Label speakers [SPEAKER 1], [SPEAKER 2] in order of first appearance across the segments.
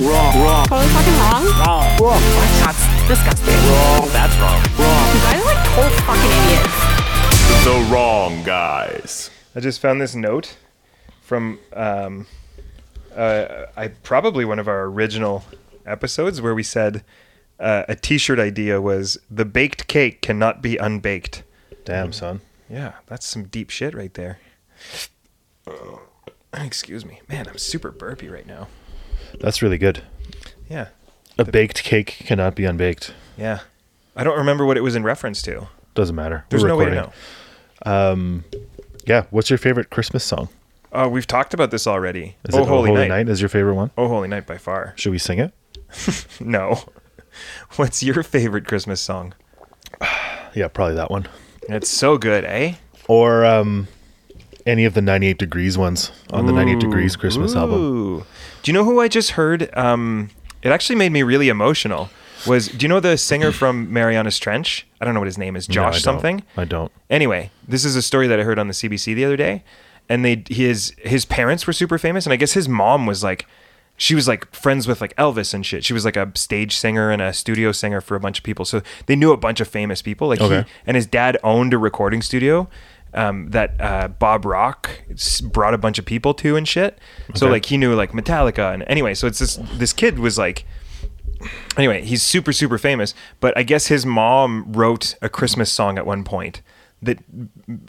[SPEAKER 1] Wrong. Wrong.
[SPEAKER 2] Totally fucking wrong.
[SPEAKER 1] Wrong. Wrong.
[SPEAKER 2] That's disgusting.
[SPEAKER 1] Wrong. That's wrong. Wrong.
[SPEAKER 2] You guys are like total fucking idiots.
[SPEAKER 3] The wrong guys.
[SPEAKER 4] I just found this note from um, uh, I probably one of our original episodes where we said uh, a T-shirt idea was the baked cake cannot be unbaked.
[SPEAKER 5] Damn, son.
[SPEAKER 4] Yeah, that's some deep shit right there. Excuse me, man. I'm super burpy right now.
[SPEAKER 5] That's really good.
[SPEAKER 4] Yeah,
[SPEAKER 5] A baked cake cannot be unbaked.
[SPEAKER 4] yeah. I don't remember what it was in reference to.
[SPEAKER 5] Doesn't matter.
[SPEAKER 4] There's
[SPEAKER 5] We're
[SPEAKER 4] no way to know.
[SPEAKER 5] recording. Yeah. What's your favorite Christmas song?
[SPEAKER 4] Oh, we've talked about this already.
[SPEAKER 5] Is
[SPEAKER 4] oh,
[SPEAKER 5] it Oh
[SPEAKER 4] holy, night.
[SPEAKER 5] Is your favorite one?
[SPEAKER 4] Oh, holy night by far.
[SPEAKER 5] Should we sing it?
[SPEAKER 4] No. What's your favorite Christmas song?
[SPEAKER 5] Yeah, probably that one.
[SPEAKER 4] It's so good, eh?
[SPEAKER 5] Or um, any of the 98 Degrees ones on the 98 Degrees Christmas album.
[SPEAKER 4] Ooh. Do you know who I just heard? Um, it actually made me really emotional. Was do you know the singer from Marianas Trench? I don't know what his name is.
[SPEAKER 5] No, I
[SPEAKER 4] Josh
[SPEAKER 5] don't.
[SPEAKER 4] something.
[SPEAKER 5] I don't.
[SPEAKER 4] Anyway, this is a story that I heard on the CBC the other day, and they his his parents were super famous, and I guess his mom was like, she was like friends with like Elvis and shit. She was like a stage singer and a studio singer for a bunch of people, so they knew a bunch of famous people. Like
[SPEAKER 5] Okay.
[SPEAKER 4] he and his dad owned a recording studio. Um, that uh, Bob Rock s- brought a bunch of people to and shit. So
[SPEAKER 5] Okay.
[SPEAKER 4] like he knew like Metallica and anyway, so it's this this kid was like anyway, he's super super famous, but I guess his mom wrote a Christmas song at one point that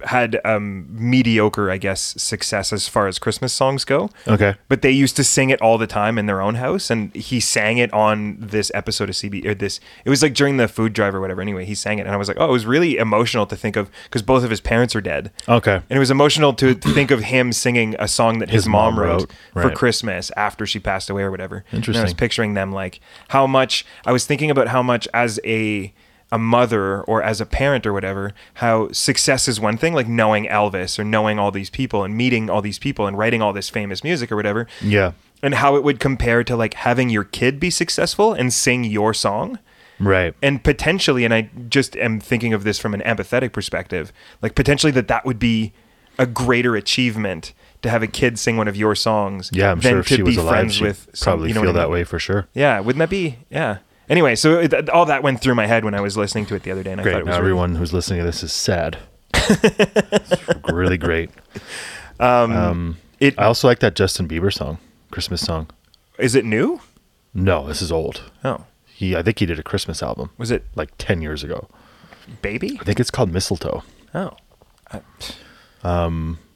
[SPEAKER 4] had um, mediocre, I guess, success as far as Christmas songs go.
[SPEAKER 5] Okay.
[SPEAKER 4] But they used to sing it all the time in their own house, and he sang it on this episode of CB or this. It was like during the food drive or whatever. Anyway, he sang it, and I was like, oh, it was really emotional to think of because both of his parents are dead.
[SPEAKER 5] Okay.
[SPEAKER 4] And it was emotional to think of him singing a song that his,
[SPEAKER 5] His
[SPEAKER 4] mom,
[SPEAKER 5] mom
[SPEAKER 4] wrote,
[SPEAKER 5] wrote,
[SPEAKER 4] for
[SPEAKER 5] right.
[SPEAKER 4] Christmas after she passed away or whatever. And I was
[SPEAKER 5] Interesting.
[SPEAKER 4] picturing them like how much I was thinking about how much as a a mother or as a parent or whatever, how success is one thing, like knowing Elvis or knowing all these people and meeting all these people and writing all this famous music or whatever
[SPEAKER 5] Yeah.
[SPEAKER 4] and how it would compare to like having your kid be successful and sing your song
[SPEAKER 5] Right.
[SPEAKER 4] and potentially and i just am thinking of this from an empathetic perspective like potentially that that would be a greater achievement to have a kid sing one of your songs
[SPEAKER 5] yeah, I'm
[SPEAKER 4] than
[SPEAKER 5] sure if
[SPEAKER 4] to
[SPEAKER 5] she was
[SPEAKER 4] be
[SPEAKER 5] alive,
[SPEAKER 4] friends
[SPEAKER 5] she'd
[SPEAKER 4] with some-
[SPEAKER 5] probably
[SPEAKER 4] you know
[SPEAKER 5] feel
[SPEAKER 4] what I
[SPEAKER 5] that
[SPEAKER 4] mean?
[SPEAKER 5] way for sure.
[SPEAKER 4] yeah wouldn't that be yeah anyway so it, all that went through my head when i was listening to it the other day and i thought
[SPEAKER 5] Great.
[SPEAKER 4] it
[SPEAKER 5] Now
[SPEAKER 4] was really-
[SPEAKER 5] everyone who's listening to this is sad. it's really great.
[SPEAKER 4] it
[SPEAKER 5] I also like that Justin Bieber song, Christmas song.
[SPEAKER 4] is it new
[SPEAKER 5] No, this is old.
[SPEAKER 4] oh
[SPEAKER 5] He, I think he did a Christmas album.
[SPEAKER 4] was it
[SPEAKER 5] like 10 years ago.
[SPEAKER 4] baby
[SPEAKER 5] I think it's called Mistletoe.
[SPEAKER 4] oh I,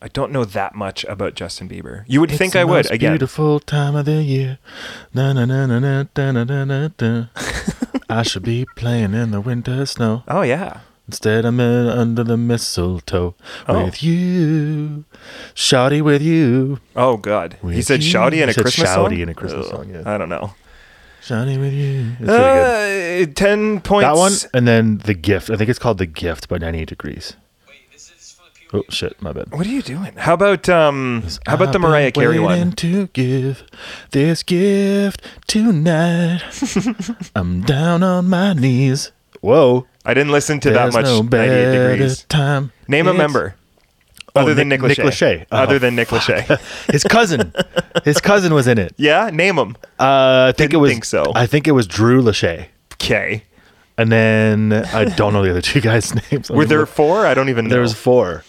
[SPEAKER 4] I don't know that much about justin bieber you would think
[SPEAKER 5] Um, It's the
[SPEAKER 4] i would
[SPEAKER 5] most
[SPEAKER 4] again
[SPEAKER 5] Beautiful time of the year. Na na na na na da, na na na na. I should be playing in the winter snow.
[SPEAKER 4] oh yeah
[SPEAKER 5] Instead, I'm in under the mistletoe
[SPEAKER 4] Oh.
[SPEAKER 5] with you, shawty with you.
[SPEAKER 4] Oh God! he
[SPEAKER 5] With
[SPEAKER 4] said
[SPEAKER 5] you.
[SPEAKER 4] "shouty" in
[SPEAKER 5] He
[SPEAKER 4] a
[SPEAKER 5] said
[SPEAKER 4] Christmas
[SPEAKER 5] "shouty"
[SPEAKER 4] song.
[SPEAKER 5] in a Christmas song, yeah.
[SPEAKER 4] I don't know.
[SPEAKER 5] Shawty with you. It's really good.
[SPEAKER 4] Uh, Ten points.
[SPEAKER 5] That one, and then the gift. I think it's called the gift by 98 Degrees. Oh shit, my bad.
[SPEAKER 4] What are you doing? How about um? How about the
[SPEAKER 5] I've been
[SPEAKER 4] Mariah Carey
[SPEAKER 5] waiting
[SPEAKER 4] one?
[SPEAKER 5] To give this gift tonight, I'm down on my knees. Whoa,
[SPEAKER 4] I didn't listen to that
[SPEAKER 5] there's
[SPEAKER 4] much.
[SPEAKER 5] no
[SPEAKER 4] 98
[SPEAKER 5] better
[SPEAKER 4] degrees.
[SPEAKER 5] Time.
[SPEAKER 4] Name a
[SPEAKER 5] It's-
[SPEAKER 4] member
[SPEAKER 5] Oh,
[SPEAKER 4] other than Nick,
[SPEAKER 5] Nick-
[SPEAKER 4] Lachey.
[SPEAKER 5] Nick Lachey. Oh,
[SPEAKER 4] Other than Nick Lachey.
[SPEAKER 5] His cousin, his cousin was in it.
[SPEAKER 4] yeah, name him.
[SPEAKER 5] Uh, I think it
[SPEAKER 4] Didn't
[SPEAKER 5] was.
[SPEAKER 4] think so.
[SPEAKER 5] I think it was Drew Lachey,
[SPEAKER 4] Okay.
[SPEAKER 5] and then I don't know the other two guys' names. I'm
[SPEAKER 4] Were
[SPEAKER 5] gonna
[SPEAKER 4] there
[SPEAKER 5] look-
[SPEAKER 4] four? I don't even know.
[SPEAKER 5] There was four.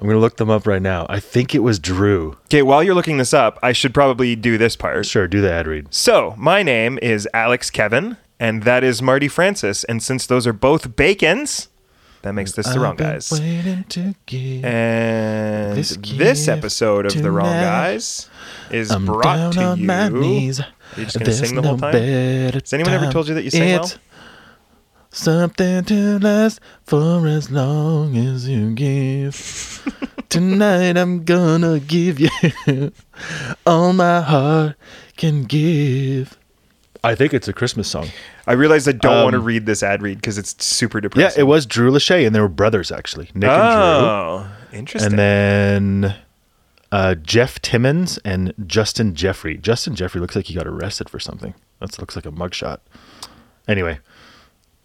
[SPEAKER 5] I'm gonna look them up right now. I think it was Drew.
[SPEAKER 4] okay, while you're looking this up, I should probably do this part.
[SPEAKER 5] Sure, do the ad read.
[SPEAKER 4] So, my name is Alex Kevin, and that is Marty Francis. And since those are both bacons, that makes this the wrong
[SPEAKER 5] I've been
[SPEAKER 4] guys.
[SPEAKER 5] waiting to give-
[SPEAKER 4] And this,
[SPEAKER 5] This gift
[SPEAKER 4] episode of The Wrong
[SPEAKER 5] tonight.
[SPEAKER 4] Guys is
[SPEAKER 5] I'm
[SPEAKER 4] brought
[SPEAKER 5] down
[SPEAKER 4] to
[SPEAKER 5] on
[SPEAKER 4] you.
[SPEAKER 5] my knees.
[SPEAKER 4] You're just gonna sing the whole time?
[SPEAKER 5] better
[SPEAKER 4] Has anyone ever
[SPEAKER 5] time.
[SPEAKER 4] told you that you sing well?
[SPEAKER 5] It's Something to last for as long as you give. Tonight I'm gonna give you all my heart can give. I think it's a Christmas song.
[SPEAKER 4] I realize I don't want to read this ad read because it's super
[SPEAKER 5] Um, Yeah,
[SPEAKER 4] depressing.
[SPEAKER 5] it was Drew Lachey, and they were brothers actually, Nick and
[SPEAKER 4] Oh,
[SPEAKER 5] Drew.
[SPEAKER 4] interesting.
[SPEAKER 5] And then uh, Jeff Timmons and Justin Jeffrey. Justin Jeffrey looks like he got arrested for something. That looks like a mugshot. Anyway,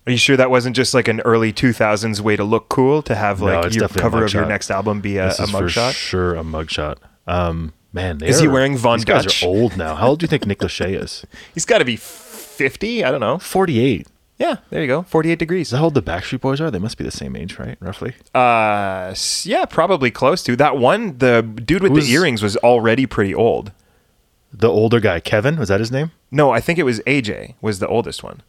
[SPEAKER 4] are you sure that wasn't just like an early 2000s way to look cool to have
[SPEAKER 5] No,
[SPEAKER 4] like
[SPEAKER 5] it's
[SPEAKER 4] your
[SPEAKER 5] definitely a
[SPEAKER 4] cover of your
[SPEAKER 5] mugshot.
[SPEAKER 4] next album be a, a
[SPEAKER 5] This is for
[SPEAKER 4] mugshot?
[SPEAKER 5] sure a mugshot. Um, Man,
[SPEAKER 4] Is he
[SPEAKER 5] they're-
[SPEAKER 4] wearing Von
[SPEAKER 5] these guys
[SPEAKER 4] Dutch?
[SPEAKER 5] are old now. How old do you think Nick Lachey is?
[SPEAKER 4] He's got to be 50. I don't know.
[SPEAKER 5] Forty-eight.
[SPEAKER 4] Yeah, there you go. 48
[SPEAKER 5] Is
[SPEAKER 4] degrees.
[SPEAKER 5] that how old the Backstreet Boys are? They must be the same age, right? Roughly.
[SPEAKER 4] Uh, s- yeah, probably close to that one. The dude with
[SPEAKER 5] Who's-
[SPEAKER 4] the earrings was already pretty old.
[SPEAKER 5] the older guy, Kevin, was that his name?
[SPEAKER 4] No, I think it was AJ was the oldest one.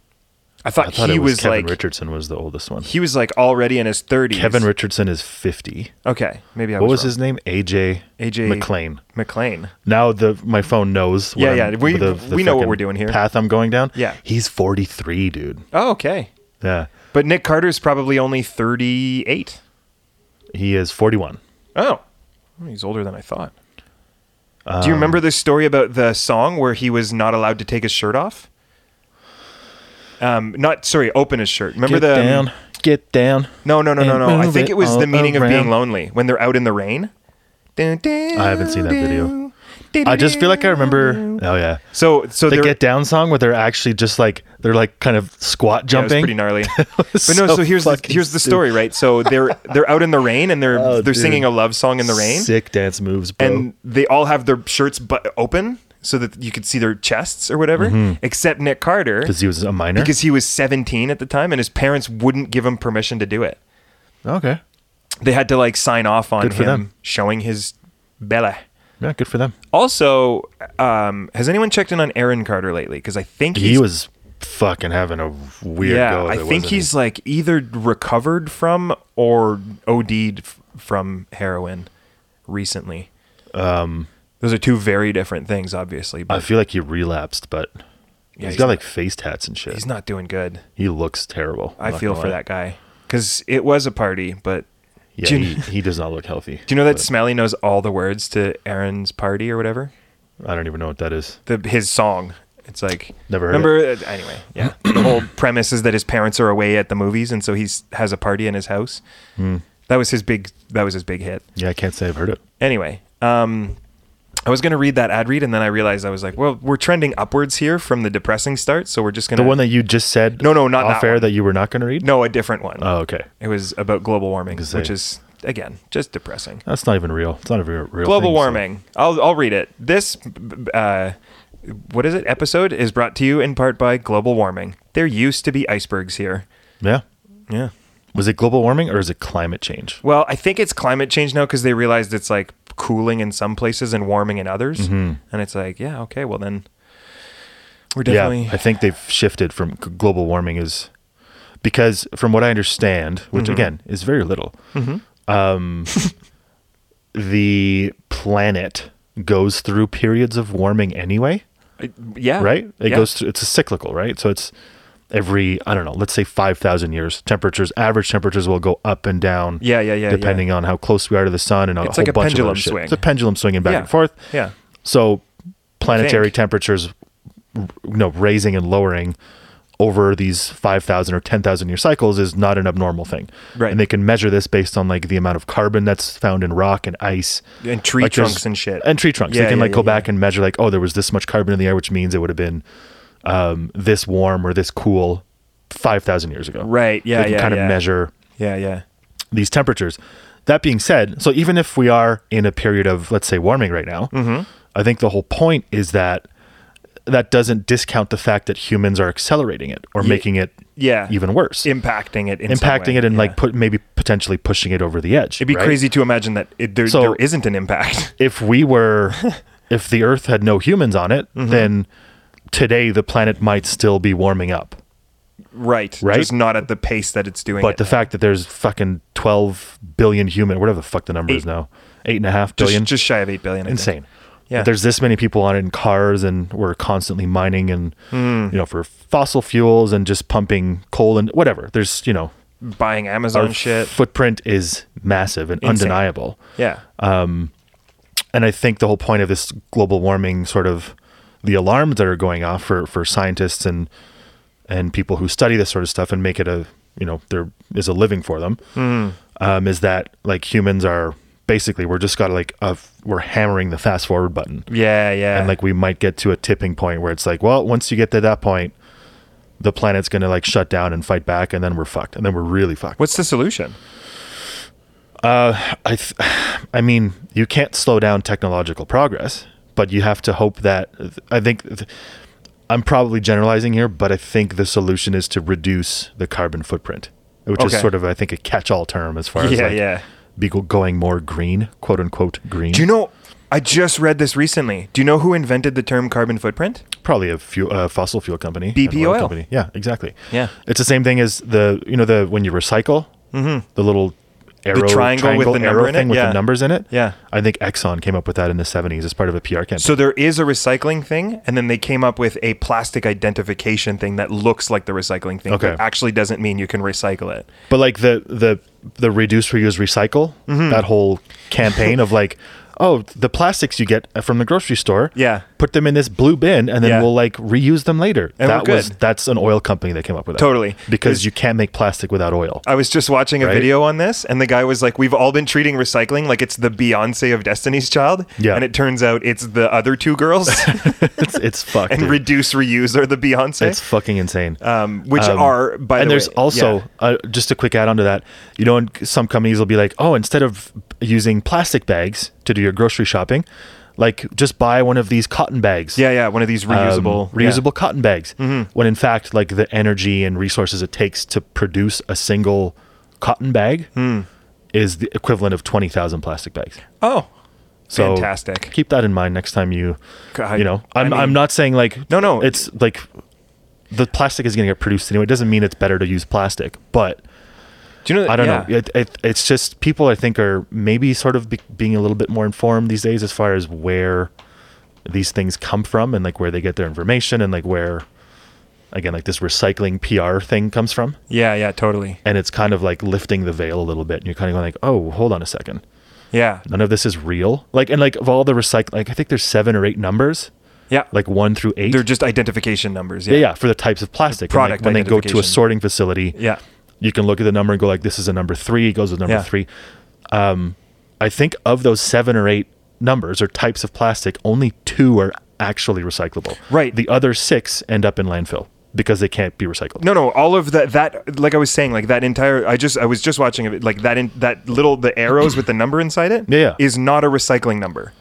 [SPEAKER 4] I thought,
[SPEAKER 5] I thought
[SPEAKER 4] he
[SPEAKER 5] it was,
[SPEAKER 4] was,
[SPEAKER 5] Kevin
[SPEAKER 4] like
[SPEAKER 5] Richardson was the oldest one.
[SPEAKER 4] he was like already in his 30s.
[SPEAKER 5] Kevin Richardson is fifty.
[SPEAKER 4] Okay, maybe I
[SPEAKER 5] What was
[SPEAKER 4] was,
[SPEAKER 5] his name? AJ.
[SPEAKER 4] AJ
[SPEAKER 5] McLean.
[SPEAKER 4] McLean.
[SPEAKER 5] Now the my phone knows.
[SPEAKER 4] Yeah,
[SPEAKER 5] what
[SPEAKER 4] yeah,
[SPEAKER 5] I'm-
[SPEAKER 4] we-
[SPEAKER 5] the- the
[SPEAKER 4] we know what
[SPEAKER 5] fucking
[SPEAKER 4] we're doing here.
[SPEAKER 5] Path I'm going down.
[SPEAKER 4] Yeah.
[SPEAKER 5] he's 43, dude.
[SPEAKER 4] Oh, okay.
[SPEAKER 5] Yeah,
[SPEAKER 4] But Nick Carter's probably only 38.
[SPEAKER 5] he is 41.
[SPEAKER 4] Oh, he's older than I thought. Do
[SPEAKER 5] Um,
[SPEAKER 4] you remember this story about the song where he was not allowed to take his shirt off? Um, not sorry, open his shirt. Remember
[SPEAKER 5] get
[SPEAKER 4] the um,
[SPEAKER 5] down, get down.
[SPEAKER 4] No, no, no, no,
[SPEAKER 5] and
[SPEAKER 4] no. I
[SPEAKER 5] move
[SPEAKER 4] think
[SPEAKER 5] it
[SPEAKER 4] it was
[SPEAKER 5] all
[SPEAKER 4] the meaning of
[SPEAKER 5] around.
[SPEAKER 4] being lonely when they're out in the rain. I haven't
[SPEAKER 5] seen that video. I just feel like I remember. Oh yeah,
[SPEAKER 4] So, so
[SPEAKER 5] the
[SPEAKER 4] they're
[SPEAKER 5] get down song where they're actually just like they're like kind of squat
[SPEAKER 4] Yeah, it was
[SPEAKER 5] jumping.
[SPEAKER 4] pretty gnarly. but no,
[SPEAKER 5] so
[SPEAKER 4] so, here's the,
[SPEAKER 5] fucking
[SPEAKER 4] here's the
[SPEAKER 5] stupid.
[SPEAKER 4] story, right? So they're they're out in the rain and they're
[SPEAKER 5] Oh,
[SPEAKER 4] they're
[SPEAKER 5] dude.
[SPEAKER 4] singing a love song in the rain.
[SPEAKER 5] Sick dance moves, bro.
[SPEAKER 4] and they all have their shirts but open so that you could see their chests or whatever, except Nick Carter
[SPEAKER 5] because Mm-hmm. he was a minor.
[SPEAKER 4] because he was 17 at the time and his parents wouldn't give him permission to do it.
[SPEAKER 5] okay,
[SPEAKER 4] They had to like sign off on
[SPEAKER 5] Good for
[SPEAKER 4] him
[SPEAKER 5] them.
[SPEAKER 4] showing his belly.
[SPEAKER 5] yeah, good for them.
[SPEAKER 4] Also, um, has anyone checked in on Aaron Carter lately? Because I think
[SPEAKER 5] He
[SPEAKER 4] he's-
[SPEAKER 5] was fucking having a weird
[SPEAKER 4] Yeah,
[SPEAKER 5] go.
[SPEAKER 4] I
[SPEAKER 5] there,
[SPEAKER 4] think
[SPEAKER 5] wasn't he?
[SPEAKER 4] he's like either recovered from or OD'd f- from heroin recently. Um, those are two very different things, obviously. But
[SPEAKER 5] I feel like he relapsed, but he's
[SPEAKER 4] he's
[SPEAKER 5] got
[SPEAKER 4] not-
[SPEAKER 5] like face tats and shit.
[SPEAKER 4] he's not doing good.
[SPEAKER 5] he looks terrible. I'm
[SPEAKER 4] I
[SPEAKER 5] not
[SPEAKER 4] feel
[SPEAKER 5] gonna
[SPEAKER 4] for
[SPEAKER 5] lie.
[SPEAKER 4] that guy because it was a party. But
[SPEAKER 5] Yeah,
[SPEAKER 4] do, you,
[SPEAKER 5] he, he does not look healthy.
[SPEAKER 4] do you know that Smelly knows all the words to Aaron's party or whatever?
[SPEAKER 5] I don't even know what that is.
[SPEAKER 4] The his song. It's like
[SPEAKER 5] Never heard
[SPEAKER 4] remember uh, anyway. Yeah, the whole premise is that his parents are away at the movies, and so he's has a party in his house.
[SPEAKER 5] Hmm.
[SPEAKER 4] That was his big. That was his big hit.
[SPEAKER 5] Yeah, I can't say I've heard it.
[SPEAKER 4] Anyway, um, I was gonna read that ad read, and then I realized I was like, well, we're trending upwards here from the depressing start, so we're just gonna
[SPEAKER 5] The one that you just said.
[SPEAKER 4] No, no, not
[SPEAKER 5] off
[SPEAKER 4] that
[SPEAKER 5] air
[SPEAKER 4] one.
[SPEAKER 5] that you were not going to read.
[SPEAKER 4] no a different one.
[SPEAKER 5] Oh, okay.
[SPEAKER 4] It was about global warming,
[SPEAKER 5] say-
[SPEAKER 4] which is again just depressing.
[SPEAKER 5] That's not even real. It's not a real. real
[SPEAKER 4] Global
[SPEAKER 5] thing, so-
[SPEAKER 4] warming. I'll I'll read it. This uh, what is it episode is brought to you in part by global warming. There used to be icebergs here.
[SPEAKER 5] yeah.
[SPEAKER 4] Yeah.
[SPEAKER 5] Was it global warming or is it climate change?
[SPEAKER 4] Well, I think it's climate change now because they realized it's like cooling in some places and warming in others,
[SPEAKER 5] Mm-hmm.
[SPEAKER 4] and it's like yeah, okay, well then we're definitely
[SPEAKER 5] Yeah, I think they've shifted from g- global warming is because, from what I understand, which
[SPEAKER 4] Mm-hmm.
[SPEAKER 5] again is very little, um, the planet goes through periods of warming anyway,
[SPEAKER 4] yeah
[SPEAKER 5] right? It
[SPEAKER 4] Oh, yeah.
[SPEAKER 5] goes through. It's a cyclical, right? So it's every I don't know, let's say five thousand years, temperatures average temperatures will go up and down.
[SPEAKER 4] Yeah, yeah, yeah, yeah.
[SPEAKER 5] Depending on how close we are to the sun and a
[SPEAKER 4] It's
[SPEAKER 5] whole
[SPEAKER 4] like a
[SPEAKER 5] bunch of
[SPEAKER 4] pendulum
[SPEAKER 5] other shit.
[SPEAKER 4] swing.
[SPEAKER 5] It's a pendulum swinging back
[SPEAKER 4] Yeah.
[SPEAKER 5] and forth.
[SPEAKER 4] yeah
[SPEAKER 5] So planetary
[SPEAKER 4] think.
[SPEAKER 5] temperatures, r- you know, raising and lowering over these 5,000 or 10,000 year cycles is not an abnormal thing.
[SPEAKER 4] Right.
[SPEAKER 5] And they can measure this based on like the amount of carbon that's found in rock and ice
[SPEAKER 4] and tree
[SPEAKER 5] Like, there's-
[SPEAKER 4] trunks and shit
[SPEAKER 5] And tree trunks.
[SPEAKER 4] Yeah,
[SPEAKER 5] they can
[SPEAKER 4] yeah,
[SPEAKER 5] like
[SPEAKER 4] yeah,
[SPEAKER 5] go
[SPEAKER 4] yeah.
[SPEAKER 5] back and measure like, oh, there was this much carbon in the air, which means it would have been um, this warm or this cool 5,000 years ago.
[SPEAKER 4] Right. Yeah,
[SPEAKER 5] They can
[SPEAKER 4] yeah,
[SPEAKER 5] kind
[SPEAKER 4] yeah.
[SPEAKER 5] of measure
[SPEAKER 4] yeah yeah
[SPEAKER 5] these temperatures. That being said, so even if we are in a period of, let's say, warming right now,
[SPEAKER 4] Mm-hmm.
[SPEAKER 5] I think the whole point is that that doesn't discount the fact that humans are accelerating it or making it
[SPEAKER 4] yeah
[SPEAKER 5] even worse,
[SPEAKER 4] impacting it in some
[SPEAKER 5] impacting
[SPEAKER 4] way,
[SPEAKER 5] it and
[SPEAKER 4] yeah.
[SPEAKER 5] like put maybe potentially pushing it over the edge.
[SPEAKER 4] It'd be
[SPEAKER 5] right?
[SPEAKER 4] crazy to imagine that it, there,
[SPEAKER 5] So-
[SPEAKER 4] there isn't an impact.
[SPEAKER 5] if we were, if the Earth had no humans on it,
[SPEAKER 4] Mm-hmm.
[SPEAKER 5] then today the planet might still be warming up.
[SPEAKER 4] right.
[SPEAKER 5] Right?
[SPEAKER 4] Just not at the pace that it's doing.
[SPEAKER 5] But
[SPEAKER 4] it
[SPEAKER 5] the
[SPEAKER 4] at.
[SPEAKER 5] fact that there's fucking 12 billion human, whatever the fuck the number is
[SPEAKER 4] Eight.
[SPEAKER 5] now, eight and a half
[SPEAKER 4] just,
[SPEAKER 5] billion.
[SPEAKER 4] just shy of 8 billion. I think.
[SPEAKER 5] insane.
[SPEAKER 4] Yeah.
[SPEAKER 5] There's this many people on it in cars and we're constantly mining and
[SPEAKER 4] Hmm.
[SPEAKER 5] you know for fossil fuels and just pumping coal and whatever. There's, you know,
[SPEAKER 4] Buying Amazon shit.
[SPEAKER 5] footprint is massive and
[SPEAKER 4] Insane.
[SPEAKER 5] undeniable.
[SPEAKER 4] yeah.
[SPEAKER 5] Uh, And I think the whole point of this global warming sort of the alarms that are going off for for scientists and and people who study this sort of stuff and make it a, you know, there is a living for them.
[SPEAKER 4] Hmm.
[SPEAKER 5] Um, is that like humans are basically we're just got to like uh, we're hammering the fast forward button.
[SPEAKER 4] yeah. Yeah.
[SPEAKER 5] and like we might get to a tipping point where it's like well once you get to that point the planet's going to like shut down and fight back and then we're fucked and then we're really fucked
[SPEAKER 4] what's the solution?
[SPEAKER 5] Uh, I, th- I mean, you can't slow down technological progress, but you have to hope that. I think th- I'm probably generalizing here, but I think the solution is to reduce the carbon footprint, which
[SPEAKER 4] Okay.
[SPEAKER 5] is sort of I think a catch-all term as far as
[SPEAKER 4] Yeah,
[SPEAKER 5] like,
[SPEAKER 4] yeah.
[SPEAKER 5] be go- going more green, quote unquote green.
[SPEAKER 4] Do you know? I just read this recently. Do you know who invented the term carbon footprint?
[SPEAKER 5] probably a fuel, uh, fossil fuel company, and
[SPEAKER 4] BP oil.
[SPEAKER 5] company. Yeah, exactly.
[SPEAKER 4] Yeah.
[SPEAKER 5] it's the same thing as the you know the when you recycle the little arrow
[SPEAKER 4] triangle with Mm-hmm. the number
[SPEAKER 5] arrow
[SPEAKER 4] in it?
[SPEAKER 5] thing with
[SPEAKER 4] Yeah.
[SPEAKER 5] the numbers in it.
[SPEAKER 4] Yeah.
[SPEAKER 5] I think Exxon came up with that in the '70s as part of a PR campaign.
[SPEAKER 4] So there is a recycling thing, and then they came up with a plastic identification thing that looks like the recycling thing,
[SPEAKER 5] Okay.
[SPEAKER 4] but actually doesn't mean you can recycle it.
[SPEAKER 5] but like the the the reduce, reuse, recycle
[SPEAKER 4] Mm-hmm.
[SPEAKER 5] that whole campaign of like. Oh, the plastics you get from the grocery store.
[SPEAKER 4] Yeah.
[SPEAKER 5] Put them in this blue bin, and then
[SPEAKER 4] Yeah.
[SPEAKER 5] we'll like reuse them later.
[SPEAKER 4] And we're
[SPEAKER 5] that was
[SPEAKER 4] good.
[SPEAKER 5] that's an oil company that came up with that.
[SPEAKER 4] Totally.
[SPEAKER 5] because you can't make plastic without oil.
[SPEAKER 4] I was just watching a
[SPEAKER 5] Right?
[SPEAKER 4] video on this, and the guy was like, "We've all been treating recycling like it's the Beyonce of Destiny's Child,"
[SPEAKER 5] Yeah.
[SPEAKER 4] and it turns out it's the other two girls,
[SPEAKER 5] It's it's fucked.
[SPEAKER 4] and
[SPEAKER 5] dude.
[SPEAKER 4] reduce reuse are the Beyonce,
[SPEAKER 5] It's fucking insane.
[SPEAKER 4] um, which
[SPEAKER 5] Um,
[SPEAKER 4] are by
[SPEAKER 5] and
[SPEAKER 4] the
[SPEAKER 5] there's
[SPEAKER 4] way-
[SPEAKER 5] also
[SPEAKER 4] yeah.
[SPEAKER 5] uh, just a quick add on to that. You know, and some companies will be like, oh, instead of using plastic bags to do your grocery shopping, like just buy one of these cotton bags.
[SPEAKER 4] yeah, yeah, one of these
[SPEAKER 5] um,
[SPEAKER 4] reusable, yeah. Mm-hmm.
[SPEAKER 5] reusable cotton bags. When in fact, like the energy and resources it takes to produce a single cotton bag
[SPEAKER 4] Hmm.
[SPEAKER 5] is the equivalent of twenty thousand plastic bags.
[SPEAKER 4] Oh,
[SPEAKER 5] So
[SPEAKER 4] fantastic!
[SPEAKER 5] Keep that in mind next time you,
[SPEAKER 4] God,
[SPEAKER 5] you know,
[SPEAKER 4] I
[SPEAKER 5] I'm
[SPEAKER 4] mean-
[SPEAKER 5] I'm not saying like
[SPEAKER 4] No, no.
[SPEAKER 5] it's like the plastic is going to get produced anyway. It doesn't mean it's better to use plastic, but
[SPEAKER 4] Do you know?
[SPEAKER 5] I don't
[SPEAKER 4] yeah.
[SPEAKER 5] know. It, it, it's just people I think are maybe sort of be, being a little bit more informed these days as far as where these things come from and like where they get their information and like where again like this recycling PR thing comes from.
[SPEAKER 4] Yeah, yeah, totally.
[SPEAKER 5] And it's kind of like lifting the veil a little bit, and you're kind of going like, oh, hold on a second
[SPEAKER 4] Yeah,
[SPEAKER 5] none of this is real. Like and like of all the recycle, like I think there's seven or eight numbers,
[SPEAKER 4] yeah.
[SPEAKER 5] like one through 8
[SPEAKER 4] they're just identification numbers. Yeah,
[SPEAKER 5] yeah, yeah, for the types of plastic. And,
[SPEAKER 4] Product
[SPEAKER 5] like, when they go to a
[SPEAKER 4] identification.
[SPEAKER 5] sorting facility,
[SPEAKER 4] Yeah.
[SPEAKER 5] you can look at the number and go like, this is a number three. It goes with number
[SPEAKER 4] Yeah.
[SPEAKER 5] three. Um, I think of those seven or eight numbers or types of plastic, only two are actually recyclable.
[SPEAKER 4] Right.
[SPEAKER 5] The other six end up in landfill because they can't be recycled.
[SPEAKER 4] No, no, all of that. That, like I was saying, like that entire. I just, I was just watching it. Like that, in, that little, the arrows with the number inside it,
[SPEAKER 5] Yeah,
[SPEAKER 4] is
[SPEAKER 5] yeah.
[SPEAKER 4] not a recycling number.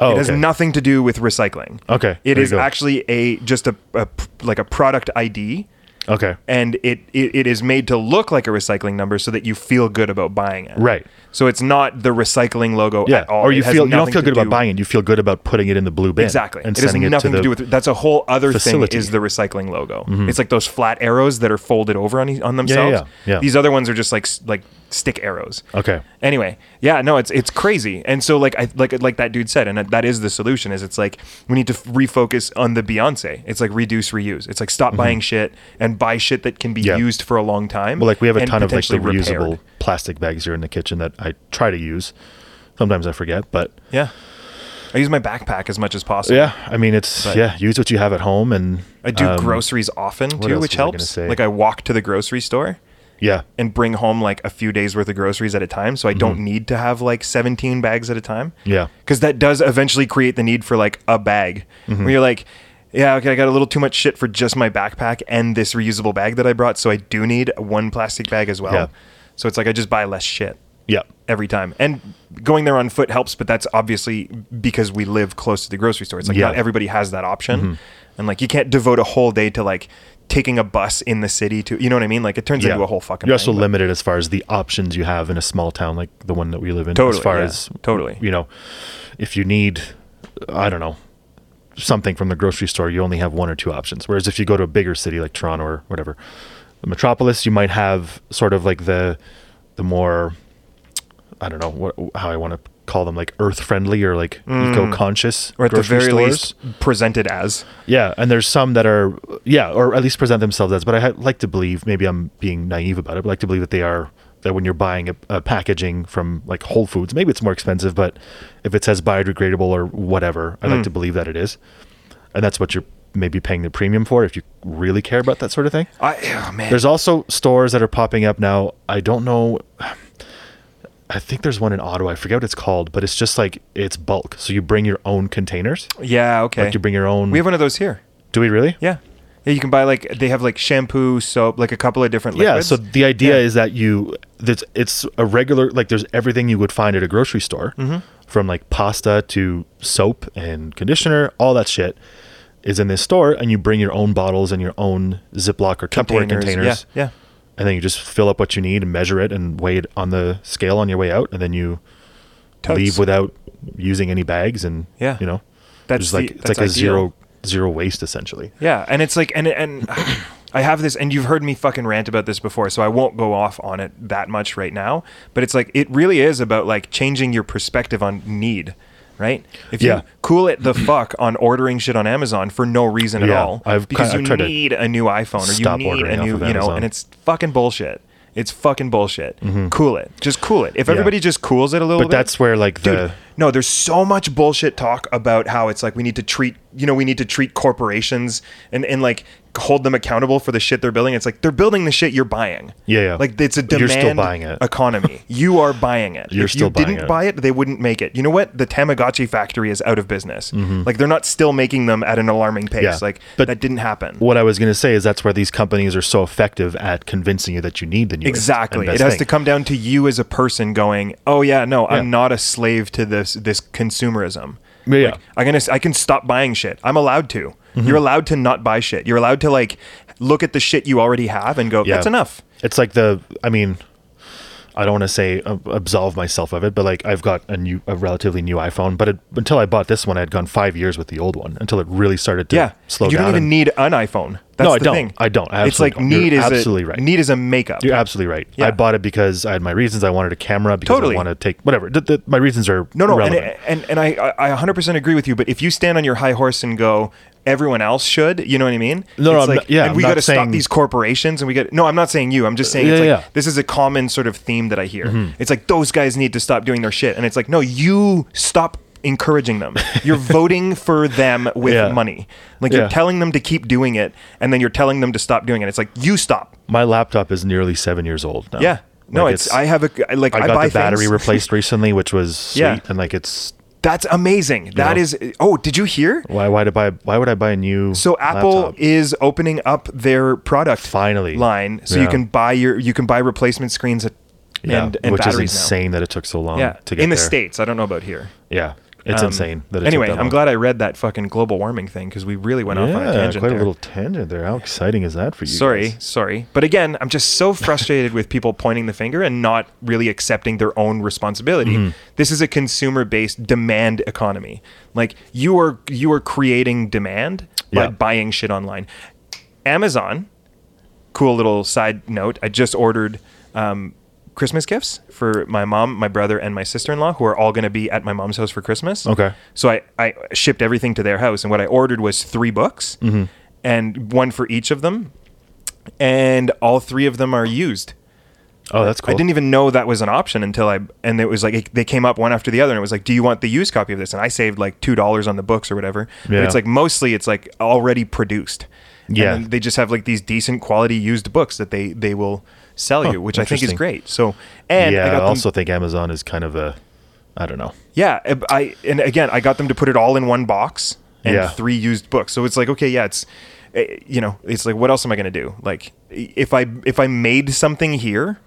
[SPEAKER 5] oh,
[SPEAKER 4] it has
[SPEAKER 5] okay.
[SPEAKER 4] nothing to do with recycling.
[SPEAKER 5] Okay,
[SPEAKER 4] it
[SPEAKER 5] there you
[SPEAKER 4] is
[SPEAKER 5] go.
[SPEAKER 4] actually a just a, a p- like a product ID,
[SPEAKER 5] Okay.
[SPEAKER 4] and it, it it is made to look like a recycling number so that you feel good about buying it.
[SPEAKER 5] Right.
[SPEAKER 4] So it's not the recycling logo
[SPEAKER 5] Yeah.
[SPEAKER 4] at all.
[SPEAKER 5] Or you
[SPEAKER 4] It has
[SPEAKER 5] feel you don't
[SPEAKER 4] nothing
[SPEAKER 5] feel
[SPEAKER 4] to
[SPEAKER 5] good
[SPEAKER 4] do-
[SPEAKER 5] about buying it. You feel good about putting it in the blue bin.
[SPEAKER 4] Exactly.
[SPEAKER 5] And
[SPEAKER 4] it has
[SPEAKER 5] sending
[SPEAKER 4] nothing to,
[SPEAKER 5] it to, the,
[SPEAKER 4] do with that's a whole other
[SPEAKER 5] facility. Mm-hmm.
[SPEAKER 4] thing is the recycling logo. It's like those flat arrows that are folded over on e- on themselves.
[SPEAKER 5] yeah, yeah.
[SPEAKER 4] These other ones are just like s- like stick arrows.
[SPEAKER 5] Okay.
[SPEAKER 4] Anyway, yeah, no, it's it's crazy. And so like I like like that dude said and that is the solution is it's like we need to f- refocus on the Beyonce. It's like reduce reuse. It's like stop buying shit and buy shit that can be
[SPEAKER 5] Mm-hmm. Yeah.
[SPEAKER 4] used for a long time.
[SPEAKER 5] Well, like we have a
[SPEAKER 4] and
[SPEAKER 5] ton of like the
[SPEAKER 4] potentially repaired.
[SPEAKER 5] reusable plastic bags here in the kitchen that I try to use. Sometimes I forget, but
[SPEAKER 4] Yeah. I use my backpack as much as possible.
[SPEAKER 5] yeah, I mean it's
[SPEAKER 4] But-
[SPEAKER 5] yeah, use what you have at home and
[SPEAKER 4] I do
[SPEAKER 5] um,
[SPEAKER 4] groceries often too,
[SPEAKER 5] else
[SPEAKER 4] which
[SPEAKER 5] was I gonna
[SPEAKER 4] helps.
[SPEAKER 5] say?
[SPEAKER 4] Like I walk to the grocery store.
[SPEAKER 5] Yeah,
[SPEAKER 4] and bring home like a few days worth of groceries at a time so i don't need to have like 17 bags at a time
[SPEAKER 5] Mm-hmm. Yeah.
[SPEAKER 4] because that does eventually create the need for like a bag
[SPEAKER 5] Mm-hmm.
[SPEAKER 4] where you're like yeah okay i got a little too much shit for just my backpack and this reusable bag that i brought so i do need one plastic bag as well
[SPEAKER 5] Yeah.
[SPEAKER 4] so it's like i just buy less shit
[SPEAKER 5] yeah,
[SPEAKER 4] every time and going there on foot helps but that's obviously because we live close to the grocery store it's like
[SPEAKER 5] Yeah. Mm-hmm.
[SPEAKER 4] not everybody has that option and like you can't devote a whole day to like taking a bus in the city to you know what i mean like it turns
[SPEAKER 5] yeah.
[SPEAKER 4] into a whole fucking
[SPEAKER 5] You're also
[SPEAKER 4] thing, but-
[SPEAKER 5] limited as far as the options you have in a small town like the one that we live in.
[SPEAKER 4] Totally,
[SPEAKER 5] as far
[SPEAKER 4] yeah,
[SPEAKER 5] as
[SPEAKER 4] totally.
[SPEAKER 5] you know, if you need, I don't know, something from the grocery store, you only have one or two options. Whereas if you go to a bigger city like Toronto or whatever, the metropolis, you might have sort of like the the more I don't know what how I want to call them like earth friendly or like eco conscious
[SPEAKER 4] Mm. or at the very least presented as
[SPEAKER 5] Yeah, and there's some that are yeah, or at least present themselves as. But I ha- like to believe, maybe I'm being naive about it, but I like to believe that they are that when you're buying a, a packaging from like Whole Foods, maybe it's more expensive, but if it says biodegradable or whatever, I like to believe that it is, and that's what you're maybe paying the premium for if you really care about that sort of thing.
[SPEAKER 4] I, oh man
[SPEAKER 5] There's also stores that are popping up now. I don't know. I think there's one in Ottawa. I forget what it's called, but it's just like it's bulk. So you bring your own containers.
[SPEAKER 4] yeah okay
[SPEAKER 5] Like you bring your own.
[SPEAKER 4] we have one of those here
[SPEAKER 5] Do we really?
[SPEAKER 4] yeah Yeah, you can buy like they have like shampoo, soap, like a couple of different
[SPEAKER 5] Yeah.
[SPEAKER 4] liquids.
[SPEAKER 5] So the idea
[SPEAKER 4] Yeah.
[SPEAKER 5] is that you that's it's a regular like there's everything you would find at a grocery store,
[SPEAKER 4] Mm-hmm.
[SPEAKER 5] from like pasta to soap and conditioner, all that shit is in this store, and you bring your own bottles and your own Ziploc or Tupperware
[SPEAKER 4] Containers, yeah,
[SPEAKER 5] containers.
[SPEAKER 4] yeah.
[SPEAKER 5] And then you just fill up what you need and measure it and weigh it on the scale on your way out, and then you
[SPEAKER 4] Totes.
[SPEAKER 5] leave without using any bags and
[SPEAKER 4] Yeah.
[SPEAKER 5] you know
[SPEAKER 4] That's
[SPEAKER 5] there's like
[SPEAKER 4] the-
[SPEAKER 5] it's
[SPEAKER 4] that's
[SPEAKER 5] like a
[SPEAKER 4] ideal.
[SPEAKER 5] zero zero waste essentially.
[SPEAKER 4] Yeah, and it's like and and I have this and you've heard me fucking rant about this before, so I won't go off on it that much right now, but it's like it really is about like changing your perspective on need, right? If
[SPEAKER 5] Yeah.
[SPEAKER 4] you cool it the fuck on ordering shit on Amazon for no reason at
[SPEAKER 5] Yeah,
[SPEAKER 4] all
[SPEAKER 5] I've ki-
[SPEAKER 4] because
[SPEAKER 5] I've
[SPEAKER 4] you
[SPEAKER 5] tried to
[SPEAKER 4] need a new iPhone or
[SPEAKER 5] stop
[SPEAKER 4] you need a
[SPEAKER 5] ordering off
[SPEAKER 4] new,
[SPEAKER 5] of
[SPEAKER 4] you know,
[SPEAKER 5] Amazon. Mm-hmm.
[SPEAKER 4] and it's fucking bullshit. It's fucking bullshit. Cool it. Just cool it. If everybody just cools it a little
[SPEAKER 5] But
[SPEAKER 4] bit.
[SPEAKER 5] that's where like the
[SPEAKER 4] Dude, no, there's so much bullshit talk about how it's like we need to treat, you know, we need to treat corporations and, and like hold them accountable for the shit they're building. It's like they're building the shit you're buying.
[SPEAKER 5] Yeah, yeah.
[SPEAKER 4] Like it's a demand
[SPEAKER 5] You're still buying it.
[SPEAKER 4] economy. You are buying it.
[SPEAKER 5] You're
[SPEAKER 4] if
[SPEAKER 5] still
[SPEAKER 4] you
[SPEAKER 5] buying
[SPEAKER 4] didn't
[SPEAKER 5] it.
[SPEAKER 4] buy it, they wouldn't make it. You know what? The Tamagotchi factory is out of business. Like they're not still making them at an alarming pace.
[SPEAKER 5] Mm-hmm. Yeah,
[SPEAKER 4] Like
[SPEAKER 5] but-
[SPEAKER 4] that didn't happen.
[SPEAKER 5] what I was going to say is that's where these companies are so effective at convincing you that you need the newest.
[SPEAKER 4] Exactly.
[SPEAKER 5] and best
[SPEAKER 4] It has
[SPEAKER 5] thing.
[SPEAKER 4] to come down to you as a person going, "Oh yeah, no,
[SPEAKER 5] Yeah.
[SPEAKER 4] I'm not a slave to this this consumerism.
[SPEAKER 5] Yeah, Mm-hmm. yeah.
[SPEAKER 4] I'm gonna s- I can stop buying shit. I'm allowed to. You're allowed to not buy shit. You're allowed to like look at the shit you already have and go,
[SPEAKER 5] Yeah.
[SPEAKER 4] "That's enough."
[SPEAKER 5] It's like the. I mean, I don't want to say uh, absolve myself of it, but like I've got a new, a relatively new iPhone. But it, until I bought this one, I had gone five years with the old one until it really started to
[SPEAKER 4] Yeah.
[SPEAKER 5] slow
[SPEAKER 4] you
[SPEAKER 5] down.
[SPEAKER 4] don't even
[SPEAKER 5] and-
[SPEAKER 4] need an iPhone. That's
[SPEAKER 5] No, I
[SPEAKER 4] the
[SPEAKER 5] don't.
[SPEAKER 4] thing.
[SPEAKER 5] I don't. I
[SPEAKER 4] it's
[SPEAKER 5] absolutely
[SPEAKER 4] like
[SPEAKER 5] don't.
[SPEAKER 4] need
[SPEAKER 5] You're
[SPEAKER 4] is
[SPEAKER 5] absolutely
[SPEAKER 4] a,
[SPEAKER 5] right.
[SPEAKER 4] Need is a makeup.
[SPEAKER 5] You're absolutely right.
[SPEAKER 4] Yeah.
[SPEAKER 5] I bought it because I had my reasons. I wanted a camera because
[SPEAKER 4] Totally.
[SPEAKER 5] I want to take whatever. Th- th- my reasons are
[SPEAKER 4] No, no, and,
[SPEAKER 5] relevant.
[SPEAKER 4] and and I I 100% agree with you. But if you stand on your high horse and go, everyone else should, you know what I mean?
[SPEAKER 5] No, no,
[SPEAKER 4] It's
[SPEAKER 5] I'm
[SPEAKER 4] like,
[SPEAKER 5] not- yeah,
[SPEAKER 4] and
[SPEAKER 5] I'm
[SPEAKER 4] we
[SPEAKER 5] not
[SPEAKER 4] got to stop
[SPEAKER 5] saying- Uh,
[SPEAKER 4] these corporations, and we got. No, I'm not saying you. I'm just saying
[SPEAKER 5] Yeah,
[SPEAKER 4] it's like,
[SPEAKER 5] yeah. Mm-hmm.
[SPEAKER 4] this is a common sort of theme that I hear. It's like those guys need to stop doing their shit, and it's like no, you stop encouraging them. You're voting for them with
[SPEAKER 5] Yeah.
[SPEAKER 4] money. Like
[SPEAKER 5] Yeah.
[SPEAKER 4] you're telling them to keep doing it, and then you're telling them to stop doing it. It's like you stop.
[SPEAKER 5] my laptop is nearly seven years old now.
[SPEAKER 4] Yeah. No,
[SPEAKER 5] Oh. Like,
[SPEAKER 4] it's, I have a like
[SPEAKER 5] I
[SPEAKER 4] I,
[SPEAKER 5] got
[SPEAKER 4] buy
[SPEAKER 5] the battery
[SPEAKER 4] things-
[SPEAKER 5] replaced recently, which was sweet,
[SPEAKER 4] Yeah.
[SPEAKER 5] and like it's
[SPEAKER 4] That's amazing. That
[SPEAKER 5] know?
[SPEAKER 4] is. Oh, did you hear?
[SPEAKER 5] Why? Why to buy? Why would I buy a new?
[SPEAKER 4] So Apple
[SPEAKER 5] laptop?
[SPEAKER 4] is opening up their product
[SPEAKER 5] Finally.
[SPEAKER 4] line, so you
[SPEAKER 5] Yeah.
[SPEAKER 4] can buy your you can buy replacement screens and,
[SPEAKER 5] yeah,
[SPEAKER 4] and, and
[SPEAKER 5] which is
[SPEAKER 4] batteries now.
[SPEAKER 5] insane that it took so long.
[SPEAKER 4] Yeah,
[SPEAKER 5] to get
[SPEAKER 4] in the
[SPEAKER 5] there.
[SPEAKER 4] states, I don't know about here.
[SPEAKER 5] Yeah, it's
[SPEAKER 4] Um,
[SPEAKER 5] insane that it
[SPEAKER 4] anyway,
[SPEAKER 5] took that
[SPEAKER 4] I'm
[SPEAKER 5] long.
[SPEAKER 4] glad I read that fucking global warming thing because we really went off on a
[SPEAKER 5] Yeah,
[SPEAKER 4] tangent
[SPEAKER 5] quite
[SPEAKER 4] there.
[SPEAKER 5] a little tangent there. How exciting is that for you?
[SPEAKER 4] sorry,
[SPEAKER 5] guys?
[SPEAKER 4] sorry, but again, I'm just so frustrated with people pointing the finger and not really accepting their own responsibility.
[SPEAKER 5] Mm-hmm.
[SPEAKER 4] This is a consumer-based demand economy. Like you are you are creating demand by
[SPEAKER 5] Yeah.
[SPEAKER 4] buying shit online. Amazon cool little side note. I just ordered um, Christmas gifts for my mom, my brother, and my sister in law, who are all going to be at my mom's house for Christmas.
[SPEAKER 5] Okay.
[SPEAKER 4] So I, I shipped everything to their house, and what I ordered was three books and one for each of them. And all three of them are used.
[SPEAKER 5] Oh, that's cool.
[SPEAKER 4] I didn't even know that was an option until I, and it was like, it, they came up one after the other and it was like, do you want the used copy of this? And I saved like $2 on the books or whatever.
[SPEAKER 5] Yeah.
[SPEAKER 4] But it's like mostly it's like already produced. And
[SPEAKER 5] Yeah.
[SPEAKER 4] then they just have like these decent quality used books that they, they will sell you, which I think is
[SPEAKER 5] Oh, interesting.
[SPEAKER 4] great. So, and
[SPEAKER 5] yeah,
[SPEAKER 4] I
[SPEAKER 5] I,
[SPEAKER 4] got
[SPEAKER 5] also
[SPEAKER 4] them,
[SPEAKER 5] think Amazon is kind of a. I don't know.
[SPEAKER 4] yeah, I- I, and again, I got them to put it all in one box and
[SPEAKER 5] Yeah.
[SPEAKER 4] three used books. So it's like, okay, yeah, it's, eh, you know, it's like, what else am I going to do? Like if I, if I made something here,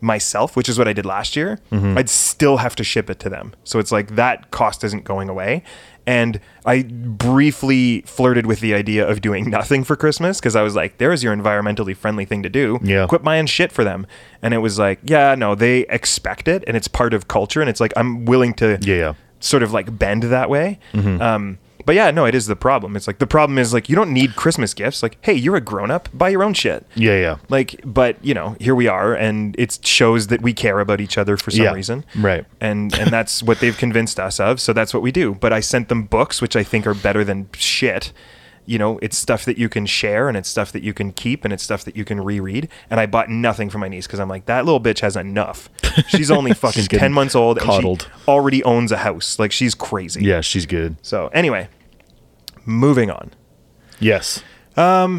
[SPEAKER 4] myself, which is what I did last year,
[SPEAKER 5] Mm-hmm.
[SPEAKER 4] I'd still have to ship it to them. So it's like that cost isn't going away. And I briefly flirted with the idea of doing nothing for Christmas because I was like, there's your environmentally friendly thing to do.
[SPEAKER 5] Yeah.
[SPEAKER 4] Quit buying shit for them. And it was like, yeah, no, they expect it and it's part of culture. And it's like, I'm willing to
[SPEAKER 5] Yeah, yeah. Mm-hmm.
[SPEAKER 4] sort of like bend that way. Um, but yeah, no, it is the problem. It's like the problem is like you don't need Christmas gifts. Like, hey, you're a grown up, buy your own shit.
[SPEAKER 5] Yeah, yeah.
[SPEAKER 4] Like, but you know, here we are, and it shows that we care about each other for some
[SPEAKER 5] Yeah,
[SPEAKER 4] reason,
[SPEAKER 5] right.
[SPEAKER 4] And and that's what they've convinced us of. So that's what we do. But I sent them books, which I think are better than shit. You know, it's stuff that you can share, and it's stuff that you can keep, and it's stuff that you can reread. And I bought nothing for my niece because I'm like, that little bitch has enough. She's only fucking
[SPEAKER 5] getting
[SPEAKER 4] ten months old,
[SPEAKER 5] coddled.
[SPEAKER 4] and she already owns a house. Like she's crazy.
[SPEAKER 5] Yeah, she's good.
[SPEAKER 4] So anyway, moving on.
[SPEAKER 5] Yes.
[SPEAKER 4] I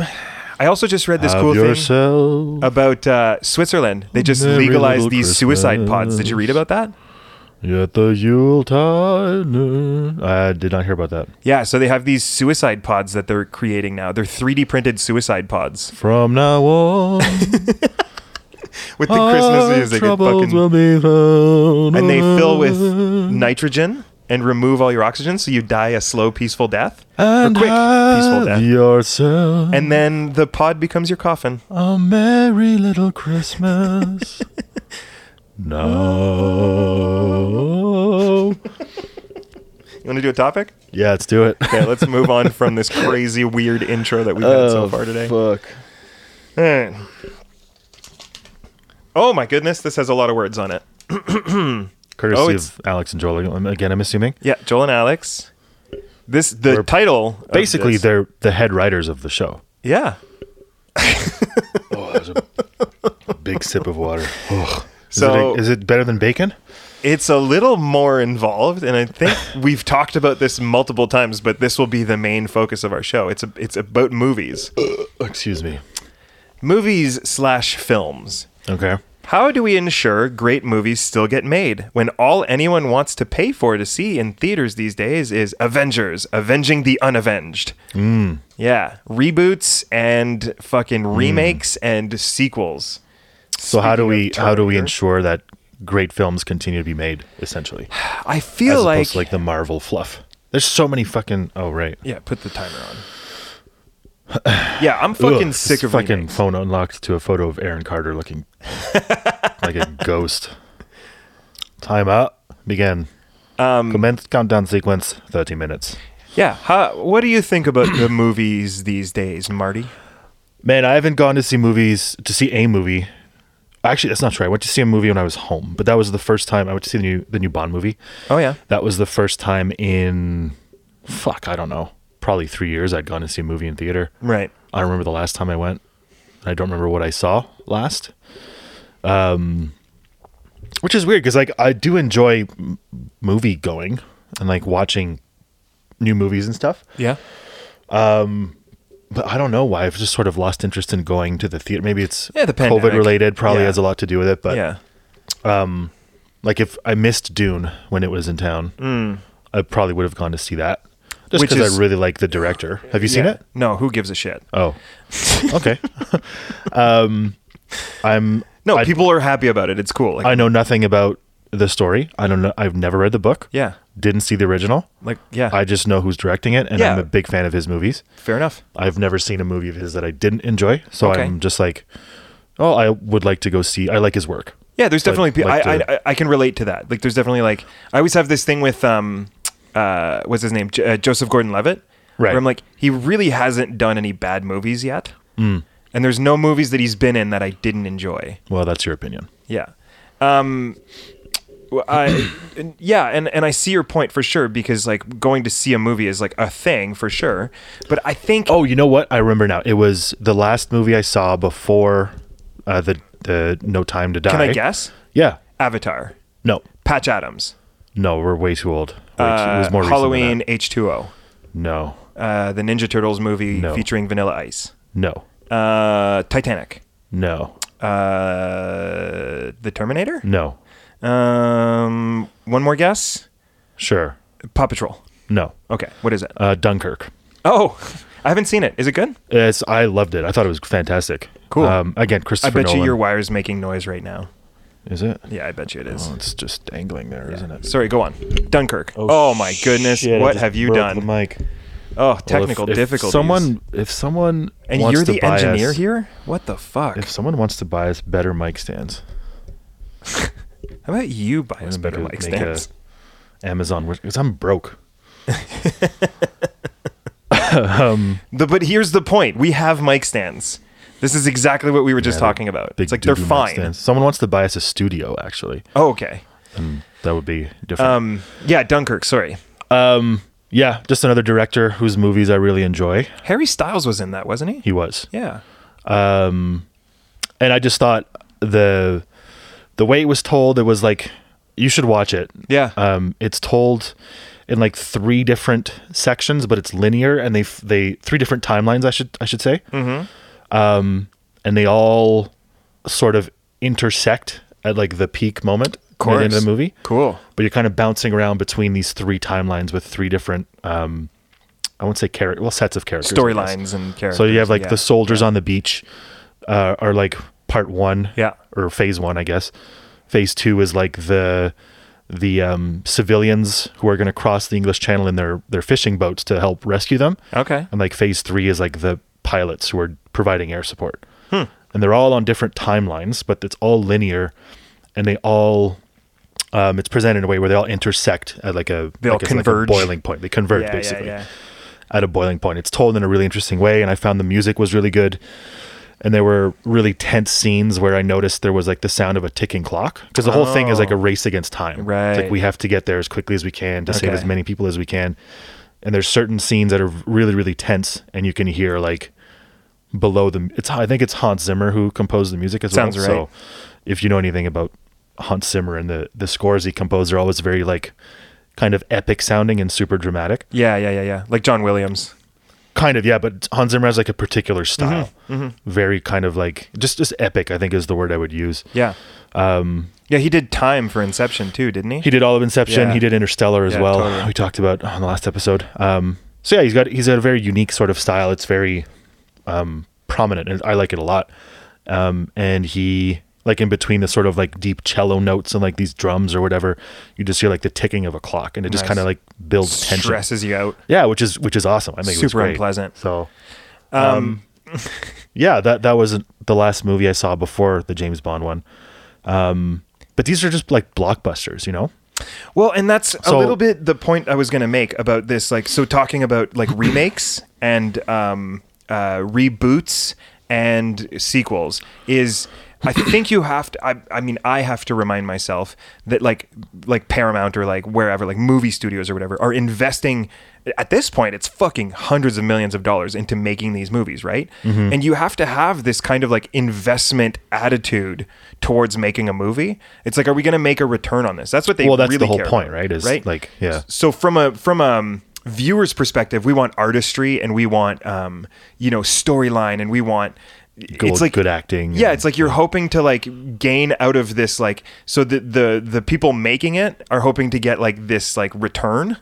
[SPEAKER 4] also just read this
[SPEAKER 5] Have
[SPEAKER 4] cool thing.
[SPEAKER 5] yourself.
[SPEAKER 4] about uh, Switzerland. They just
[SPEAKER 5] Merry
[SPEAKER 4] legalized
[SPEAKER 5] little
[SPEAKER 4] these suicide pods. Did you read about that?
[SPEAKER 5] At the Yuletide. I did not hear about that.
[SPEAKER 4] Yeah, so they have these suicide pods that they're creating now. They're 3D printed suicide pods
[SPEAKER 5] From now on,
[SPEAKER 4] with the Christmas
[SPEAKER 5] our
[SPEAKER 4] music. It
[SPEAKER 5] troubles
[SPEAKER 4] fucking-
[SPEAKER 5] will be thrown
[SPEAKER 4] and they fill with
[SPEAKER 5] away.
[SPEAKER 4] nitrogen and remove all your oxygen, so you die a slow, peaceful death
[SPEAKER 5] and
[SPEAKER 4] or quick, peaceful
[SPEAKER 5] have
[SPEAKER 4] death.
[SPEAKER 5] yourself
[SPEAKER 4] And then the pod becomes your coffin.
[SPEAKER 5] a merry little Christmas. no.
[SPEAKER 4] You want to do a topic?
[SPEAKER 5] Yeah, let's do it.
[SPEAKER 4] Okay, let's move on from this crazy, weird intro that we've had so far today.
[SPEAKER 5] Oh, Fuck.
[SPEAKER 4] All right. Oh my goodness, this has a lot of words on it.
[SPEAKER 5] Courtesy
[SPEAKER 4] Oh, it's-
[SPEAKER 5] of Alex and Joel I'm- again. I'm assuming.
[SPEAKER 4] Yeah, Joel and Alex. This the
[SPEAKER 5] We're-
[SPEAKER 4] title. of
[SPEAKER 5] Basically,
[SPEAKER 4] this-
[SPEAKER 5] they're the head writers of the show.
[SPEAKER 4] yeah.
[SPEAKER 5] Oh, that was a big sip of water. Ugh. Is,
[SPEAKER 4] So-
[SPEAKER 5] it a- is it better than bacon?
[SPEAKER 4] It's a little more involved, and I think we've talked about this multiple times, but this will be the main focus of our show. It's a, it's about movies,
[SPEAKER 5] Excuse me.
[SPEAKER 4] movies slash films.
[SPEAKER 5] Okay.
[SPEAKER 4] How do we ensure great movies still get made when all anyone wants to pay for to see in theaters these days is Avengers, Avenging the Unavenged?
[SPEAKER 5] Hmm.
[SPEAKER 4] Yeah, reboots and fucking remakes and sequels.
[SPEAKER 5] So how do we
[SPEAKER 4] Speaking of
[SPEAKER 5] how do we
[SPEAKER 4] Terminator.
[SPEAKER 5] ensure that great films continue to be made? Essentially,
[SPEAKER 4] I
[SPEAKER 5] as
[SPEAKER 4] feel
[SPEAKER 5] opposed
[SPEAKER 4] like,
[SPEAKER 5] to like the Marvel fluff. There's so many fucking. Oh right.
[SPEAKER 4] yeah, put the timer on. yeah, I'm fucking
[SPEAKER 5] Ugh,
[SPEAKER 4] sick
[SPEAKER 5] this
[SPEAKER 4] of
[SPEAKER 5] fucking
[SPEAKER 4] remakes.
[SPEAKER 5] phone unlocked to a photo of Aaron Carter looking like a ghost. Time out. Begin. Um, Commence countdown sequence. Thirty minutes.
[SPEAKER 4] Yeah, how, what do you think about the movies these days, Marty?
[SPEAKER 5] Man, I haven't gone to see movies to see a movie. Actually, that's not true. I went to see a movie when I was home, but that was the first time I went to see the new the new Bond movie.
[SPEAKER 4] Oh yeah,
[SPEAKER 5] That was the first time in fuck, I don't know, probably three years I'd gone to see a movie in theater.
[SPEAKER 4] right.
[SPEAKER 5] I don't remember the last time I went. I don't remember what I saw last. Um, which is weird because like I do enjoy m- movie going and like watching new movies and stuff,
[SPEAKER 4] Yeah,
[SPEAKER 5] but I don't know why I've just sort of lost interest in going to the theater. Maybe it's
[SPEAKER 4] Yeah, the pandemic.
[SPEAKER 5] COVID related. Probably
[SPEAKER 4] Yeah.
[SPEAKER 5] has a lot to do with it. But
[SPEAKER 4] yeah.
[SPEAKER 5] like if I missed Dune when it was in town, I probably would have gone to see that. Just
[SPEAKER 4] Mm. Which
[SPEAKER 5] because
[SPEAKER 4] is-
[SPEAKER 5] I really like the director. Have you seen
[SPEAKER 4] yeah.
[SPEAKER 5] it?
[SPEAKER 4] No, who gives a shit?
[SPEAKER 5] Oh, okay. um, I'm.
[SPEAKER 4] No,
[SPEAKER 5] I,
[SPEAKER 4] people are happy about it. It's cool. Like,
[SPEAKER 5] I know nothing about the story. I don't know. I've never read the book.
[SPEAKER 4] yeah,
[SPEAKER 5] Didn't see the original.
[SPEAKER 4] like yeah.
[SPEAKER 5] I just know who's directing it, and
[SPEAKER 4] Yeah.
[SPEAKER 5] I'm a big fan of his movies.
[SPEAKER 4] Fair enough.
[SPEAKER 5] I've never seen a movie of his that I didn't enjoy. So
[SPEAKER 4] Okay.
[SPEAKER 5] I'm just like, oh, I would like to go see. I like his work.
[SPEAKER 4] Yeah, there's
[SPEAKER 5] Like-
[SPEAKER 4] definitely pe-
[SPEAKER 5] like
[SPEAKER 4] I,
[SPEAKER 5] the-
[SPEAKER 4] I I I can relate to that. Like there's definitely like I always have this thing with um uh what's his name J- uh, Joseph Gordon-Levitt.
[SPEAKER 5] Right.
[SPEAKER 4] Where I'm like he really hasn't done any bad movies yet. And there's no movies that he's been in that I didn't enjoy.
[SPEAKER 5] Well, that's your opinion.
[SPEAKER 4] Yeah. Um well, I and- yeah, and and I see your point for sure because like going to see a movie is like a thing for sure, but I think
[SPEAKER 5] Oh, you know what? I remember now. It was the last movie I saw before uh, the the No Time to Die.
[SPEAKER 4] can I guess?
[SPEAKER 5] Yeah.
[SPEAKER 4] Avatar.
[SPEAKER 5] No.
[SPEAKER 4] Patch Adams.
[SPEAKER 5] No, we're way too old. Way too- it
[SPEAKER 4] Uh,
[SPEAKER 5] was more recent than
[SPEAKER 4] Halloween
[SPEAKER 5] that.
[SPEAKER 4] H2O.
[SPEAKER 5] No.
[SPEAKER 4] Uh, the Ninja Turtles movie
[SPEAKER 5] No.
[SPEAKER 4] featuring Vanilla Ice.
[SPEAKER 5] No.
[SPEAKER 4] Uh, Titanic.
[SPEAKER 5] No.
[SPEAKER 4] Uh, the Terminator.
[SPEAKER 5] No.
[SPEAKER 4] Um, one more guess.
[SPEAKER 5] Sure.
[SPEAKER 4] Paw Patrol.
[SPEAKER 5] No.
[SPEAKER 4] Okay, what is it?
[SPEAKER 5] Uh, Dunkirk.
[SPEAKER 4] Oh, I haven't seen it. Is it good?
[SPEAKER 5] It's, I loved it. I thought it was fantastic.
[SPEAKER 4] Cool.
[SPEAKER 5] Um, again,
[SPEAKER 4] I
[SPEAKER 5] Christopher
[SPEAKER 4] bet you
[SPEAKER 5] Nolan.
[SPEAKER 4] your wire's making noise right now.
[SPEAKER 5] Is it?
[SPEAKER 4] Yeah, I bet you it is.
[SPEAKER 5] Oh, it's just dangling there, not it?
[SPEAKER 4] Sorry, go on. Dunkirk. Oh, my goodness,
[SPEAKER 5] Shit, I
[SPEAKER 4] what
[SPEAKER 5] just
[SPEAKER 4] have you
[SPEAKER 5] broke
[SPEAKER 4] done?
[SPEAKER 5] The mic.
[SPEAKER 4] Oh, technical
[SPEAKER 5] Well, if- if
[SPEAKER 4] difficulties.
[SPEAKER 5] Someone, if someone
[SPEAKER 4] and
[SPEAKER 5] wants
[SPEAKER 4] you're
[SPEAKER 5] to
[SPEAKER 4] the
[SPEAKER 5] buy us-
[SPEAKER 4] engineer here. What the fuck?
[SPEAKER 5] If someone wants to buy us better mic stands,
[SPEAKER 4] How about you buy us
[SPEAKER 5] gonna
[SPEAKER 4] better
[SPEAKER 5] make
[SPEAKER 4] mic
[SPEAKER 5] a- make a
[SPEAKER 4] stands?
[SPEAKER 5] Amazon, because I'm broke.
[SPEAKER 4] The, but here's the point: we have mic stands. This is exactly what we were just
[SPEAKER 5] Yeah,
[SPEAKER 4] talking about.
[SPEAKER 5] big
[SPEAKER 4] It's like they're
[SPEAKER 5] doo-doo mic
[SPEAKER 4] fine.
[SPEAKER 5] stands. Someone wants to buy us a studio, actually.
[SPEAKER 4] Oh, okay.
[SPEAKER 5] That would be different.
[SPEAKER 4] Um, yeah, Dunkirk. Sorry,
[SPEAKER 5] yeah, just another director whose movies I really enjoy.
[SPEAKER 4] Harry Styles was in that, wasn't he?
[SPEAKER 5] He was.
[SPEAKER 4] yeah,
[SPEAKER 5] and I just thought the the way it was told, it was like you should watch it.
[SPEAKER 4] Yeah.
[SPEAKER 5] Um, it's told in like three different sections, but it's linear, and they f- they three different timelines. I should I should say. Mm-hmm. Um, and they all sort of intersect at like the peak moment. near the end of the movie.
[SPEAKER 4] Cool.
[SPEAKER 5] But you're kind of bouncing around between these three timelines with three different, um, I won't say character, well, sets of characters. I guess.
[SPEAKER 4] Storylines and characters.
[SPEAKER 5] So you have like
[SPEAKER 4] yeah.
[SPEAKER 5] the soldiers on the beach uh, are like part one,
[SPEAKER 4] Yeah.
[SPEAKER 5] or phase one, I guess. Phase two is like the the um, civilians who are going to cross the English Channel in their their fishing boats to help rescue them.
[SPEAKER 4] Okay.
[SPEAKER 5] And like phase three is like the pilots who are providing air support.
[SPEAKER 4] Hmm.
[SPEAKER 5] And they're all on different timelines, but it's all linear, and they all. Um, it's presented in a way where they all intersect at like a
[SPEAKER 4] They all
[SPEAKER 5] like it's like a
[SPEAKER 4] converge.
[SPEAKER 5] boiling point. They converge
[SPEAKER 4] Yeah,
[SPEAKER 5] basically
[SPEAKER 4] yeah,
[SPEAKER 5] at a boiling point. It's told in a really interesting way, and I found the music was really good. And there were really tense scenes where I noticed there was like the sound of a ticking clock because the whole thing is like a race against time. It's
[SPEAKER 4] Oh. Right.
[SPEAKER 5] like we have to get there as quickly as we can to save
[SPEAKER 4] Okay.
[SPEAKER 5] as many people as we can. And there's certain scenes that are really really tense, and you can hear like below the. It's I think it's Hans Zimmer who composed the music as
[SPEAKER 4] Sounds
[SPEAKER 5] well.
[SPEAKER 4] right.
[SPEAKER 5] So if you know anything about Hans Zimmer and the the scores he composed, they're always very like kind of epic sounding and super dramatic.
[SPEAKER 4] yeah. Yeah, yeah, yeah, yeah. Like John Williams.
[SPEAKER 5] Kind of, yeah, but Hans Zimmer has like a particular
[SPEAKER 4] Mm-hmm.
[SPEAKER 5] style. Very kind of like just just epic, I think is the word I would use.
[SPEAKER 4] Yeah. Um, yeah, he did time for Inception too, didn't he?
[SPEAKER 5] He did all of Inception,
[SPEAKER 4] Yeah.
[SPEAKER 5] he did Interstellar as
[SPEAKER 4] Yeah,
[SPEAKER 5] well.
[SPEAKER 4] totally.
[SPEAKER 5] We talked about on the last episode. Um so yeah, he's got he's got a very unique sort of style. It's very um prominent and I like it a lot. Um and he like in between the sort of like deep cello notes and like these drums or whatever, you just hear like the ticking of a clock and it just
[SPEAKER 4] Nice.
[SPEAKER 5] kind of like builds tension.
[SPEAKER 4] Stresses you out.
[SPEAKER 5] Yeah, which is which is awesome. I think it was
[SPEAKER 4] Super
[SPEAKER 5] great.
[SPEAKER 4] unpleasant.
[SPEAKER 5] So, um, yeah, that that was the last movie I saw before the James Bond one. Um, but these are just like blockbusters, you know.
[SPEAKER 4] Well, and that's a
[SPEAKER 5] So-
[SPEAKER 4] little bit the point I was going to make about this. Like, so talking about like remakes and um, uh, reboots and sequels is, I think you have to. I, I mean, I have to remind myself that like, like Paramount or like wherever, like movie studios or whatever, are investing. At this point, it's fucking hundreds of millions of dollars into making these movies, right? And you have to have this kind of like investment attitude towards making a movie. It's like, are we going to make a return on this? That's what they
[SPEAKER 5] Well, that's
[SPEAKER 4] really
[SPEAKER 5] the whole
[SPEAKER 4] care
[SPEAKER 5] point,
[SPEAKER 4] about,
[SPEAKER 5] right, is, like, yeah.
[SPEAKER 4] So from a from a um, viewer's perspective, we want artistry and we want um, you know storyline and we want
[SPEAKER 5] Good,
[SPEAKER 4] it's like
[SPEAKER 5] good acting.
[SPEAKER 4] Yeah,
[SPEAKER 5] and-
[SPEAKER 4] it's like you're hoping to like gain out of this like so the the the people making it are hoping to get like this like return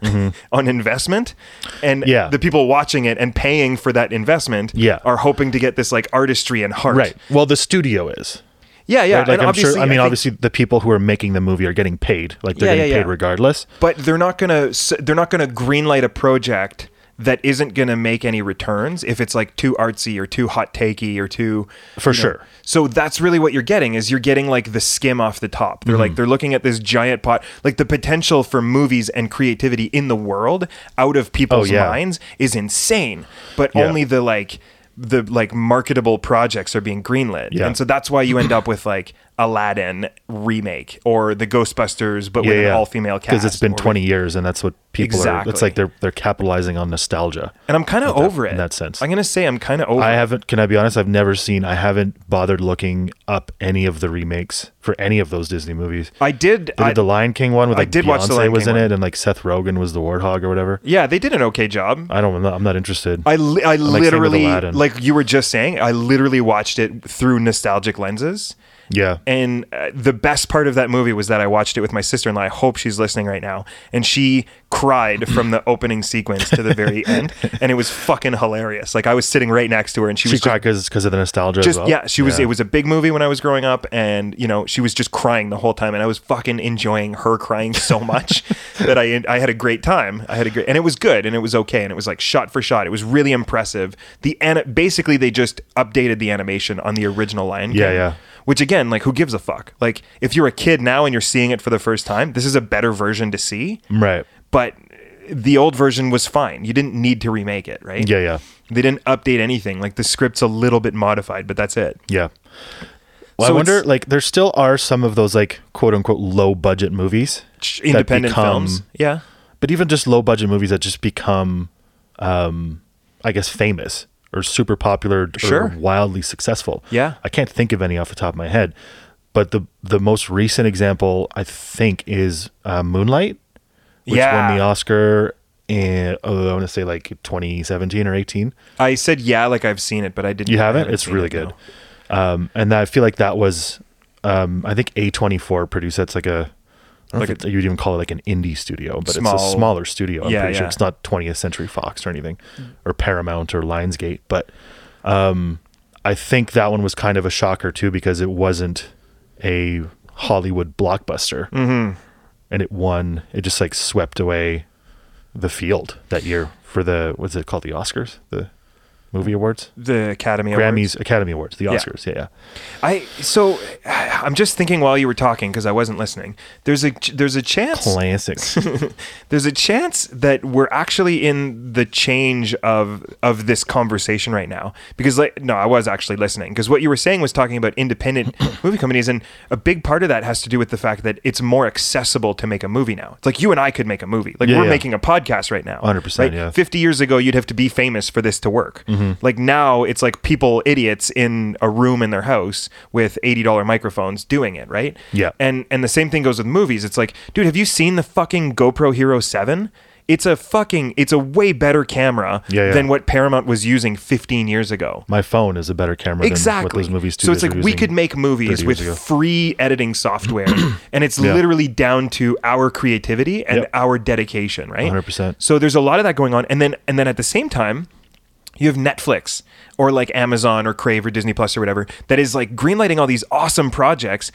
[SPEAKER 4] on investment, and
[SPEAKER 5] Mm-hmm. Yeah.
[SPEAKER 4] the people watching it and paying for that investment
[SPEAKER 5] Yeah.
[SPEAKER 4] are hoping to get this like artistry and heart.
[SPEAKER 5] right. Well, the studio is.
[SPEAKER 4] Yeah, yeah.
[SPEAKER 5] Right? Like
[SPEAKER 4] and
[SPEAKER 5] I'm sure. I mean,
[SPEAKER 4] think-
[SPEAKER 5] obviously, the people who are making the movie are getting paid. Like they're
[SPEAKER 4] Yeah,
[SPEAKER 5] getting
[SPEAKER 4] yeah,
[SPEAKER 5] paid
[SPEAKER 4] yeah.
[SPEAKER 5] regardless.
[SPEAKER 4] but they're not gonna s- they're not gonna greenlight a project that isn't gonna make any returns if it's like too artsy or too hot takey or too
[SPEAKER 5] For
[SPEAKER 4] you know.
[SPEAKER 5] sure.
[SPEAKER 4] So that's really what you're getting is you're getting like the skim off the top. They're
[SPEAKER 5] Mm-hmm.
[SPEAKER 4] like they're looking at this giant pot, like the potential for movies and creativity in the world out of people's
[SPEAKER 5] Oh, yeah.
[SPEAKER 4] minds is insane. But
[SPEAKER 5] Yeah.
[SPEAKER 4] only the like the like marketable projects are being greenlit,
[SPEAKER 5] Yeah.
[SPEAKER 4] and so that's why you end up with like Aladdin remake or the Ghostbusters, but with an all female cast
[SPEAKER 5] because it's been
[SPEAKER 4] or-
[SPEAKER 5] 20 years, and that's what people are. That's
[SPEAKER 4] Exactly.
[SPEAKER 5] like they're they're capitalizing on nostalgia.
[SPEAKER 4] And I'm kind of
[SPEAKER 5] that-
[SPEAKER 4] over it
[SPEAKER 5] in that sense.
[SPEAKER 4] I'm gonna say I'm kind of over.
[SPEAKER 5] I
[SPEAKER 4] it.
[SPEAKER 5] haven't. Can I be honest? I've never seen. I haven't bothered looking up any of the remakes for any of those Disney movies.
[SPEAKER 4] I did.
[SPEAKER 5] They
[SPEAKER 4] I,
[SPEAKER 5] did the Lion King one with
[SPEAKER 4] I
[SPEAKER 5] like
[SPEAKER 4] did
[SPEAKER 5] Beyonce
[SPEAKER 4] watch the Lion
[SPEAKER 5] was
[SPEAKER 4] King
[SPEAKER 5] in
[SPEAKER 4] one.
[SPEAKER 5] it, and like Seth Rogen was the warthog or whatever.
[SPEAKER 4] yeah, they did an okay job.
[SPEAKER 5] I don't. I'm not, I'm not interested.
[SPEAKER 4] I, li- I
[SPEAKER 5] same with
[SPEAKER 4] literally,
[SPEAKER 5] Aladdin.
[SPEAKER 4] like you were just saying, I literally watched it through nostalgic lenses.
[SPEAKER 5] yeah.
[SPEAKER 4] And uh, the best part of that movie was that I watched it with my sister in law. I hope she's listening right now. And she cried from the opening sequence to the very end. And it was fucking hilarious. Like I was sitting right next to her and she,
[SPEAKER 5] she
[SPEAKER 4] was just,
[SPEAKER 5] cried because of the nostalgia.
[SPEAKER 4] just
[SPEAKER 5] as well?
[SPEAKER 4] yeah, she was, it was a big movie when I was growing up. And, you know, she was just crying the whole time. And I was fucking enjoying her crying so much that I, I had a great time. I had a great, and it was good and it was okay. And it was like shot for shot. It was really impressive. The, an, basically, they just updated the animation on the original Lion King.
[SPEAKER 5] Yeah, yeah.
[SPEAKER 4] Which again, like, who gives a fuck? Like, if you're a kid now and you're seeing it for the first time, this is a better version to see.
[SPEAKER 5] right.
[SPEAKER 4] But the old version was fine. You didn't need to remake it, right?
[SPEAKER 5] Yeah, yeah,
[SPEAKER 4] They didn't update anything. Like the script's a little bit modified, but that's it.
[SPEAKER 5] yeah. Well,
[SPEAKER 4] So
[SPEAKER 5] I wonder.
[SPEAKER 4] it's-
[SPEAKER 5] Like, there still are some of those like quote unquote low budget movies,
[SPEAKER 4] Ch-
[SPEAKER 5] that
[SPEAKER 4] Independent
[SPEAKER 5] become-
[SPEAKER 4] films. Yeah.
[SPEAKER 5] but even just low budget movies that just become, um, I guess, famous or super popular or
[SPEAKER 4] Sure.
[SPEAKER 5] wildly successful.
[SPEAKER 4] Yeah.
[SPEAKER 5] I can't think of any off the top of my head, but the the most recent example I think is uh, Moonlight, which
[SPEAKER 4] Yeah.
[SPEAKER 5] won the Oscar in oh, I want to say like 2017 or 18.
[SPEAKER 4] I said yeah, like I've seen it, but I didn't.
[SPEAKER 5] You
[SPEAKER 4] I
[SPEAKER 5] haven't?
[SPEAKER 4] haven't
[SPEAKER 5] It's
[SPEAKER 4] seen
[SPEAKER 5] really
[SPEAKER 4] it, no.
[SPEAKER 5] good. Um, and I feel like that was, um, I think A24 produced. That's like a Like
[SPEAKER 4] Like
[SPEAKER 5] you would even call it like an indie studio, but
[SPEAKER 4] Small-
[SPEAKER 5] it's a smaller studio. I'm
[SPEAKER 4] Yeah,
[SPEAKER 5] pretty sure
[SPEAKER 4] yeah. Mm.
[SPEAKER 5] it's not 20th Century Fox or anything, or Paramount or Lionsgate. But um, I think that one was kind of a shocker too because it wasn't a Hollywood blockbuster, mm-hmm. and it won. It just like swept away the field that year for the what's it called the Oscars, the movie awards,
[SPEAKER 4] the Academy Awards.
[SPEAKER 5] Grammys, Academy Awards, the Oscars. Yeah, yeah.
[SPEAKER 4] I so I'm just thinking while you were talking because I wasn't listening. There's a there's a chance
[SPEAKER 5] classics.
[SPEAKER 4] there's a chance that we're actually in the change of of this conversation right now because like no i was actually listening because what you were saying was talking about independent movie companies and a big part of that has to do with the fact that it's more accessible to make a movie now it's like you and i could make a movie like
[SPEAKER 5] Yeah,
[SPEAKER 4] we're
[SPEAKER 5] yeah.
[SPEAKER 4] making a podcast right now
[SPEAKER 5] 100%,
[SPEAKER 4] right?
[SPEAKER 5] yeah.
[SPEAKER 4] 50 years ago you'd have to be famous for this to work
[SPEAKER 5] Mm-hmm.
[SPEAKER 4] like now it's like people idiots in a room in their house with $80 microphones doing it right
[SPEAKER 5] Yeah.
[SPEAKER 4] and and the same thing goes with movies. It's like, dude, have you seen the fucking GoPro Hero 7? It's a fucking it's a way better camera
[SPEAKER 5] Yeah, yeah.
[SPEAKER 4] than what Paramount was using 15 years ago.
[SPEAKER 5] My phone is a better camera than what
[SPEAKER 4] Exactly.
[SPEAKER 5] those movies
[SPEAKER 4] so it's like we could make movies
[SPEAKER 5] 30 years
[SPEAKER 4] with
[SPEAKER 5] ago.
[SPEAKER 4] free editing software, and it's
[SPEAKER 5] Yeah.
[SPEAKER 4] literally down to our creativity and
[SPEAKER 5] Yep.
[SPEAKER 4] our dedication, right?
[SPEAKER 5] 100%.
[SPEAKER 4] So there's a lot of that going on, and then and then at the same time, you have Netflix or like Amazon or Crave or Disney Plus or whatever that is like greenlighting all these awesome projects,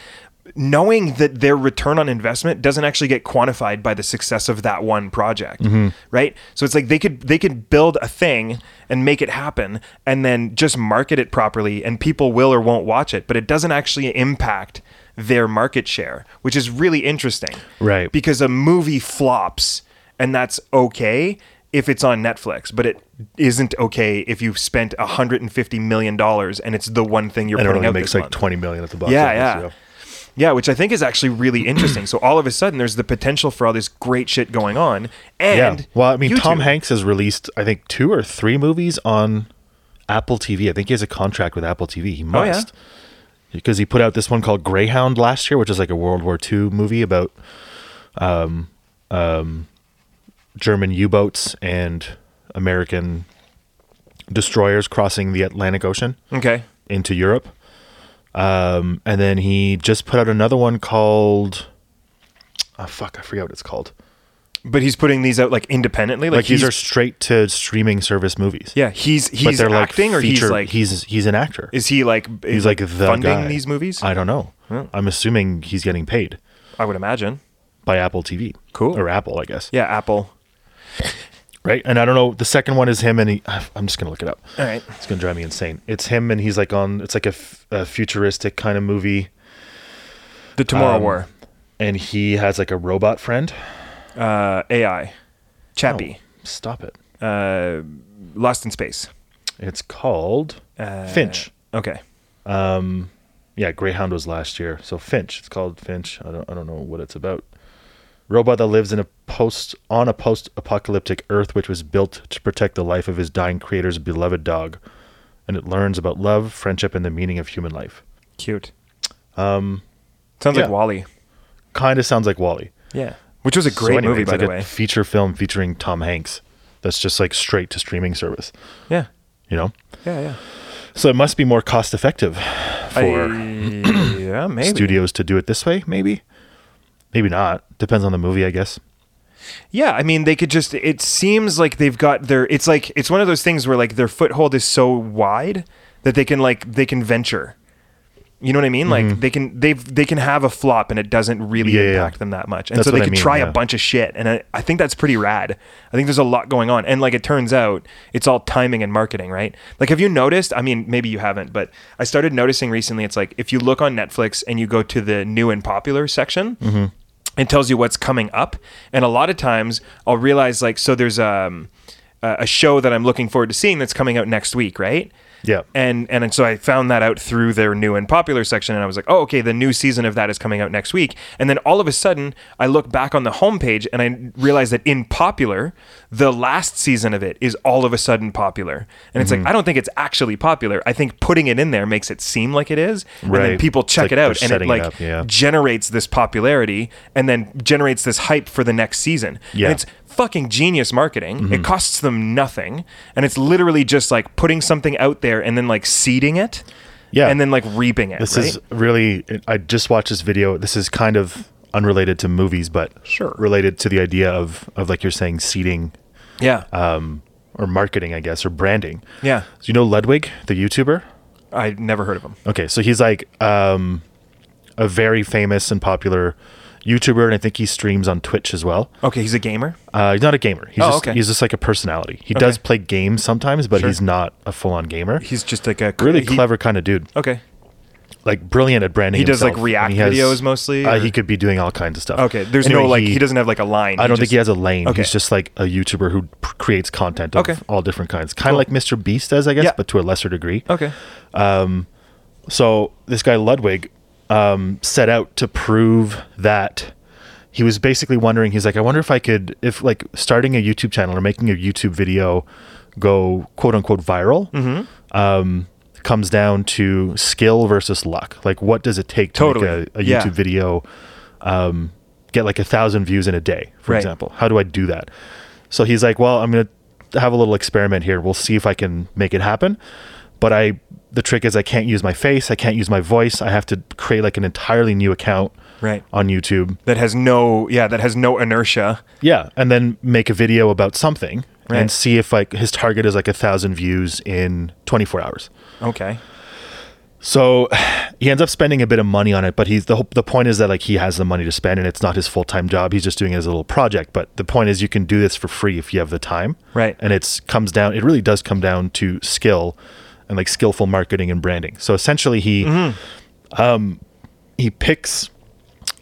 [SPEAKER 4] knowing that their return on investment doesn't actually get quantified by the success of that one project, right? So it's like they could they could build a thing and make it happen, and then just market it properly, and people will or won't watch it, but it doesn't actually impact their market share, which is really interesting,
[SPEAKER 5] Right.
[SPEAKER 4] Because a movie flops and that's okay if it's on Netflix, but it isn't okay if you've spent 150 million dollars and it's the one thing you're
[SPEAKER 5] and it
[SPEAKER 4] putting
[SPEAKER 5] only
[SPEAKER 4] out
[SPEAKER 5] makes
[SPEAKER 4] this
[SPEAKER 5] like
[SPEAKER 4] month.
[SPEAKER 5] 20 million at the box
[SPEAKER 4] Yeah,
[SPEAKER 5] office,
[SPEAKER 4] yeah.
[SPEAKER 5] you know.
[SPEAKER 4] Yeah, which I think is actually really interesting. so all of a sudden there's the potential for all this great shit going on. And
[SPEAKER 5] yeah. Well, I mean, Tom
[SPEAKER 4] YouTube.
[SPEAKER 5] Hanks has released, I think, two or three movies on Apple TV. I think he has a contract with Apple TV. He
[SPEAKER 4] Oh, yeah?
[SPEAKER 5] must. Because he put out this one called Greyhound last year, which is like a World War II movie about um, um, German U boats and American destroyers crossing the Atlantic Ocean.
[SPEAKER 4] Okay.
[SPEAKER 5] into Europe. Um, and then he just put out another one called, oh fuck, I forget what it's called.
[SPEAKER 4] But he's putting these out like independently. Like,
[SPEAKER 5] Like these
[SPEAKER 4] he's-
[SPEAKER 5] are straight to streaming service movies.
[SPEAKER 4] yeah, he's he's acting or he's
[SPEAKER 5] feature-
[SPEAKER 4] like
[SPEAKER 5] he's he's an actor.
[SPEAKER 4] is he like is
[SPEAKER 5] he's like the
[SPEAKER 4] funding
[SPEAKER 5] guy.
[SPEAKER 4] these movies? Oh. I,
[SPEAKER 5] I don't know. I'm assuming he's getting paid
[SPEAKER 4] would imagine.
[SPEAKER 5] by Apple TV.
[SPEAKER 4] Cool.
[SPEAKER 5] Or Apple, I guess.
[SPEAKER 4] Yeah, Apple.
[SPEAKER 5] Right. And I don't know. The second one is him and he. I'm just gonna look it up.
[SPEAKER 4] All right.
[SPEAKER 5] It's gonna drive me insane. It's him and he's like on. It's like a, f- a futuristic kind of movie,
[SPEAKER 4] The Tomorrow
[SPEAKER 5] Um,
[SPEAKER 4] War.
[SPEAKER 5] and he has like a robot friend.
[SPEAKER 4] Uh, AI.
[SPEAKER 5] Oh,
[SPEAKER 4] Chappie.
[SPEAKER 5] stop it.
[SPEAKER 4] Uh, Lost in Space.
[SPEAKER 5] It's called
[SPEAKER 4] Uh,
[SPEAKER 5] Finch.
[SPEAKER 4] Okay.
[SPEAKER 5] Yeah, Greyhound was last year. So Finch. It's called Finch. I don't I don't know what it's about. Robot that lives in a post on a post apocalyptic earth which was built to protect the life of his dying creator's beloved dog. And it learns about love, friendship, and the meaning of human life.
[SPEAKER 4] Cute. Um, sounds
[SPEAKER 5] yeah.
[SPEAKER 4] like Wally.
[SPEAKER 5] Kinda sounds like Wally.
[SPEAKER 4] Yeah, which was a great movie,
[SPEAKER 5] it's
[SPEAKER 4] by
[SPEAKER 5] like
[SPEAKER 4] the
[SPEAKER 5] a
[SPEAKER 4] way.
[SPEAKER 5] feature film featuring Tom Hanks. That's just like straight to streaming service.
[SPEAKER 4] Yeah,
[SPEAKER 5] You know?
[SPEAKER 4] yeah, yeah.
[SPEAKER 5] So it must be more cost effective for
[SPEAKER 4] I- yeah, maybe.
[SPEAKER 5] studios to do it this way, maybe. Maybe not. Depends on the movie, I guess.
[SPEAKER 4] Yeah, I mean, they could just. It seems like they've got their. It's like it's one of those things where like their foothold is so wide that they can like they can venture. You know what I mean? Like they can they've they can have a flop and it doesn't really
[SPEAKER 5] Mm-hmm. Yeah, yeah.
[SPEAKER 4] impact them that much, and
[SPEAKER 5] That's
[SPEAKER 4] so they
[SPEAKER 5] what I
[SPEAKER 4] could
[SPEAKER 5] mean,
[SPEAKER 4] try
[SPEAKER 5] yeah.
[SPEAKER 4] a bunch of shit. And I, I think that's pretty rad. I think there's a lot going on, and like it turns out, it's all timing and marketing, right? Like, have you noticed? I mean, maybe you haven't, but I started noticing recently. It's like if you look on Netflix and you go to the new and popular section, it tells you what's coming up and a lot of times i'll realize like so there's um, a a show that i'm looking forward to seeing that's coming out next week right
[SPEAKER 5] Yeah.
[SPEAKER 4] and and so i found that out through their new and popular section and i was like oh okay the new season of that is coming out next week and then all of a sudden i look back on the homepage and i realize that in popular the last season of it is all of a sudden popular and it's
[SPEAKER 5] Mm-hmm.
[SPEAKER 4] like i don't think it's actually popular i think putting it in there makes it seem like it is and
[SPEAKER 5] Right.
[SPEAKER 4] then people
[SPEAKER 5] It's
[SPEAKER 4] check
[SPEAKER 5] like
[SPEAKER 4] it
[SPEAKER 5] they're
[SPEAKER 4] out and it
[SPEAKER 5] setting it
[SPEAKER 4] like
[SPEAKER 5] up, yeah.
[SPEAKER 4] generates this popularity and then generates this hype for the next season.
[SPEAKER 5] Yeah. Mm-hmm.
[SPEAKER 4] And it's fucking genius marketing. It costs them nothing. And it's literally just like putting something out there and then like seeding it.
[SPEAKER 5] Yeah.
[SPEAKER 4] And then like reaping it.
[SPEAKER 5] This
[SPEAKER 4] right?
[SPEAKER 5] is really. I just watched this video. This is kind of unrelated to movies, but
[SPEAKER 4] Sure.
[SPEAKER 5] related to the idea of of like you're saying seating
[SPEAKER 4] Yeah.
[SPEAKER 5] um, or marketing, I guess, or branding.
[SPEAKER 4] Yeah.
[SPEAKER 5] So you know Ludwig, the YouTuber.
[SPEAKER 4] I never heard of him.
[SPEAKER 5] Okay, so he's like um, a very famous and popular YouTuber, and I think he streams on Twitch as well.
[SPEAKER 4] Okay, he's a gamer.
[SPEAKER 5] Uh, he's not a gamer. He's
[SPEAKER 4] Oh,
[SPEAKER 5] just
[SPEAKER 4] okay.
[SPEAKER 5] he's just like a personality. He does play games sometimes, but
[SPEAKER 4] Sure.
[SPEAKER 5] he's not a full on gamer.
[SPEAKER 4] He's just like a cr-
[SPEAKER 5] really
[SPEAKER 4] he-
[SPEAKER 5] clever kind of dude.
[SPEAKER 4] Okay.
[SPEAKER 5] Like brilliant at branding.
[SPEAKER 4] He does, like,
[SPEAKER 5] himself, and
[SPEAKER 4] React
[SPEAKER 5] he has-
[SPEAKER 4] videos mostly,
[SPEAKER 5] Uh,
[SPEAKER 4] or-
[SPEAKER 5] he could be doing all kinds of stuff.
[SPEAKER 4] Okay. There's
[SPEAKER 5] Anyway,
[SPEAKER 4] no like he, doesn't have like a line.
[SPEAKER 5] I don't think
[SPEAKER 4] just-
[SPEAKER 5] he has a lane.
[SPEAKER 4] Okay.
[SPEAKER 5] He's just like a YouTuber who p- creates content of
[SPEAKER 4] Okay.
[SPEAKER 5] all different kinds, kind of like Mr. Beast does, I guess,
[SPEAKER 4] Yeah.
[SPEAKER 5] but to a lesser degree.
[SPEAKER 4] Okay.
[SPEAKER 5] So this guy Ludwig um, set out to prove that he was basically wondering. He's like, I wonder if I could, if like starting a YouTube channel or making a YouTube video go quote unquote viral,
[SPEAKER 4] Mm-hmm.
[SPEAKER 5] um, comes down to skill versus luck. Like, what does it take to
[SPEAKER 4] Totally.
[SPEAKER 5] make a, a YouTube
[SPEAKER 4] Yeah.
[SPEAKER 5] video um, get like a thousand views in a day, for
[SPEAKER 4] Right.
[SPEAKER 5] example? How do I do that? So he's like, well, I'm gonna have a little experiment here. We'll see if I can make it happen. But I, the trick is I can't use my face. I can't use my voice. I have to create like an entirely new account
[SPEAKER 4] Right.
[SPEAKER 5] on YouTube.
[SPEAKER 4] That has no yeah, that has no inertia.
[SPEAKER 5] Yeah, and then make a video about something
[SPEAKER 4] Right.
[SPEAKER 5] and see if like his target is like a thousand views in 24 hours.
[SPEAKER 4] Okay.
[SPEAKER 5] So he ends up spending a bit of money on it, but he's the whole- the point is that like he has the money to spend and it's not his full time job. He's just doing it as a little project. But the point is, you can do this for free if you have the time,
[SPEAKER 4] Right.
[SPEAKER 5] And it's comes down. It really does come down to skill and like skillful marketing and branding. So essentially, he um
[SPEAKER 4] Mm-hmm.
[SPEAKER 5] he picks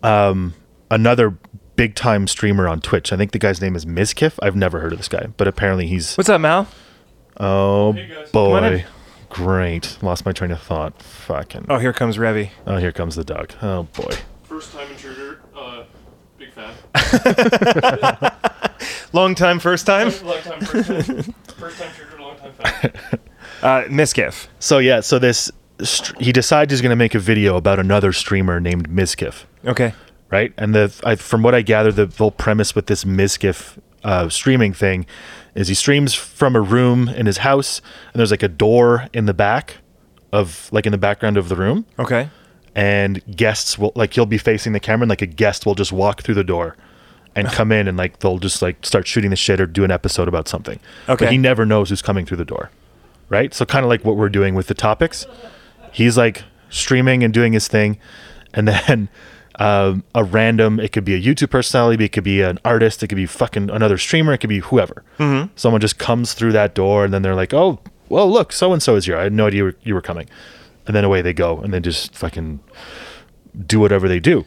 [SPEAKER 5] um, another big time streamer on Twitch. I think the guy's name is Mizkiff. I've never heard of this guy, but apparently he's
[SPEAKER 4] What's up, Mal?
[SPEAKER 5] oh
[SPEAKER 4] on
[SPEAKER 5] boy,
[SPEAKER 4] in.
[SPEAKER 5] great. Lost my train of thought. Fucking
[SPEAKER 4] Oh, here comes Revy.
[SPEAKER 5] oh, here comes the dog. Oh boy.
[SPEAKER 1] First time intruder. Uh, big fan.
[SPEAKER 4] Long time, first time.
[SPEAKER 1] Long time first time. First time intruder. Long time fan.
[SPEAKER 4] Uh, Miskiff.
[SPEAKER 5] So yeah, so this str- he decides he's going to make a video about another streamer named Mizkiff,
[SPEAKER 4] Okay.
[SPEAKER 5] right? And the I, from what I gather, the whole premise with this Mizkiff uh, streaming thing is he streams from a room in his house, and there's like a door in the back of like in the background of the room,
[SPEAKER 4] Okay.
[SPEAKER 5] and guests will like he'll be facing the camera, and like a guest will just walk through the door. And come in and like they'll just like start shooting the shit or do an episode about something.
[SPEAKER 4] Okay.
[SPEAKER 5] But he never knows who's coming through the door. Right? So kind of like what we're doing with the topics he's like streaming and doing his thing and then um, a random it could be a youtube personality it could be an artist it could be fucking another streamer it could be whoever
[SPEAKER 4] Mm-hmm.
[SPEAKER 5] someone just comes through that door and then they're like oh well look so and so is here i had no idea you were, you were coming and then away they go and they just fucking do whatever they do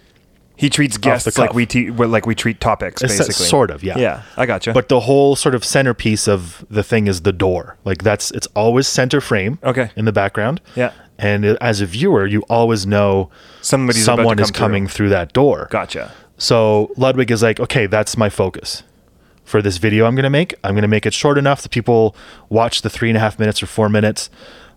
[SPEAKER 4] He treats guests
[SPEAKER 5] the
[SPEAKER 4] like
[SPEAKER 5] cuff.
[SPEAKER 4] we te- well, like we treat topics,
[SPEAKER 5] It's
[SPEAKER 4] basically.
[SPEAKER 5] sort of yeah
[SPEAKER 4] Yeah, I gotcha.
[SPEAKER 5] but the whole sort of centerpiece of the thing is the door like that's it's always center frame
[SPEAKER 4] Okay.
[SPEAKER 5] in the background
[SPEAKER 4] Yeah.
[SPEAKER 5] and as a viewer you always know
[SPEAKER 4] Somebody's about to
[SPEAKER 5] someone is
[SPEAKER 4] come
[SPEAKER 5] coming through. that door
[SPEAKER 4] gotcha.
[SPEAKER 5] so ludwig is like okay that's my focus for this video i'm going to make i'm going to make it short enough that people watch the three and a half minutes or four minutes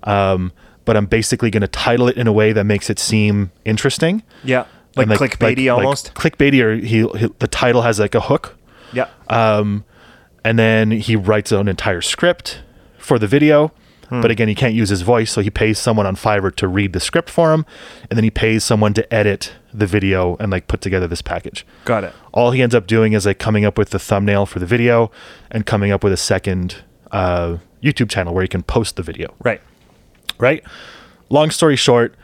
[SPEAKER 5] um, but i'm basically going to title it in a way that makes it seem interesting
[SPEAKER 4] Yeah, like,
[SPEAKER 5] And
[SPEAKER 4] clickbaity
[SPEAKER 5] like-
[SPEAKER 4] almost.
[SPEAKER 5] like clickbaity or he, he the title has like a hook
[SPEAKER 4] yeah.
[SPEAKER 5] uh, and then he writes an entire script for the video. But again, he can't use his voice, so he pays someone on Fiverr to read the script for him, and then he pays someone to edit the video and like put together this package.
[SPEAKER 4] Got it.
[SPEAKER 5] All he ends up doing is like coming up with the thumbnail for the video and coming up with a second uh, YouTube channel where he can post the video
[SPEAKER 4] Right.
[SPEAKER 5] right? Long story short,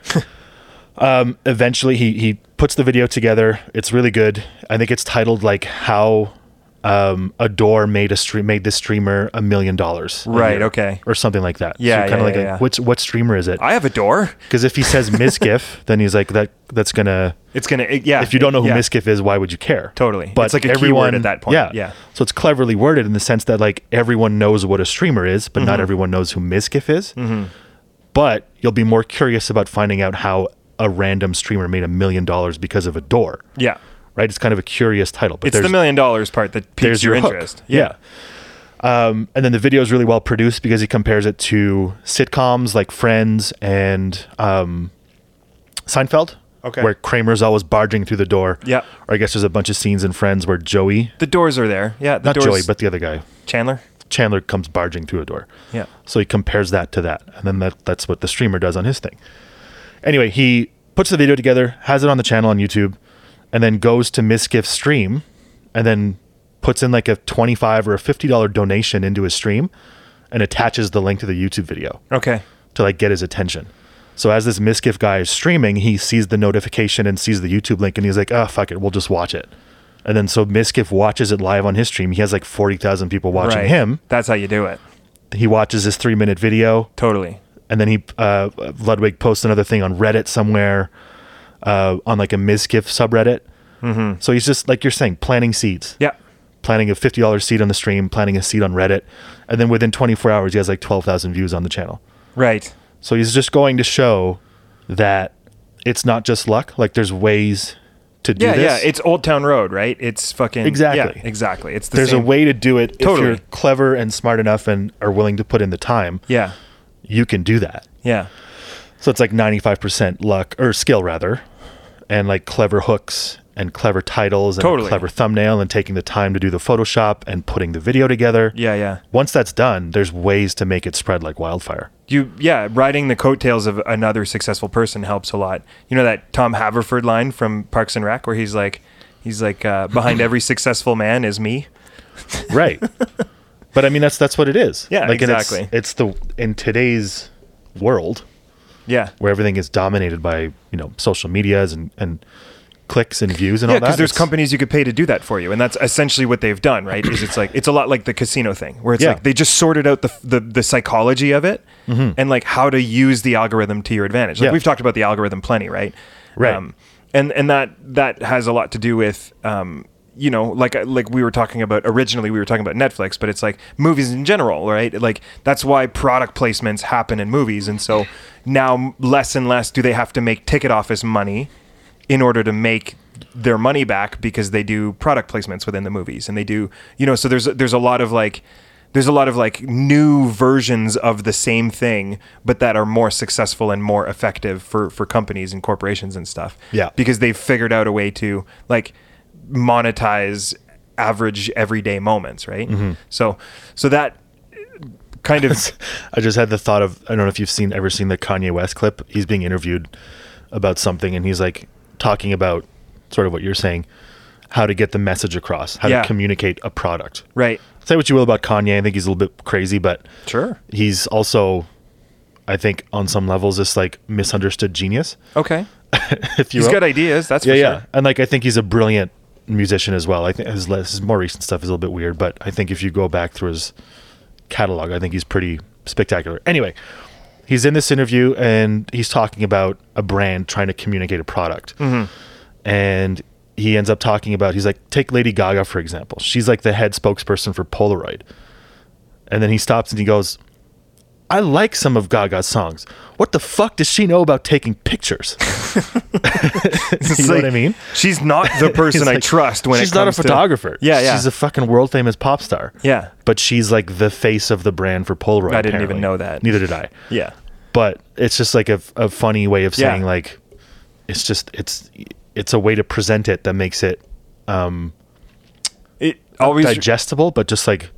[SPEAKER 5] um, eventually he he puts the video together. It's really good. I think it's titled like how um, a door made a stream made this streamer a million dollars, a
[SPEAKER 4] Right,
[SPEAKER 5] year,"
[SPEAKER 4] okay.
[SPEAKER 5] or something like that.
[SPEAKER 4] Yeah,
[SPEAKER 5] kind of
[SPEAKER 4] yeah,
[SPEAKER 5] like
[SPEAKER 4] yeah,
[SPEAKER 5] a-
[SPEAKER 4] yeah.
[SPEAKER 5] what's what streamer is it?
[SPEAKER 4] I have a door.
[SPEAKER 5] Because if he says Miskiff, then he's like that. That's gonna.
[SPEAKER 4] It's gonna. it- yeah.
[SPEAKER 5] If you don't know who
[SPEAKER 4] yeah.
[SPEAKER 5] Miskiff is, why would you care?
[SPEAKER 4] Totally.
[SPEAKER 5] But
[SPEAKER 4] It's like a keyword
[SPEAKER 5] everyone
[SPEAKER 4] at that point.
[SPEAKER 5] Yeah.
[SPEAKER 4] Yeah.
[SPEAKER 5] So it's cleverly worded in the sense that like everyone knows what a streamer is, but
[SPEAKER 4] Mm-hmm.
[SPEAKER 5] not everyone knows who Miskiff is. But you'll be more curious about finding out how a random streamer made a million dollars because of a door.
[SPEAKER 4] Yeah.
[SPEAKER 5] Right. It's kind of a curious title. But
[SPEAKER 4] It's the
[SPEAKER 5] there's-
[SPEAKER 4] million dollars part that piques
[SPEAKER 5] there's
[SPEAKER 4] your,
[SPEAKER 5] your, hook.
[SPEAKER 4] interest.
[SPEAKER 5] Yeah. Um, and then the video is really well produced because he compares it to sitcoms like Friends and um, Seinfeld.
[SPEAKER 4] Okay.
[SPEAKER 5] Where Kramer's always barging through the door.
[SPEAKER 4] Yeah.
[SPEAKER 5] Or I guess there's a bunch of scenes in Friends where Joey,
[SPEAKER 4] The doors are there. Yeah. The
[SPEAKER 5] not
[SPEAKER 4] doors,
[SPEAKER 5] Joey, but the other guy,
[SPEAKER 4] Chandler.
[SPEAKER 5] Chandler comes barging through a door.
[SPEAKER 4] Yeah.
[SPEAKER 5] So he compares that to that. And then that, that's what the streamer does on his thing. Anyway, he puts the video together, has it on the channel on YouTube, and then goes to Misgift stream and then puts in like a 25 or a $50 donation into his stream and attaches the link to the YouTube video
[SPEAKER 4] Okay.
[SPEAKER 5] to like get his attention. So as this Misgift guy is streaming, he sees the notification and sees the YouTube link and he's like, "Oh, fuck it, we'll just watch it." And then so Misgift watches it live on his stream. He has like 40,000 people watching
[SPEAKER 4] Right.
[SPEAKER 5] him.
[SPEAKER 4] That's how you do it.
[SPEAKER 5] He watches this 3-minute video
[SPEAKER 4] Totally.
[SPEAKER 5] and then he uh, Ludwig posts another thing on Reddit somewhere, uh, on like a Misgift subreddit. Mm-hmm. So he's just like you're saying, planting seeds.
[SPEAKER 4] Yeah.
[SPEAKER 5] Planting a fifty dollars seed on the stream, planting a seed on Reddit, and then within 24 hours he has like 12,000 views on the channel.
[SPEAKER 4] Right.
[SPEAKER 5] So he's just going to show that it's not just luck. Like there's ways to do
[SPEAKER 4] Yeah,
[SPEAKER 5] this.
[SPEAKER 4] yeah. It's Old Town Road, right? It's fucking
[SPEAKER 5] Exactly.
[SPEAKER 4] Yeah, exactly. It's the
[SPEAKER 5] there's a
[SPEAKER 4] same-
[SPEAKER 5] way to do it
[SPEAKER 4] Totally.
[SPEAKER 5] if you're clever and smart enough and are willing to put in the time.
[SPEAKER 4] Yeah,
[SPEAKER 5] You can do that.
[SPEAKER 4] yeah,
[SPEAKER 5] So it's like 95% luck or skill rather, and like clever hooks and clever titles and a
[SPEAKER 4] Totally.
[SPEAKER 5] clever thumbnail and taking the time to do the Photoshop and putting the video together.
[SPEAKER 4] yeah, yeah.
[SPEAKER 5] Once that's done, there's ways to make it spread like wildfire.
[SPEAKER 4] You yeah, riding the coattails of another successful person helps a lot. You know that Tom Haverford line from Parks and Rec where he's like, he's like, uh, behind every successful man is me.
[SPEAKER 5] Right. but I mean that's that's what it is.
[SPEAKER 4] Yeah,
[SPEAKER 5] and it's-
[SPEAKER 4] exactly.
[SPEAKER 5] It's, the in today's world
[SPEAKER 4] Yeah,
[SPEAKER 5] where everything is dominated by, you know, social medias and, and clicks and views and
[SPEAKER 4] yeah,
[SPEAKER 5] all that.
[SPEAKER 4] because there's
[SPEAKER 5] it's-
[SPEAKER 4] companies you could pay to do that for you, and that's essentially what they've done, right? Is it's like it's a lot like the casino thing, where it's
[SPEAKER 5] Yeah. Mm-hmm.
[SPEAKER 4] like they just sorted out the the, the psychology of it and like how to use the algorithm to your advantage. Like
[SPEAKER 5] Yeah.
[SPEAKER 4] we've talked about the algorithm plenty, right? Um,
[SPEAKER 5] Right.
[SPEAKER 4] and and that that has a lot to do with. Um, you know, like like we were talking about originally, we were talking about Netflix, but it's like movies in general, right? Like that's why product placements happen in movies, and so now less and less do they have to make ticket office money in order to make their money back because they do product placements within the movies and they do you know so there's there's a lot of like there's a lot of like new versions of the same thing but that are more successful and more effective for for companies and corporations and stuff
[SPEAKER 5] Yeah.
[SPEAKER 4] because they've figured out a way to like monetize average everyday moments right
[SPEAKER 5] Mm-hmm.
[SPEAKER 4] so so that kind of
[SPEAKER 5] I just had the thought of I don't know if you've seen ever seen the Kanye West clip. He's being interviewed about something and he's like talking about sort of what you're saying, how to get the message across, how
[SPEAKER 4] Yeah.
[SPEAKER 5] to communicate a product.
[SPEAKER 4] right
[SPEAKER 5] Say what you will about Kanye, I think he's a little bit crazy, but
[SPEAKER 4] sure
[SPEAKER 5] he's also I think on some levels this like misunderstood genius.
[SPEAKER 4] okay
[SPEAKER 5] If you
[SPEAKER 4] he's
[SPEAKER 5] will.
[SPEAKER 4] got ideas that's
[SPEAKER 5] Yeah,
[SPEAKER 4] for
[SPEAKER 5] yeah.
[SPEAKER 4] sure
[SPEAKER 5] And like I think he's a brilliant musician as well. I think his, less- his more recent stuff is a little bit weird, but I think if you go back through his catalog, I think he's pretty spectacular. Anyway, he's in this interview and he's talking about a brand trying to communicate a product.
[SPEAKER 4] Mm-hmm.
[SPEAKER 5] And he ends up talking about he's like take Lady Gaga for example. She's like the head spokesperson for Polaroid. And then he stops and he goes, I like some of Gaga's songs. What the fuck does she know about taking pictures?
[SPEAKER 4] It's
[SPEAKER 5] you know what I mean?
[SPEAKER 4] She's not the person
[SPEAKER 5] It's
[SPEAKER 4] I
[SPEAKER 5] like,
[SPEAKER 4] trust when
[SPEAKER 5] she's
[SPEAKER 4] it comes
[SPEAKER 5] not a
[SPEAKER 4] to-
[SPEAKER 5] photographer.
[SPEAKER 4] yeah, yeah.
[SPEAKER 5] She's a fucking world famous pop star.
[SPEAKER 4] Yeah.
[SPEAKER 5] but she's like the face of the brand for Polaroid.
[SPEAKER 4] I didn't even
[SPEAKER 5] apparently.
[SPEAKER 4] know that.
[SPEAKER 5] Neither did I.
[SPEAKER 4] yeah.
[SPEAKER 5] But it's just like a, a funny way of
[SPEAKER 4] Yeah.
[SPEAKER 5] saying like, it's just it's it's a way to present it that makes it
[SPEAKER 4] It always
[SPEAKER 5] digestible, but just like.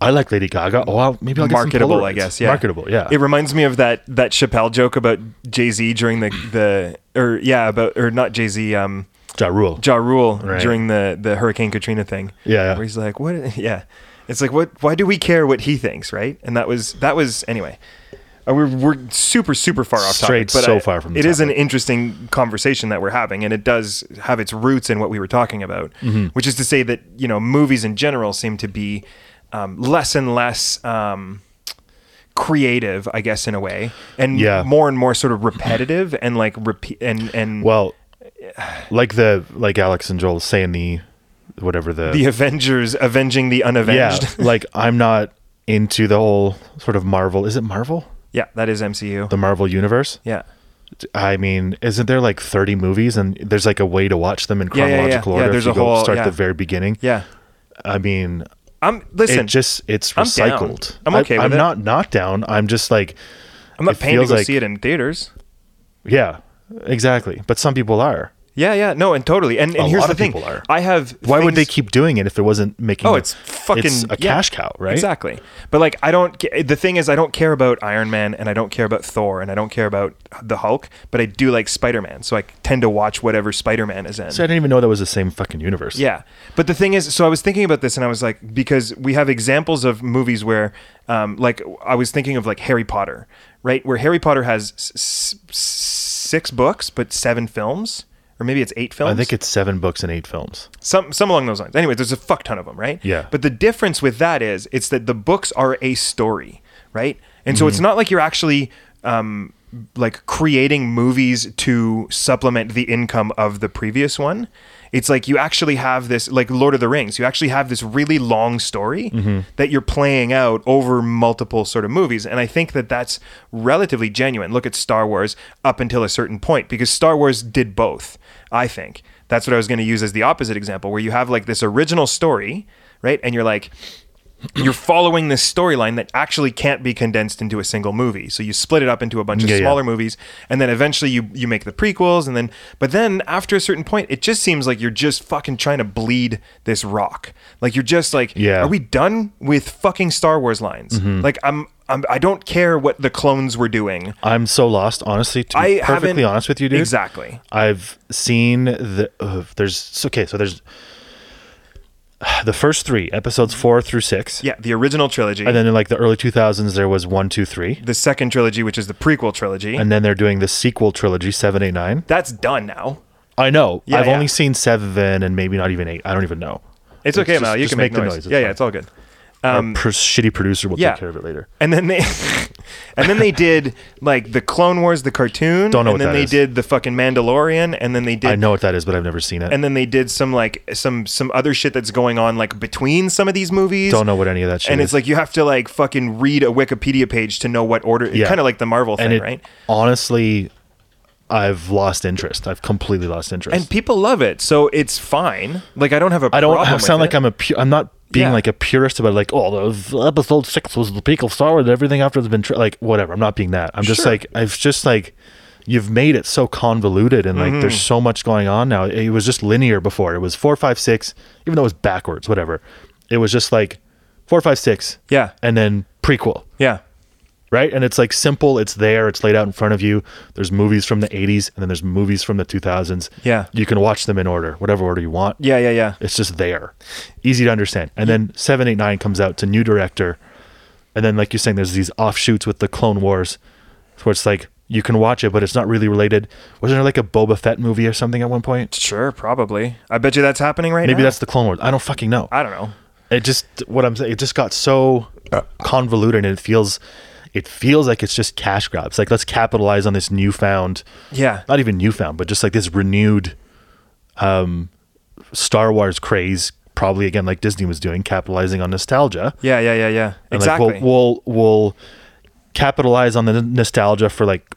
[SPEAKER 5] I like Lady Gaga. Oh, I'll, maybe I'll get some
[SPEAKER 4] marketable, I
[SPEAKER 5] Polaroids.
[SPEAKER 4] guess. Yeah.
[SPEAKER 5] marketable. Yeah,
[SPEAKER 4] It reminds me of that that Chappelle joke about Jay Z during the the or yeah about or not Jay Z um
[SPEAKER 5] ja Rule.
[SPEAKER 4] Ja Rule
[SPEAKER 5] Right.
[SPEAKER 4] during the the Hurricane Katrina thing.
[SPEAKER 5] Yeah, yeah.
[SPEAKER 4] Where he's like, what? Yeah. It's like what? Why do we care what he thinks, right? And that was that was anyway. Uh, We're, we're super super far off
[SPEAKER 5] Strayed
[SPEAKER 4] topic, but
[SPEAKER 5] so
[SPEAKER 4] I-
[SPEAKER 5] far from the
[SPEAKER 4] it is an
[SPEAKER 5] topic.
[SPEAKER 4] interesting conversation that we're having, and it does have its roots in what we were talking about,
[SPEAKER 5] Mm-hmm.
[SPEAKER 4] which is to say that you know movies in general seem to be um, less and less um, creative, I guess, in a way, and
[SPEAKER 5] Yeah.
[SPEAKER 4] more and more sort of repetitive and like repeat and and
[SPEAKER 5] well, like the like Alex and Joel say in the whatever the
[SPEAKER 4] the Avengers avenging the
[SPEAKER 5] yeah,
[SPEAKER 4] unavenged.
[SPEAKER 5] like I'm not into the whole sort of Marvel. Is it Marvel?
[SPEAKER 4] Yeah, that is MCU.
[SPEAKER 5] The Marvel universe?
[SPEAKER 4] yeah.
[SPEAKER 5] I mean, isn't there like 30 movies and there's like a way to watch them in
[SPEAKER 4] Yeah, yeah, yeah.
[SPEAKER 5] chronological
[SPEAKER 4] Yeah,
[SPEAKER 5] order
[SPEAKER 4] there's
[SPEAKER 5] if you
[SPEAKER 4] a
[SPEAKER 5] go
[SPEAKER 4] whole-
[SPEAKER 5] start
[SPEAKER 4] yeah.
[SPEAKER 5] the very beginning?
[SPEAKER 4] Yeah.
[SPEAKER 5] I mean,
[SPEAKER 4] I'm listen.
[SPEAKER 5] it just it's
[SPEAKER 4] I'm down.
[SPEAKER 5] recycled.
[SPEAKER 4] I'm okay
[SPEAKER 5] I,
[SPEAKER 4] with
[SPEAKER 5] am
[SPEAKER 4] it.
[SPEAKER 5] not knocked down. I'm just like
[SPEAKER 4] I'm not
[SPEAKER 5] it
[SPEAKER 4] paying to
[SPEAKER 5] feels
[SPEAKER 4] go
[SPEAKER 5] like-
[SPEAKER 4] see it in theaters.
[SPEAKER 5] yeah, exactly. But some people are.
[SPEAKER 4] Yeah, yeah, no, and totally. And, and
[SPEAKER 5] A
[SPEAKER 4] here's
[SPEAKER 5] lot
[SPEAKER 4] the
[SPEAKER 5] of
[SPEAKER 4] thing:
[SPEAKER 5] people are.
[SPEAKER 4] I have.
[SPEAKER 5] Why would they
[SPEAKER 4] things-
[SPEAKER 5] keep doing it if it wasn't making?
[SPEAKER 4] Oh,
[SPEAKER 5] it-
[SPEAKER 4] it's fucking
[SPEAKER 5] a
[SPEAKER 4] yeah.
[SPEAKER 5] cash cow, right?
[SPEAKER 4] Exactly. But like, I don't. ca- The thing is, I don't care about Iron Man, and I don't care about Thor, and I don't care about the Hulk. But I do like Spider Man, so I tend to watch whatever Spider Man is in.
[SPEAKER 5] So I didn't even know that was the same fucking universe.
[SPEAKER 4] Yeah, but the thing is, so I was thinking about this, and I was like, because we have examples of movies where, um, like, I was thinking of like Harry Potter, right? Where Harry Potter has s- s- six books, but seven films, or maybe it's eight films.
[SPEAKER 5] I think it's seven books and eight films.
[SPEAKER 4] some some along those lines. Anyway, there's a fuck ton of them, right?
[SPEAKER 5] Yeah.
[SPEAKER 4] But the difference with that is it's that the books are a story, right? And
[SPEAKER 5] Mm-hmm.
[SPEAKER 4] so it's not like you're actually um, like creating movies to supplement the income of the previous one. It's like you actually have this, like Lord of the Rings, you actually have this really long story that you're playing out over multiple sort of movies. And I think that that's relatively genuine. Look at Star Wars up until a certain point, because Star Wars did both, I think that's what I was going to use as the opposite example, where you have like this original story, right? And you're like, you're following this storyline that actually can't be condensed into a single movie. So you split it up into a bunch of
[SPEAKER 5] Yeah, yeah.
[SPEAKER 4] smaller movies, and then eventually you you make the prequels, and then but then after a certain point, it just seems like you're just fucking trying to bleed this rock. Like you're just like,
[SPEAKER 5] Yeah. Mm-hmm.
[SPEAKER 4] are we done with fucking Star Wars lines? Like I'm. I'm, I don't care what the clones were doing.
[SPEAKER 5] I'm so lost, honestly. To
[SPEAKER 4] I
[SPEAKER 5] be
[SPEAKER 4] haven't-
[SPEAKER 5] perfectly honest with you, dude.
[SPEAKER 4] Exactly.
[SPEAKER 5] I've seen the uh, there's so- okay. So there's the first three episodes, four through six,
[SPEAKER 4] Yeah, the original trilogy,
[SPEAKER 5] and then in like the early 2000s, there was one, two, three,
[SPEAKER 4] the second trilogy, which is the prequel trilogy,
[SPEAKER 5] and then they're doing the sequel trilogy, seven, eight, nine.
[SPEAKER 4] that's done now.
[SPEAKER 5] I know.
[SPEAKER 4] Yeah,
[SPEAKER 5] I've
[SPEAKER 4] yeah.
[SPEAKER 5] only seen seven and maybe not even eight. I don't even know.
[SPEAKER 4] It's
[SPEAKER 5] Just-
[SPEAKER 4] okay, Mal. You
[SPEAKER 5] just
[SPEAKER 4] can make, noise.
[SPEAKER 5] it's
[SPEAKER 4] Yeah, yeah,
[SPEAKER 5] fine.
[SPEAKER 4] it's all good.
[SPEAKER 5] Our pr- shitty producer will
[SPEAKER 4] Yeah,
[SPEAKER 5] take care of it later.
[SPEAKER 4] And then they, and then they did like the Clone Wars, the cartoon.
[SPEAKER 5] Don't know
[SPEAKER 4] And
[SPEAKER 5] what
[SPEAKER 4] then
[SPEAKER 5] that
[SPEAKER 4] they
[SPEAKER 5] is.
[SPEAKER 4] did the fucking Mandalorian, and then they did.
[SPEAKER 5] I know what that is, but I've never seen it.
[SPEAKER 4] And then they did some like some some other shit that's going on like between some of these movies.
[SPEAKER 5] don't know what any of that shit
[SPEAKER 4] And
[SPEAKER 5] is.
[SPEAKER 4] it's like you have to like fucking read a Wikipedia page to know what order.
[SPEAKER 5] Yeah.
[SPEAKER 4] Kind of like the Marvel thing,
[SPEAKER 5] and it,
[SPEAKER 4] right?
[SPEAKER 5] honestly, I've lost interest. I've completely lost interest.
[SPEAKER 4] And people love it, so it's fine. Like I don't have a.
[SPEAKER 5] I
[SPEAKER 4] problem
[SPEAKER 5] don't
[SPEAKER 4] with
[SPEAKER 5] sound
[SPEAKER 4] it.
[SPEAKER 5] like I'm a pu- I'm not being
[SPEAKER 4] Yeah.
[SPEAKER 5] like a purist about like oh the episode six was the peak of Star Wars everything after has been tri-. like whatever I'm not being that I'm just
[SPEAKER 4] Sure.
[SPEAKER 5] like I've just like you've made it so convoluted and like there's
[SPEAKER 4] Mm-hmm.
[SPEAKER 5] so much going on now it was just linear before it was four five six even though it was backwards whatever it was just like four five six
[SPEAKER 4] Yeah.
[SPEAKER 5] and then prequel
[SPEAKER 4] Yeah.
[SPEAKER 5] right? And it's like simple. It's there. It's laid out in front of you. There's movies from the '80s, and then there's movies from the 2000s.
[SPEAKER 4] Yeah.
[SPEAKER 5] you can watch them in order, whatever order you want.
[SPEAKER 4] Yeah. Yeah. Yeah.
[SPEAKER 5] it's just there, easy to understand. And then seven, eight, nine comes out to new director, and then like you're saying, there's these offshoots with the Clone Wars, where it's like you can watch it, but it's not really related. Wasn't there like a Boba Fett movie or something at one point?
[SPEAKER 4] Sure. Probably. I bet you that's happening right
[SPEAKER 5] Maybe
[SPEAKER 4] now.
[SPEAKER 5] that's the Clone Wars. I don't fucking know.
[SPEAKER 4] I don't know.
[SPEAKER 5] It just what I'm saying. It just got so convoluted, and it feels, it feels like it's just cash grabs. Like let's capitalize on this newfound,
[SPEAKER 4] Yeah.
[SPEAKER 5] not even newfound, but just like this renewed, um, Star Wars craze. Probably again, like Disney was doing, capitalizing on nostalgia.
[SPEAKER 4] Yeah, yeah, yeah, yeah.
[SPEAKER 5] And,
[SPEAKER 4] Exactly.
[SPEAKER 5] Like, we'll, we'll we'll capitalize on the n- nostalgia for like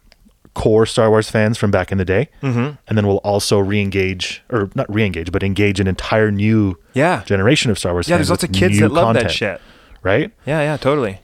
[SPEAKER 5] core Star Wars fans from back in the day, mm-hmm. and then we'll also re-engage or not re-engage, but engage an entire new
[SPEAKER 4] Yeah.
[SPEAKER 5] generation of Star Wars.
[SPEAKER 4] yeah,
[SPEAKER 5] fans
[SPEAKER 4] there's lots of
[SPEAKER 5] with
[SPEAKER 4] kids
[SPEAKER 5] new
[SPEAKER 4] that love
[SPEAKER 5] content,
[SPEAKER 4] that shit.
[SPEAKER 5] right?
[SPEAKER 4] Yeah, yeah, totally.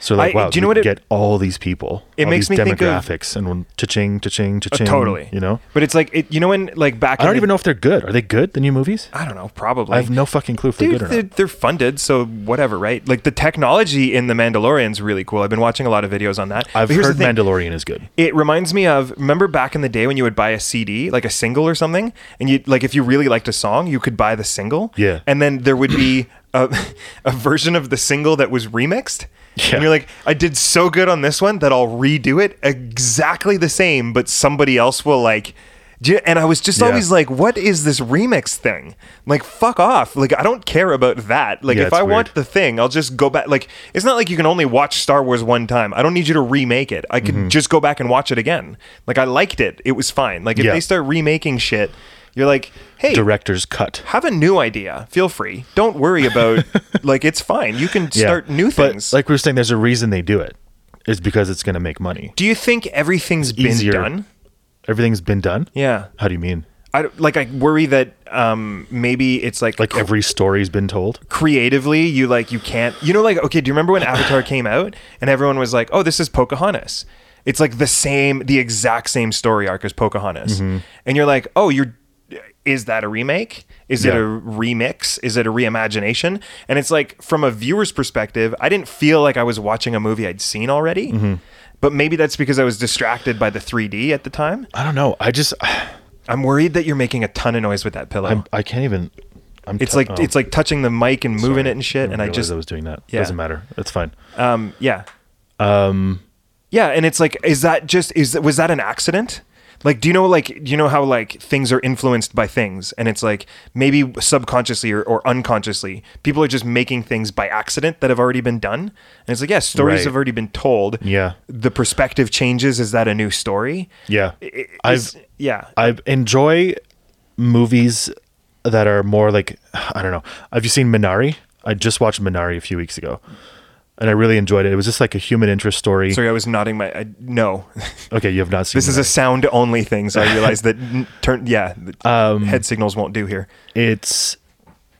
[SPEAKER 5] So like,
[SPEAKER 4] I-
[SPEAKER 5] wow,
[SPEAKER 4] do you know what it-
[SPEAKER 5] get all these people?
[SPEAKER 4] It
[SPEAKER 5] all
[SPEAKER 4] makes
[SPEAKER 5] these
[SPEAKER 4] me think of-
[SPEAKER 5] demographics and when cha-ching, cha-ching,
[SPEAKER 4] Uh,
[SPEAKER 5] cha-ching.
[SPEAKER 4] totally.
[SPEAKER 5] You know,
[SPEAKER 4] But it's like it, you know when like back
[SPEAKER 5] I don't
[SPEAKER 4] in
[SPEAKER 5] even
[SPEAKER 4] the,
[SPEAKER 5] know if they're good. Are they good? The new movies?
[SPEAKER 4] I don't know, probably.
[SPEAKER 5] I have no fucking clue if they're
[SPEAKER 4] Dude,
[SPEAKER 5] good or
[SPEAKER 4] they're,
[SPEAKER 5] not.
[SPEAKER 4] they're funded, so whatever, right? Like the technology in The Mandalorian's really cool. I've been watching a lot of videos on that.
[SPEAKER 5] I've
[SPEAKER 4] But here's
[SPEAKER 5] heard
[SPEAKER 4] the thing.
[SPEAKER 5] Mandalorian is good.
[SPEAKER 4] It reminds me of remember back in the day when you would buy a CD, like a single or something, and you like if you really liked a song, you could buy the single.
[SPEAKER 5] Yeah.
[SPEAKER 4] And then there would be a, a version of the single that was remixed.
[SPEAKER 5] Yeah.
[SPEAKER 4] And you're like, I did so good on this one that I'll redo it exactly the same, but somebody else will like. do you- And I was just
[SPEAKER 5] Yeah.
[SPEAKER 4] always like, what is this remix thing? Like, fuck off. Like, I don't care about that. Like,
[SPEAKER 5] Yeah,
[SPEAKER 4] if
[SPEAKER 5] it's
[SPEAKER 4] I want
[SPEAKER 5] weird.
[SPEAKER 4] the thing, I'll just go back. Like, it's not like you can only watch Star Wars one time. I don't need you to remake it. I could
[SPEAKER 5] Mm-hmm.
[SPEAKER 4] just go back and watch it again. Like, I liked it. It was fine. Like, if
[SPEAKER 5] Yeah.
[SPEAKER 4] they start remaking shit, you're like, hey,
[SPEAKER 5] Director's cut.
[SPEAKER 4] have a new idea. Feel free. Don't worry about, like, it's fine. You can
[SPEAKER 5] Yeah.
[SPEAKER 4] start new
[SPEAKER 5] But,
[SPEAKER 4] things.
[SPEAKER 5] like we were saying, there's a reason they do it. It's because it's going to make money.
[SPEAKER 4] Do you think everything's been
[SPEAKER 5] Easier.
[SPEAKER 4] done?
[SPEAKER 5] Everything's been done.
[SPEAKER 4] Yeah.
[SPEAKER 5] How do you mean?
[SPEAKER 4] I don't- like I worry that um maybe it's like
[SPEAKER 5] Like every story's been told.
[SPEAKER 4] creatively you like you can't you know like okay do you remember when Avatar came out and everyone was like oh this is Pocahontas
[SPEAKER 5] Mm-hmm.
[SPEAKER 4] it's like the same the exact same story arc as Pocahontas and you're like oh you're is that a remake? Is it
[SPEAKER 3] Yeah.
[SPEAKER 4] a remix? Is it a reimagination? And it's like from a viewer's perspective, I didn't feel like I was watching a movie I'd seen already.
[SPEAKER 5] Mm-hmm.
[SPEAKER 4] But maybe that's because I was distracted by the 3D at the time.
[SPEAKER 5] I don't know. I just
[SPEAKER 4] I'm worried that you're making a ton of noise with that pillow.
[SPEAKER 5] I'm, I can't even. I'm
[SPEAKER 4] it's
[SPEAKER 5] t-
[SPEAKER 4] like
[SPEAKER 5] oh,
[SPEAKER 4] it's like touching the mic and moving it and shit.
[SPEAKER 5] didn't
[SPEAKER 4] And I
[SPEAKER 5] realize
[SPEAKER 4] just
[SPEAKER 5] I was doing that.
[SPEAKER 4] Yeah.
[SPEAKER 5] Doesn't matter. That's fine.
[SPEAKER 4] Um, yeah. Um,
[SPEAKER 5] Um,
[SPEAKER 4] yeah, and it's like, is that just is that was that an accident? Like, do you know like do you know how like things are influenced by things, and it's like maybe subconsciously or, or unconsciously, people are just making things by accident that have already been done, and it's like, yeah, stories
[SPEAKER 5] Right.
[SPEAKER 4] have already been told.
[SPEAKER 5] Yeah.
[SPEAKER 4] the perspective changes. Is that a new story?
[SPEAKER 5] Yeah.
[SPEAKER 4] I-
[SPEAKER 5] I've
[SPEAKER 4] is- yeah.
[SPEAKER 5] I enjoy movies that are more like I don't know. Have you seen Minari? I just watched Minari a few weeks ago, and I really enjoyed it. It was just like a human interest story.
[SPEAKER 4] Sorry, I was nodding my I, no.
[SPEAKER 5] Okay, you have not seen.
[SPEAKER 4] this is a
[SPEAKER 5] Minari.
[SPEAKER 4] sound only thing, so I realized that n- turn yeah, the
[SPEAKER 5] Um,
[SPEAKER 4] head signals won't do here.
[SPEAKER 5] It's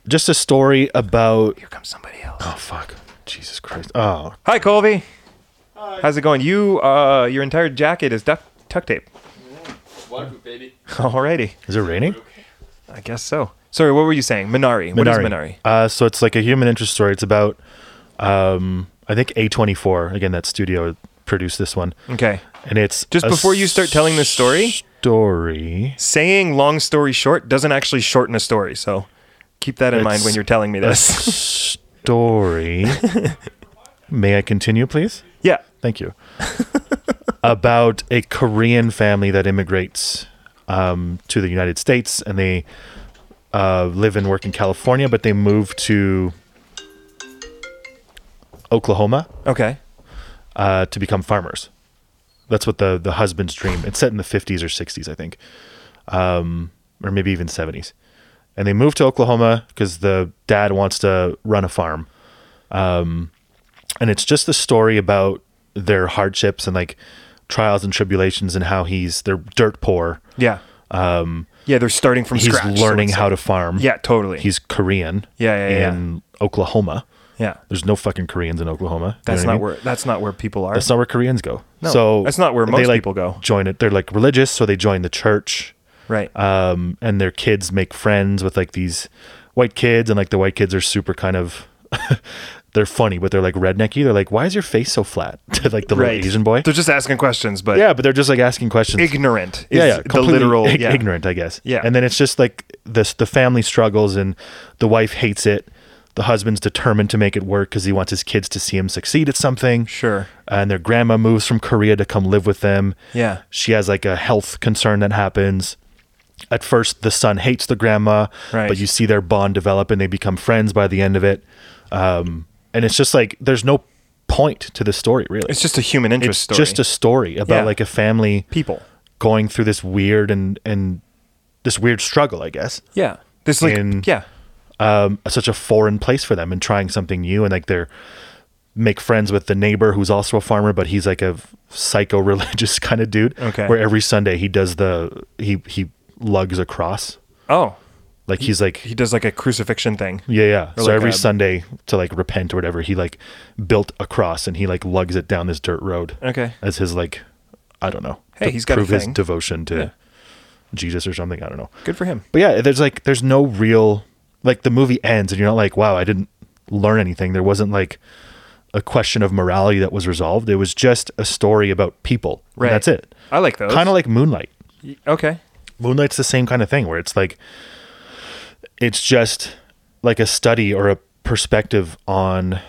[SPEAKER 5] just a story about.
[SPEAKER 4] Here comes somebody else.
[SPEAKER 5] Oh fuck! Jesus Christ! Oh,
[SPEAKER 4] Hi, Colby. How's it going? You, uh, your entire jacket is duct tuck tape.
[SPEAKER 1] Mm-hmm. Waterproof, baby.
[SPEAKER 4] Alrighty,
[SPEAKER 5] is it raining?
[SPEAKER 4] I guess so. Sorry, what were you saying? Minari. What is Minari?
[SPEAKER 5] Uh, so it's like a human interest story. It's about, um, I think A24. Again, that studio produced this one,
[SPEAKER 4] Okay.
[SPEAKER 5] and it's
[SPEAKER 4] Just
[SPEAKER 5] a
[SPEAKER 4] before you start telling this story?
[SPEAKER 5] Story.
[SPEAKER 4] Saying long story short doesn't actually shorten a story, so keep that in mind
[SPEAKER 5] It's
[SPEAKER 4] when you're telling me
[SPEAKER 5] a
[SPEAKER 4] this.
[SPEAKER 5] story. May I continue, please?
[SPEAKER 4] yeah.
[SPEAKER 5] Thank you. About a Korean family that immigrates um, to the United States, and they uh, live and work in California, but they move to Oklahoma
[SPEAKER 4] Okay.
[SPEAKER 5] uh, to become farmers. That's what the the husband's dream. It's set in the 50s or 60s, I think, um, or maybe even 70s. And they move to Oklahoma because the dad wants to run a farm. Um, and it's just a story about their hardships and like trials and tribulations and how he's they're dirt poor.
[SPEAKER 4] Yeah. Um. Yeah, they're starting from
[SPEAKER 5] He's
[SPEAKER 4] scratch. so
[SPEAKER 5] learning
[SPEAKER 4] it's
[SPEAKER 5] how
[SPEAKER 4] like-
[SPEAKER 5] to farm.
[SPEAKER 4] Yeah, totally.
[SPEAKER 5] He's Korean.
[SPEAKER 4] Yeah, yeah, yeah.
[SPEAKER 5] In Oklahoma,
[SPEAKER 4] yeah.
[SPEAKER 5] there's no fucking Koreans in Oklahoma. You
[SPEAKER 4] That's
[SPEAKER 5] know what
[SPEAKER 4] not
[SPEAKER 5] I mean?
[SPEAKER 4] where that's not where people are.
[SPEAKER 5] That's not where Koreans go.
[SPEAKER 4] No,
[SPEAKER 5] so
[SPEAKER 4] that's not where
[SPEAKER 5] they,
[SPEAKER 4] most
[SPEAKER 5] like,
[SPEAKER 4] people go.
[SPEAKER 5] Join it. They're like religious, so they join the church.
[SPEAKER 4] right.
[SPEAKER 5] Um, and their kids make friends with like these white kids, and like the white kids are super kind of. they're funny, but they're like rednecky. They're like, "Why is your face so flat?" to like the
[SPEAKER 4] right.
[SPEAKER 5] little Asian boy.
[SPEAKER 4] They're just asking questions, but
[SPEAKER 5] yeah, but they're just like asking questions.
[SPEAKER 4] ignorant is
[SPEAKER 5] yeah, yeah,
[SPEAKER 4] the
[SPEAKER 5] completely
[SPEAKER 4] literal
[SPEAKER 5] ig-
[SPEAKER 4] yeah.
[SPEAKER 5] ignorant, I guess.
[SPEAKER 4] Yeah.
[SPEAKER 5] and then it's just like this: the family struggles, and the wife hates it. The husband's determined to make it work because he wants his kids to see him succeed at something
[SPEAKER 4] Sure.
[SPEAKER 5] and their grandma moves from Korea to come live with them.
[SPEAKER 4] Yeah.
[SPEAKER 5] She has like a health concern that happens. At first, the son hates the grandma,
[SPEAKER 4] Right.
[SPEAKER 5] but you see their bond develop and they become friends by the end of it. Um, and it's just like there's no point to the story, really.
[SPEAKER 4] It's just a human interest story.
[SPEAKER 5] just a story about
[SPEAKER 4] Yeah.
[SPEAKER 5] like a family
[SPEAKER 4] people.
[SPEAKER 5] going through this weird and, and this weird struggle, I guess.
[SPEAKER 4] Yeah. This like
[SPEAKER 5] in-
[SPEAKER 4] yeah.
[SPEAKER 5] um, such a foreign place for them and trying something new and like they're make friends with the neighbor who's also a farmer but he's like a psycho religious kind of dude
[SPEAKER 4] Okay.
[SPEAKER 5] where every sunday he does the he he lugs a cross
[SPEAKER 4] Oh,
[SPEAKER 5] like he's like
[SPEAKER 4] he does like a crucifixion thing.
[SPEAKER 5] yeah yeah
[SPEAKER 4] or
[SPEAKER 5] so
[SPEAKER 4] like
[SPEAKER 5] every
[SPEAKER 4] a-
[SPEAKER 5] sunday to like repent or whatever he like built a cross and he like lugs it down this dirt road
[SPEAKER 4] Okay.
[SPEAKER 5] as his like i don't know
[SPEAKER 4] Hey,
[SPEAKER 5] to
[SPEAKER 4] he's got a
[SPEAKER 5] prove his
[SPEAKER 4] thing.
[SPEAKER 5] devotion to
[SPEAKER 4] Yeah.
[SPEAKER 5] jesus or something i don't know
[SPEAKER 4] Good for him.
[SPEAKER 5] but yeah, there's like there's no real like the movie ends and you're not like, wow, I didn't learn anything. There wasn't like a question of morality that was resolved. It was just a story about people. and
[SPEAKER 4] Right.
[SPEAKER 5] that's it.
[SPEAKER 4] I like those.
[SPEAKER 5] Kind of like Moonlight.
[SPEAKER 4] Okay.
[SPEAKER 5] Moonlight's the same kind of thing where it's like it's just like a study or a perspective on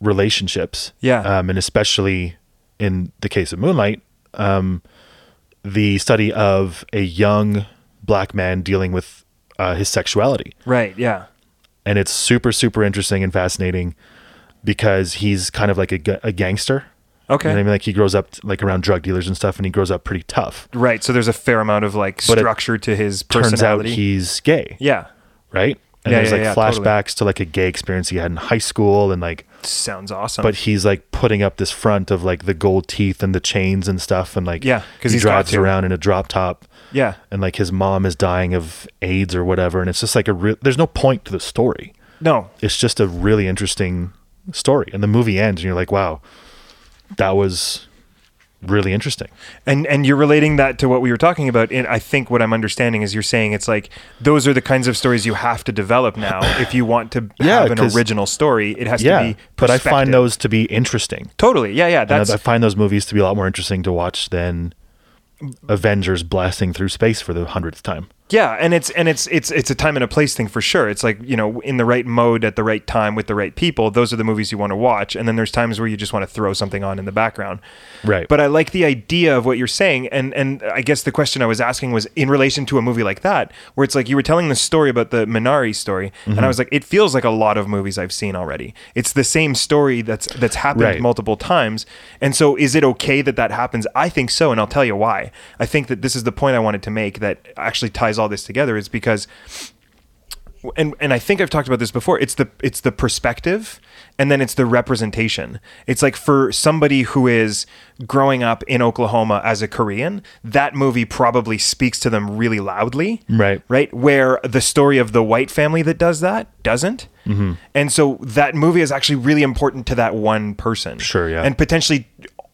[SPEAKER 5] relationships.
[SPEAKER 4] Yeah.
[SPEAKER 5] Um, and especially in the case of Moonlight, um, the study of a young black man dealing with uh, his sexuality.
[SPEAKER 4] Right. Yeah.
[SPEAKER 5] And it's super, super interesting and fascinating because he's kind of like a, ga- a gangster.
[SPEAKER 4] Okay.
[SPEAKER 5] You know what I mean, like he grows up like around drug dealers and stuff, and he grows up pretty tough.
[SPEAKER 4] Right. So there's a fair amount of like
[SPEAKER 5] But it
[SPEAKER 4] structure to his
[SPEAKER 5] Turns out
[SPEAKER 4] personality.
[SPEAKER 5] he's gay.
[SPEAKER 4] yeah.
[SPEAKER 5] right? And
[SPEAKER 4] Yeah,
[SPEAKER 5] there's
[SPEAKER 4] yeah,
[SPEAKER 5] like
[SPEAKER 4] yeah, totally.
[SPEAKER 5] flashbacks to like a gay experience he had in high school and like
[SPEAKER 4] Sounds awesome.
[SPEAKER 5] but he's like putting up this front of like the gold teeth and the chains and stuff and like
[SPEAKER 4] Yeah, 'cause
[SPEAKER 5] he
[SPEAKER 4] he's got
[SPEAKER 5] drives
[SPEAKER 4] to.
[SPEAKER 5] around in a drop top
[SPEAKER 4] yeah.
[SPEAKER 5] and like his mom is dying of AIDS or whatever and it's just like a real there's no point to the story.
[SPEAKER 4] No.
[SPEAKER 5] It's just a really interesting story and the movie ends and you're like wow that was really interesting.
[SPEAKER 4] And and you're relating that to what we were talking about. And I think what I'm understanding is you're saying it's like those are the kinds of stories you have to develop now if you want to
[SPEAKER 5] Yeah,
[SPEAKER 4] have an
[SPEAKER 5] 'cause-
[SPEAKER 4] original story. It has to
[SPEAKER 5] Yeah,
[SPEAKER 4] be.
[SPEAKER 5] but I find
[SPEAKER 4] perspective.
[SPEAKER 5] those to be interesting.
[SPEAKER 4] totally. Yeah, yeah.
[SPEAKER 5] And
[SPEAKER 4] That's
[SPEAKER 5] I I find those movies to be a lot more interesting to watch than Avengers blasting through space for the hundredth time.
[SPEAKER 4] Yeah, and it's and it's it's it's a time and a place thing for sure. It's like you know, in the right mode at the right time with the right people. Those are the movies you want to watch, and then there's times where you just want to throw something on in the background.
[SPEAKER 5] Right.
[SPEAKER 4] But I like the idea of what you're saying, and and I guess the question I was asking was in relation to a movie like that, where it's like you were telling the story about the Minari story, and I was like, it feels like a lot of movies I've seen already. It's the same story that's that's happened
[SPEAKER 5] Right.
[SPEAKER 4] multiple multiple times. And so is it okay that that happens? I think so, and I'll tell you why. I think that this is the point I wanted to make that actually ties all this together is because and and I think I've talked about this before. It's the it's the perspective and then it's the representation. It's like for somebody who is growing up in Oklahoma as a Korean, that movie probably speaks to them really loudly.
[SPEAKER 5] Right.
[SPEAKER 4] Right? Where the story of the white family that does that doesn't.
[SPEAKER 5] Mm-hmm.
[SPEAKER 4] And so that movie is actually really important to that one person.
[SPEAKER 5] Sure, yeah.
[SPEAKER 4] And potentially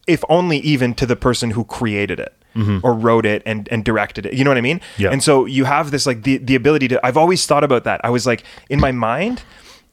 [SPEAKER 4] if only even to the person who created it. Or wrote it and, and directed it. You know what I mean?
[SPEAKER 5] Mm-hmm. Yeah.
[SPEAKER 4] And so you have this like the the ability to. I've always thought about that. I was like in my mind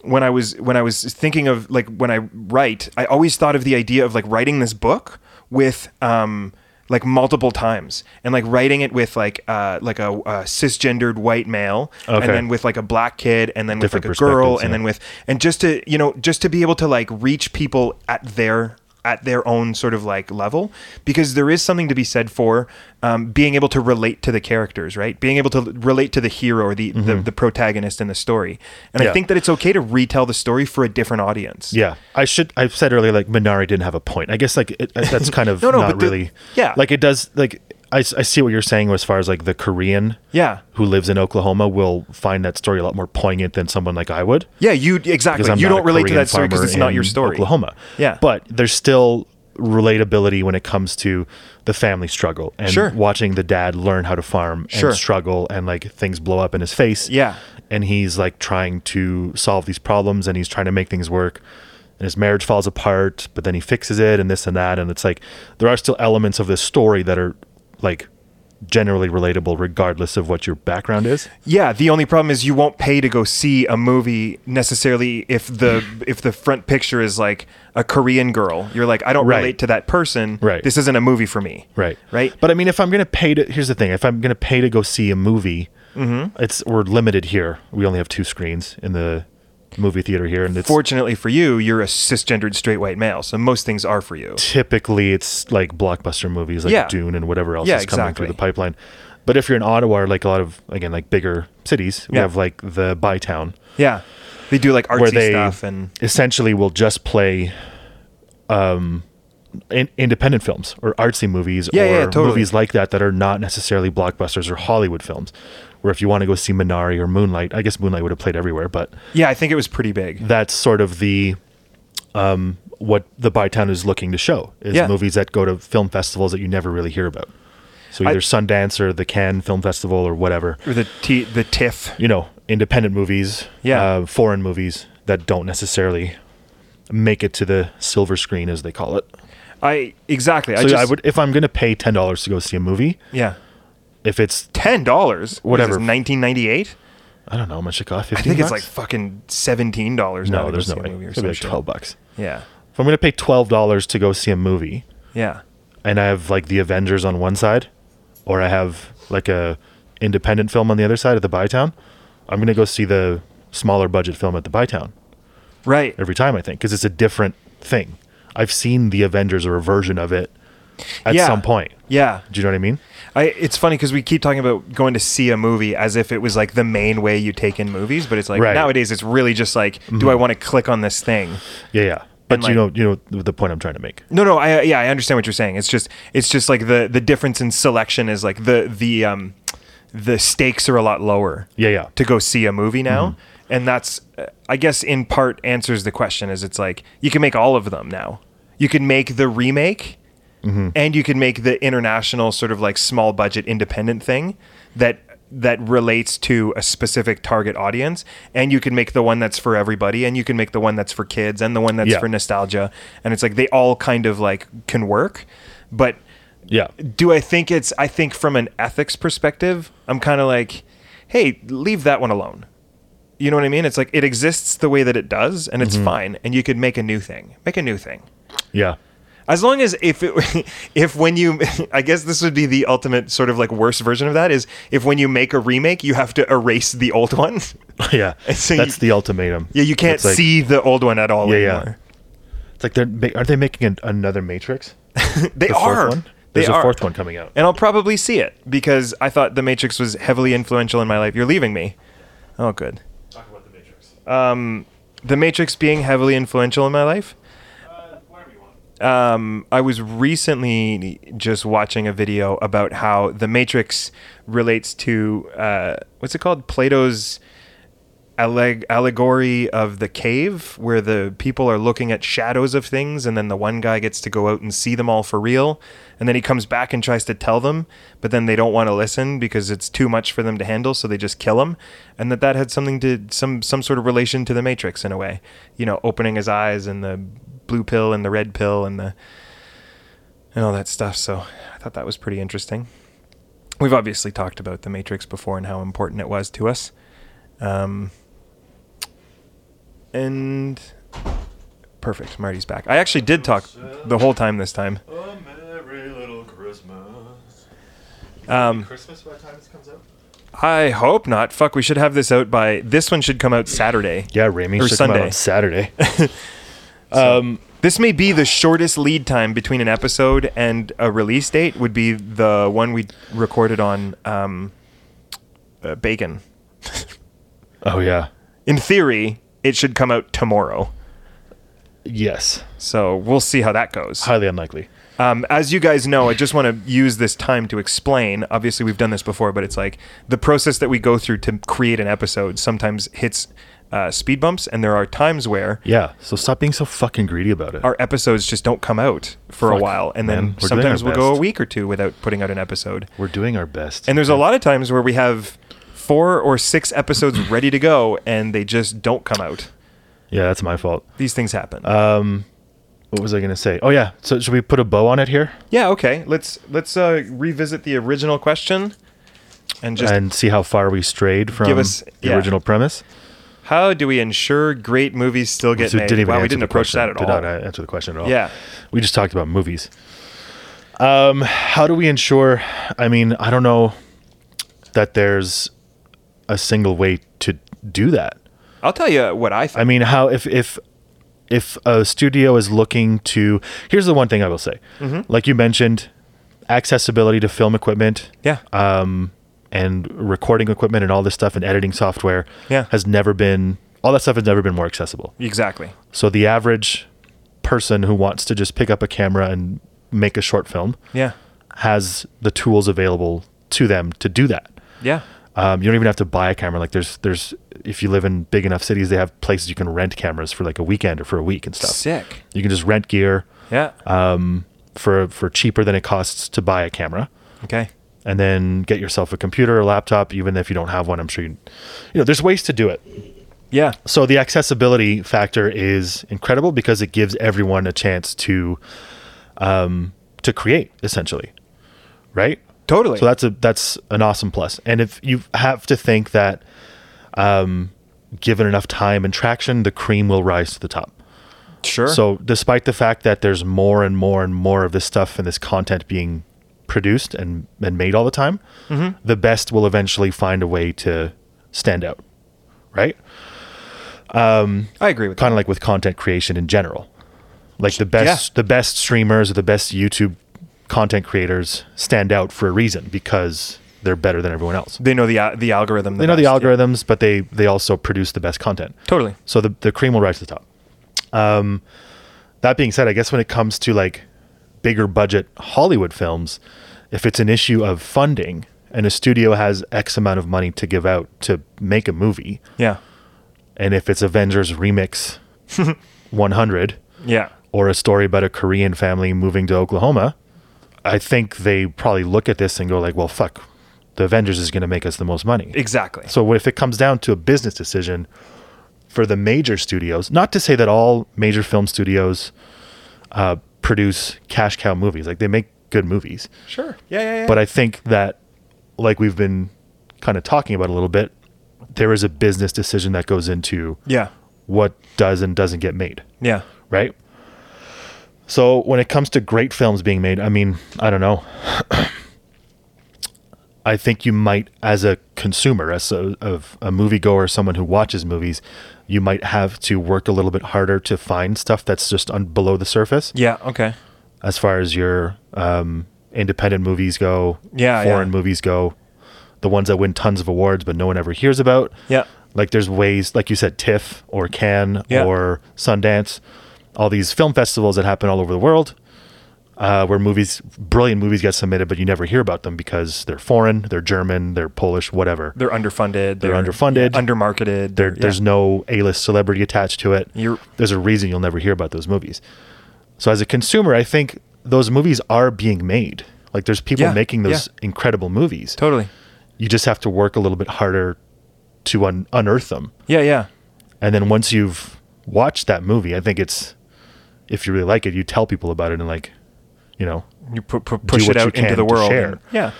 [SPEAKER 4] when I was when I was thinking of like when I write, I always thought of the idea of like writing this book with um like multiple times and like writing it with like uh like a, uh cisgendered white male
[SPEAKER 5] Okay.
[SPEAKER 4] and then with like a black kid and then
[SPEAKER 5] Different
[SPEAKER 4] with like a girl
[SPEAKER 5] perspectives,
[SPEAKER 4] and
[SPEAKER 5] yeah.
[SPEAKER 4] then with and just to you know just to be able to like reach people at their at their own sort of like level because there is something to be said for um, being able to relate to the characters right being able to l- relate to the hero or the the, the protagonist in the story and
[SPEAKER 5] Mm-hmm. Yeah.
[SPEAKER 4] i think that it's okay to retell the story for a different audience
[SPEAKER 5] Yeah, I should. I said earlier, like Minari didn't have a point. I guess like it, that's kind of
[SPEAKER 4] No, no,
[SPEAKER 5] not
[SPEAKER 4] but the-
[SPEAKER 5] really.
[SPEAKER 4] yeah.
[SPEAKER 5] like it does. Like I, s- I see what you're saying as far as like the Korean,
[SPEAKER 4] Yeah.
[SPEAKER 5] who lives in Oklahoma will find that story a lot more poignant than someone like I would.
[SPEAKER 4] yeah you exactly
[SPEAKER 5] Because I'm
[SPEAKER 4] you
[SPEAKER 5] not
[SPEAKER 4] don't
[SPEAKER 5] a
[SPEAKER 4] relate to
[SPEAKER 5] Korean
[SPEAKER 4] that story because
[SPEAKER 5] farmer
[SPEAKER 4] it's not
[SPEAKER 5] in
[SPEAKER 4] your story
[SPEAKER 5] Oklahoma.
[SPEAKER 4] Yeah.
[SPEAKER 5] But there's still relatability when it comes to the family struggle and
[SPEAKER 4] Sure.
[SPEAKER 5] watching the dad learn how to farm and
[SPEAKER 4] Sure.
[SPEAKER 5] struggle and like things blow up in his face.
[SPEAKER 4] Yeah.
[SPEAKER 5] And he's like trying to solve these problems and he's trying to make things work. And his marriage falls apart, but then he fixes it and this and that. And it's like there are still elements of this story that are like generally relatable regardless of what your background is.
[SPEAKER 4] Yeah, the only problem is you won't pay to go see a movie necessarily if the if the front picture is like a Korean girl. You're like, I don't
[SPEAKER 5] Right.
[SPEAKER 4] relate to that person.
[SPEAKER 5] Right.
[SPEAKER 4] This isn't a movie for me.
[SPEAKER 5] Right.
[SPEAKER 4] Right.
[SPEAKER 5] But I mean, if I'm going to pay to, here's the thing: if I'm going to pay to go see a movie,
[SPEAKER 4] Mm-hmm.
[SPEAKER 5] it's we're limited here. We only have two screens in the movie theater here, and it's
[SPEAKER 4] Fortunately for you, you're a cisgendered straight white male, so most things are for you.
[SPEAKER 5] typically it's like blockbuster movies like
[SPEAKER 4] Yeah.
[SPEAKER 5] Dune and whatever else
[SPEAKER 4] Yeah,
[SPEAKER 5] is coming
[SPEAKER 4] exactly.
[SPEAKER 5] through the pipeline. But if you're in Ottawa, or like a lot of again like bigger cities, we
[SPEAKER 4] Yeah.
[SPEAKER 5] have like the Bytown,
[SPEAKER 4] Yeah. They do like artsy
[SPEAKER 5] where they
[SPEAKER 4] stuff and
[SPEAKER 5] essentially will just play um in, independent films or artsy movies
[SPEAKER 4] Yeah,
[SPEAKER 5] or
[SPEAKER 4] yeah, totally.
[SPEAKER 5] movies like that that are not necessarily blockbusters or Hollywood films. Where if you want to go see Minari or Moonlight, I guess Moonlight would have played everywhere, but
[SPEAKER 4] yeah, I think it was pretty big.
[SPEAKER 5] that's sort of the um what the Bytown is looking to show is
[SPEAKER 4] Yeah.
[SPEAKER 5] movies that go to film festivals that you never really hear about. So
[SPEAKER 4] I-
[SPEAKER 5] either Sundance or the Cannes Film Festival or whatever
[SPEAKER 4] Or the t- the TIFF.
[SPEAKER 5] you know, independent movies,
[SPEAKER 4] Yeah.
[SPEAKER 5] uh, foreign movies that don't necessarily make it to the silver screen as they call it.
[SPEAKER 4] I exactly.
[SPEAKER 5] So
[SPEAKER 4] I
[SPEAKER 5] yeah,
[SPEAKER 4] just
[SPEAKER 5] I would if I'm going to pay ten dollars to go see a movie,
[SPEAKER 4] Yeah.
[SPEAKER 5] if it's
[SPEAKER 4] Ten dollars.
[SPEAKER 5] Whatever.
[SPEAKER 4] Nineteen ninety eight?
[SPEAKER 5] I don't know how much it cost.
[SPEAKER 4] I
[SPEAKER 5] 15
[SPEAKER 4] think it's like
[SPEAKER 5] bucks?
[SPEAKER 4] fucking seventeen dollars now.
[SPEAKER 5] no,
[SPEAKER 4] to go
[SPEAKER 5] there's no
[SPEAKER 4] see a
[SPEAKER 5] way.
[SPEAKER 4] movie or
[SPEAKER 5] It's gonna be like
[SPEAKER 4] some shit.
[SPEAKER 5] twelve bucks.
[SPEAKER 4] Yeah.
[SPEAKER 5] If I'm going to pay twelve dollars to go see a movie,
[SPEAKER 4] Yeah.
[SPEAKER 5] and I have like the Avengers on one side, or I have like a independent film on the other side at the Bytown, I'm going to go see the smaller budget film at the Bytown.
[SPEAKER 4] Right.
[SPEAKER 5] every time I think because it's a different thing. I've seen the Avengers or a version of it at
[SPEAKER 4] Yeah.
[SPEAKER 5] some point.
[SPEAKER 4] Yeah.
[SPEAKER 5] Do you know what I mean?
[SPEAKER 4] I, it's funny because we keep talking about going to see a movie as if it was like the main way you take in movies, but it's like
[SPEAKER 5] Right. Mm-hmm.
[SPEAKER 4] nowadays it's really just like, do I want to click on this thing?
[SPEAKER 5] Yeah, yeah. But
[SPEAKER 4] And,
[SPEAKER 5] you know,
[SPEAKER 4] like-
[SPEAKER 5] you know th- the point I'm trying to make.
[SPEAKER 4] No, no, I yeah, I understand what you're saying. It's just it's just like the the difference in selection is like the the um the stakes are a lot lower.
[SPEAKER 5] Yeah, yeah. Mm-hmm.
[SPEAKER 4] To go see a movie now, and that's uh, I guess in part answers the question is it's like you can make all of them now. You can make the remake and you can make the international sort of like small budget independent thing that that relates to a specific target audience and you can make the one that's for everybody and you can make the one that's for kids and the one that's
[SPEAKER 5] Yeah.
[SPEAKER 4] for nostalgia and it's like they all kind of like can work But
[SPEAKER 5] Yeah.
[SPEAKER 4] do I think it's I think from an ethics perspective, I'm kind of like, hey, leave that one alone. You know what I mean? It's like it exists the way that it does, and it's fine. And you could make a new thing. Make a new thing.
[SPEAKER 5] Yeah.
[SPEAKER 4] As long as if it, if when you I guess this would be the ultimate sort of like worst version of that is if when you make a remake you have to erase the old one.
[SPEAKER 5] Yeah.
[SPEAKER 4] And so
[SPEAKER 5] That's
[SPEAKER 4] you-
[SPEAKER 5] the ultimatum.
[SPEAKER 4] Yeah, you can't
[SPEAKER 5] It's like-
[SPEAKER 4] see the old one at all
[SPEAKER 5] Yeah, yeah.
[SPEAKER 4] anymore.
[SPEAKER 5] It's like they're ma- are they making an, another Matrix?
[SPEAKER 4] They
[SPEAKER 5] The
[SPEAKER 4] are.
[SPEAKER 5] fourth one?
[SPEAKER 4] they
[SPEAKER 5] There's a
[SPEAKER 4] are.
[SPEAKER 5] fourth one coming out.
[SPEAKER 4] And I'll probably see it because I thought The Matrix was heavily influential in my life. You're leaving me. Oh, good.
[SPEAKER 5] Talk about the Matrix.
[SPEAKER 4] The Matrix being heavily influential in my life. Um, I was recently just watching a video about how The Matrix relates to uh, what's it called? Plato's alleg- allegory of the cave, where the people are looking at shadows of things, and then the one guy gets to go out and see them all for real. And then he comes back and tries to tell them, but then they don't want to listen because it's too much for them to handle, so they just kill him. And that that had something to some some sort of relation to the Matrix in a way, you know, opening his eyes and the blue pill and the red pill and the and all that stuff. So I thought that was pretty interesting. We've obviously talked about the Matrix before and how important it was to us. Um, and perfect, Marty's back. I actually did talk the whole time this time.
[SPEAKER 5] A merry little Christmas.
[SPEAKER 4] Um,
[SPEAKER 5] Christmas by the time this comes out?
[SPEAKER 4] I hope not. Fuck, we should have this out by this one should come out Saturday.
[SPEAKER 5] Yeah, Raimi
[SPEAKER 4] Or
[SPEAKER 5] should come out
[SPEAKER 4] Sunday.
[SPEAKER 5] on Saturday.
[SPEAKER 4] This may be the shortest lead time between an episode and a release date. Would be the one we recorded on um, uh, Bacon.
[SPEAKER 5] oh yeah.
[SPEAKER 4] In theory, it should come out tomorrow.
[SPEAKER 5] Yes.
[SPEAKER 4] So we'll see how that goes.
[SPEAKER 5] Highly unlikely.
[SPEAKER 4] Um, as you guys know, I just want to use this time to explain. Obviously, we've done this before, but it's like the process that we go through to create an episode sometimes hits uh, speed bumps, and there are times where
[SPEAKER 5] Yeah. So stop being so fucking greedy about it.
[SPEAKER 4] our episodes just don't come out for
[SPEAKER 5] Fuck,
[SPEAKER 4] a while, and then
[SPEAKER 5] man. We're doing
[SPEAKER 4] sometimes
[SPEAKER 5] our
[SPEAKER 4] we'll go a
[SPEAKER 5] best.
[SPEAKER 4] week or two without putting out an episode.
[SPEAKER 5] We're doing our best.
[SPEAKER 4] And there's a lot of times where we have four or six episodes ready to go, and they just don't come out.
[SPEAKER 5] yeah, that's my fault.
[SPEAKER 4] These things happen.
[SPEAKER 5] Uh, What was I gonna say? Oh yeah. So should we put a bow on it here
[SPEAKER 4] yeah, okay. Let's let's uh, revisit the original question, and just
[SPEAKER 5] and see how far we strayed from
[SPEAKER 4] Give us-
[SPEAKER 5] the
[SPEAKER 4] yeah.
[SPEAKER 5] original premise?
[SPEAKER 4] How do we ensure great movies still get
[SPEAKER 5] So
[SPEAKER 4] made?
[SPEAKER 5] didn't even
[SPEAKER 4] wow, we
[SPEAKER 5] answer
[SPEAKER 4] didn't
[SPEAKER 5] the
[SPEAKER 4] approach
[SPEAKER 5] question.
[SPEAKER 4] that at
[SPEAKER 5] Did
[SPEAKER 4] all.
[SPEAKER 5] not answer the question at all.
[SPEAKER 4] Yeah.
[SPEAKER 5] We just talked about movies. Um, how do we ensure? I mean, I don't know that there's a single way to do that.
[SPEAKER 4] I'll tell you what I think.
[SPEAKER 5] I mean, how if if if a studio is looking to here's the one thing I will say,
[SPEAKER 4] Mm-hmm.
[SPEAKER 5] like you mentioned, accessibility to film equipment,
[SPEAKER 4] yeah.
[SPEAKER 5] um, and recording equipment and all this stuff and editing software,
[SPEAKER 4] Yeah.
[SPEAKER 5] has never been all that stuff has never been more accessible.
[SPEAKER 4] exactly.
[SPEAKER 5] So the average person who wants to just pick up a camera and make a short film
[SPEAKER 4] Yeah.
[SPEAKER 5] has the tools available to them to do that.
[SPEAKER 4] Yeah.
[SPEAKER 5] Um, you don't even have to buy a camera. Like there's there's if you live in big enough cities, they have places you can rent cameras for like a weekend or for a week and stuff.
[SPEAKER 4] Sick.
[SPEAKER 5] You can just rent gear
[SPEAKER 4] Yeah.
[SPEAKER 5] for for cheaper than it costs to buy a camera,
[SPEAKER 4] okay.
[SPEAKER 5] and then get yourself a computer or laptop. Even if you don't have one, I'm sure you, you know there's ways to do it.
[SPEAKER 4] Yeah.
[SPEAKER 5] So the accessibility factor is incredible because it gives everyone a chance to um, to create essentially, right?
[SPEAKER 4] Totally.
[SPEAKER 5] So that's a that's an awesome plus. And if you have to think that, um, given enough time and traction, the cream will rise to the top.
[SPEAKER 4] sure.
[SPEAKER 5] So despite the fact that there's more and more and more of this stuff and this content being produced and and made all the time,
[SPEAKER 4] Mm-hmm.
[SPEAKER 5] the best will eventually find a way to stand out, right?
[SPEAKER 4] I agree with
[SPEAKER 5] kind of like with content creation in general. Like the best
[SPEAKER 4] Yeah.
[SPEAKER 5] the best streamers or the best YouTube content creators stand out for a reason because they're better than everyone else.
[SPEAKER 4] that. They know the al- the algorithm.
[SPEAKER 5] They know the
[SPEAKER 4] best, yeah.
[SPEAKER 5] algorithms, but they they also produce the best content.
[SPEAKER 4] Totally.
[SPEAKER 5] So the the cream will rise to the top. Um that being said, I guess when it comes to like bigger budget Hollywood films, if it's an issue of funding and a studio has X amount of money to give out to make a movie,
[SPEAKER 4] Yeah.
[SPEAKER 5] and if it's Avengers Remix 100
[SPEAKER 4] Yeah.
[SPEAKER 5] or a story about a Korean family moving to Oklahoma, I think they probably look at this and go like, "Well, fuck, the Avengers is going to make us the most money."
[SPEAKER 4] Exactly.
[SPEAKER 5] So if it comes down to a business decision for the major studios, not to say that all major film studios uh, produce cash cow movies, like they make good movies.
[SPEAKER 4] Sure. Yeah, yeah, yeah.
[SPEAKER 5] But I think that, like we've been kind of talking about a little bit, there is a business decision that goes into
[SPEAKER 4] yeah,
[SPEAKER 5] what does and doesn't get made,
[SPEAKER 4] yeah.
[SPEAKER 5] right? So when it comes to great films being made, I mean, I don't know. I think you might, as a consumer, as a, of a moviegoer, someone who watches movies, you might have to work a little bit harder to find stuff that's just on below the surface
[SPEAKER 4] Yeah, okay.
[SPEAKER 5] as far as your um, independent movies go,
[SPEAKER 4] Yeah,
[SPEAKER 5] foreign
[SPEAKER 4] yeah.
[SPEAKER 5] movies go, the ones that win tons of awards but no one ever hears about.
[SPEAKER 4] Yeah.
[SPEAKER 5] Like there's ways, like you said, TIFF or Cannes
[SPEAKER 4] Yeah.
[SPEAKER 5] or Sundance, all these film festivals that happen all over the world uh, where movies, brilliant movies get submitted, but you never hear about them because they're foreign, they're German, they're Polish, whatever.
[SPEAKER 4] They're underfunded. They're,
[SPEAKER 5] underfunded.
[SPEAKER 4] Undermarketed.
[SPEAKER 5] There,
[SPEAKER 4] yeah.
[SPEAKER 5] There's no A-list celebrity attached to it.
[SPEAKER 4] You're-
[SPEAKER 5] there's a reason you'll never hear about those movies. So as a consumer, I think those movies are being made. Like there's people
[SPEAKER 4] Yeah,
[SPEAKER 5] making those
[SPEAKER 4] yeah.
[SPEAKER 5] incredible movies.
[SPEAKER 4] totally.
[SPEAKER 5] You just have to work a little bit harder to un- unearth them.
[SPEAKER 4] Yeah, yeah.
[SPEAKER 5] And then once you've watched that movie, I think it's if you really like it, you tell people about it and like, you know,
[SPEAKER 4] You pu- pu- push it
[SPEAKER 5] what you
[SPEAKER 4] out into
[SPEAKER 5] can
[SPEAKER 4] the
[SPEAKER 5] to
[SPEAKER 4] world.
[SPEAKER 5] share.
[SPEAKER 4] and- yeah.